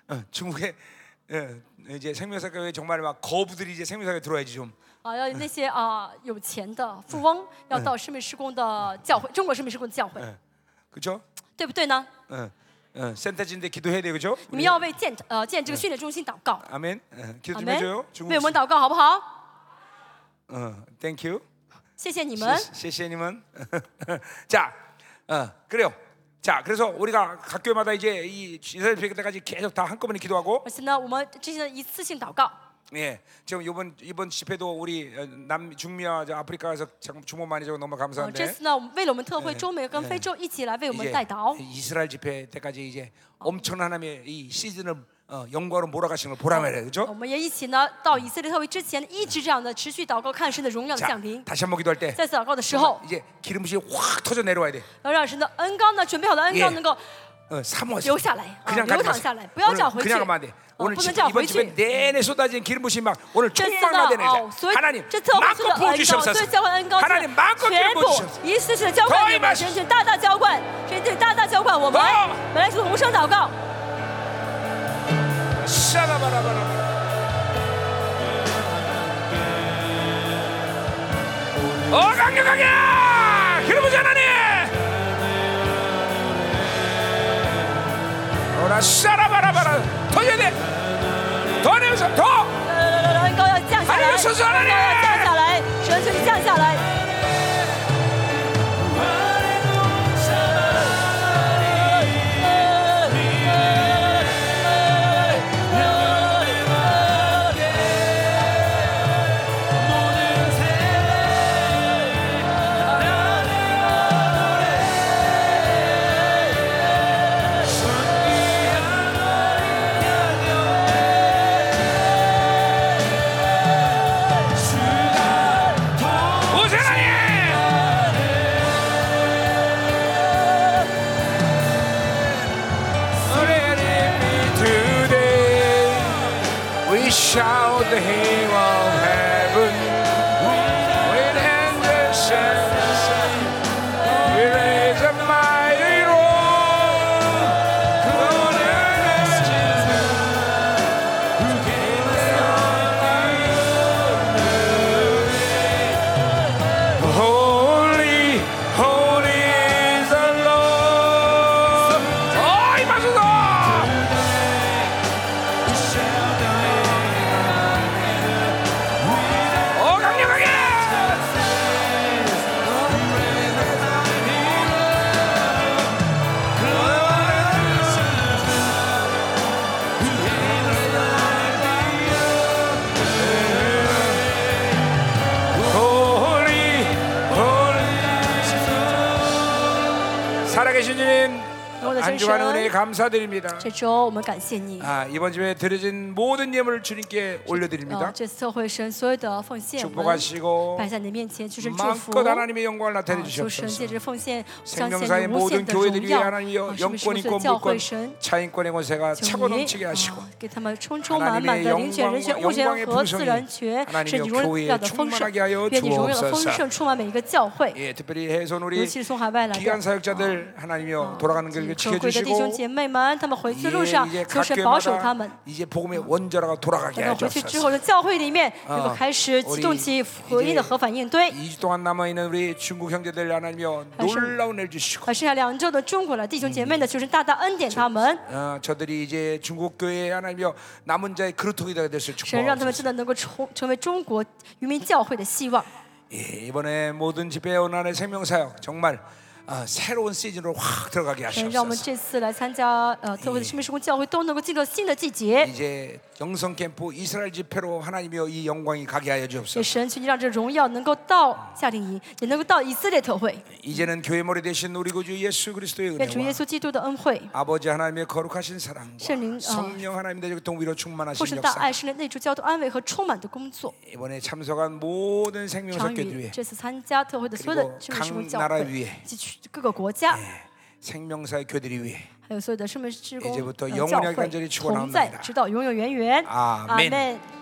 Speaker 1: 어, 중국에 예, 이제 생명사 교회 정말 막 거부들이 이제 생명사 교회 들어야지 좀.
Speaker 2: 啊，要那些啊有钱的富翁要到生命时空的教会，中国生命时空的教会，
Speaker 1: 예, 그렇죠?
Speaker 2: 对不对呢？
Speaker 1: 어, 어, 센터진데 기도해야 돼 그렇죠?
Speaker 2: 你们要为建呃建这个训练中心祷告，
Speaker 1: 아멘. 어, 기도
Speaker 2: 阿
Speaker 1: 좀
Speaker 2: 门
Speaker 1: 해줘요. ，
Speaker 2: 为
Speaker 1: 중국.
Speaker 2: 我们祷告好不好？
Speaker 1: 어, 땡큐.
Speaker 2: 谢谢你
Speaker 1: 네?
Speaker 2: 们。
Speaker 1: 시시님은 *laughs* 자, 어, 그래요. 자, 그래서 우리가 각 교회마다 이제 이 이스라엘 때까지 계속 다 한꺼번에 기도하고
Speaker 2: 而且呢，我们这些一次性祷告，
Speaker 1: 예, 지금 이번 이번 집회도 우리 어, 남 중미와 저 아프리카에서 참 주모 많이 주고 너무
Speaker 2: 呃，这
Speaker 1: 감사한데
Speaker 2: 次呢，我们为了我们特会，中美跟非洲一起来为我们代祷
Speaker 1: 어, 이제 。 이스라엘 집회 때까지 이제 엄청난 하나님의 이 시즌을 어, 영광으로 몰아가시는 걸 보라 말이에요,
Speaker 2: *laughs*
Speaker 1: 그렇죠?
Speaker 2: 我们也一起呢，到以色列特会之前，一直这样的持续祷告，看神的荣耀的
Speaker 1: 자,
Speaker 2: 降 *laughs* 临。
Speaker 1: 다시 한번 기도할 때
Speaker 2: 再次祷告的时候，
Speaker 1: 이제 기름부시 확 터져 내려와야 돼.
Speaker 2: 要让神的恩膏呢，准备好的恩膏
Speaker 1: 예
Speaker 2: 能够
Speaker 1: 어, 사모하세요.
Speaker 2: 留下来，啊
Speaker 1: 그냥
Speaker 2: 流
Speaker 1: 가지
Speaker 2: 淌
Speaker 1: 마세요.
Speaker 2: 下来，不要这样
Speaker 1: 오늘
Speaker 2: 回去
Speaker 1: 그냥 ， 가면 안 돼.
Speaker 2: 啊
Speaker 1: 오늘
Speaker 2: 不能
Speaker 1: 집,
Speaker 2: 这样
Speaker 1: 이번
Speaker 2: 回
Speaker 1: 집에
Speaker 2: 去。
Speaker 1: 내내 쏟아진 기름부심 막 오늘
Speaker 2: 这次
Speaker 1: 충만
Speaker 2: 呢，
Speaker 1: 받아내자.
Speaker 2: 哦，所以
Speaker 1: 하나님
Speaker 2: 这次我们
Speaker 1: 마음껏
Speaker 2: 所有的恩膏，所
Speaker 1: 부어주시옵소서.
Speaker 2: 有教会恩膏，
Speaker 1: 하나님 마음껏
Speaker 2: 全
Speaker 1: 기름
Speaker 2: 部
Speaker 1: 부어주시옵소서.
Speaker 2: 一次性的浇灌给我们，神，请大大浇灌，神，请大大浇灌我们。我们来同声祷告，
Speaker 1: 샤라바라바라. 어 강력하게 기름부시 하나님. 오라 샤라바라바라 더해야 돼. 더 내면서 더.
Speaker 2: 呃，恩膏要降下来，
Speaker 1: 神降下来
Speaker 2: 要降下来，神，请降下来。
Speaker 1: 오세 하나님. Today we shout the hymn of heaven with endless and we raise a mighty roar. Come who came Holy, holy is the Lord. 어, 이 마수다. 어, 강력하게. Holy, holy. 살아계신 주님
Speaker 2: 영원한
Speaker 1: 안주한
Speaker 2: 신선.
Speaker 1: 은혜 감사드립니다.
Speaker 2: 这周我们感谢你，
Speaker 1: 아 이번 주에 드려진 모든 예물을 주님께
Speaker 2: 呃
Speaker 1: 올려드립니다.
Speaker 2: 这次特会神所有的奉献，我们
Speaker 1: 축복하시고
Speaker 2: 摆在你的面前，求神祝福。呃
Speaker 1: 마음껏 하나님의 영광을 나타내
Speaker 2: 求神借
Speaker 1: 아, 주시옵소서.
Speaker 2: 着奉献，彰显
Speaker 1: 생명사의
Speaker 2: 你无限
Speaker 1: 모든
Speaker 2: 的荣
Speaker 1: 교회들 위해
Speaker 2: 耀。
Speaker 1: 하나님 여-
Speaker 2: 啊是不
Speaker 1: 영권
Speaker 2: 是所有
Speaker 1: 있고
Speaker 2: 教
Speaker 1: 물권
Speaker 2: 会神，
Speaker 1: 차인권의 권세가
Speaker 2: 求
Speaker 1: 차고
Speaker 2: 你
Speaker 1: 넘치게
Speaker 2: 啊
Speaker 1: 하시고 ，
Speaker 2: 给他们充充满满的
Speaker 1: 하나님의
Speaker 2: 灵权、人权、
Speaker 1: 영광과
Speaker 2: 物权
Speaker 1: 영광의
Speaker 2: 和自
Speaker 1: 풍성이
Speaker 2: 然权，
Speaker 1: 하나님의
Speaker 2: 是你荣耀的
Speaker 1: 교회에
Speaker 2: 丰盛
Speaker 1: 충만하게하여。
Speaker 2: 愿你荣耀的丰
Speaker 1: 주옵소서
Speaker 2: 盛充满每一个教会，
Speaker 1: 예, 특별히 해손
Speaker 2: 尤
Speaker 1: 우리
Speaker 2: 其是从海外来的
Speaker 1: 기간 。 사역자들 하나님여 돌아가는 길을
Speaker 2: 可贵的弟
Speaker 1: 지켜주시고
Speaker 2: 兄姐妹们，他们回去的路
Speaker 1: 예,
Speaker 2: 上
Speaker 1: 이제 ，
Speaker 2: 求
Speaker 1: 각
Speaker 2: 神保守他们
Speaker 1: 교회마다 。 이제 복음의 원자라가 돌아가게
Speaker 2: 等到回去
Speaker 1: 하옵소서.
Speaker 2: 之后，的教会里面能够
Speaker 1: 啊
Speaker 2: 开始
Speaker 1: 우리
Speaker 2: 启动起合一的核反应堆。
Speaker 1: 2주 동안 남아 있는 우리 중국 형제들 하나님여
Speaker 2: 하나님.
Speaker 1: 놀라운 일 주시고
Speaker 2: 而剩下两周的中国的弟兄姐妹呢，求神大大恩典他们。
Speaker 1: 어, 저들이 이제 중국 교회 하나님여 남은 자의 그루통이다 됐을
Speaker 2: 神让他
Speaker 1: 축복하옵소서.
Speaker 2: 们真的能够成成为中国渔民教会的希望。
Speaker 1: 예, 이번에 모든 집회 온 안의 생명사역 정말 아, 새로운 시즌으로 확 들어가게
Speaker 2: 神让我们
Speaker 1: 하시옵소서.
Speaker 2: 这次来参加呃特会的生命施工教会都能够进入新的季
Speaker 1: 嗯
Speaker 2: 节。
Speaker 1: 이제 영성 캠프 이스라엘 집회로 하나님여 이 영광이 가게 하여
Speaker 2: 也
Speaker 1: 주옵소서.
Speaker 2: 神，求你让这荣耀能够到夏令营，也能够到以色列特会。
Speaker 1: 이제는 교회 머리 되신 우리 구주 예수 그리스도의
Speaker 2: 愿主耶
Speaker 1: 은혜와
Speaker 2: 稣基督的恩惠，
Speaker 1: 아버지 하나님의 거룩하신 사랑과
Speaker 2: 신령, 어.
Speaker 1: 성령 아, 하나님의 교통 위로
Speaker 2: 父神
Speaker 1: 충만하신
Speaker 2: 大爱，
Speaker 1: 역사
Speaker 2: 圣灵内住交通安慰和充满的工作，
Speaker 1: 이번에 참석한 모든
Speaker 2: 常
Speaker 1: 생명사교들
Speaker 2: 与
Speaker 1: 위해
Speaker 2: 这次参加特会的所有的生命施工教
Speaker 1: 각
Speaker 2: 会
Speaker 1: 나라위에 ，
Speaker 2: 以及去各个国家，
Speaker 1: 생명사의 교들이 위해
Speaker 2: 还有所有的生命施工
Speaker 1: 이제부터
Speaker 2: 呃
Speaker 1: 영원히
Speaker 2: 教
Speaker 1: 간절히
Speaker 2: 会
Speaker 1: 축원합니다
Speaker 2: 同在，直到永永远远。
Speaker 1: 아멘
Speaker 2: 阿门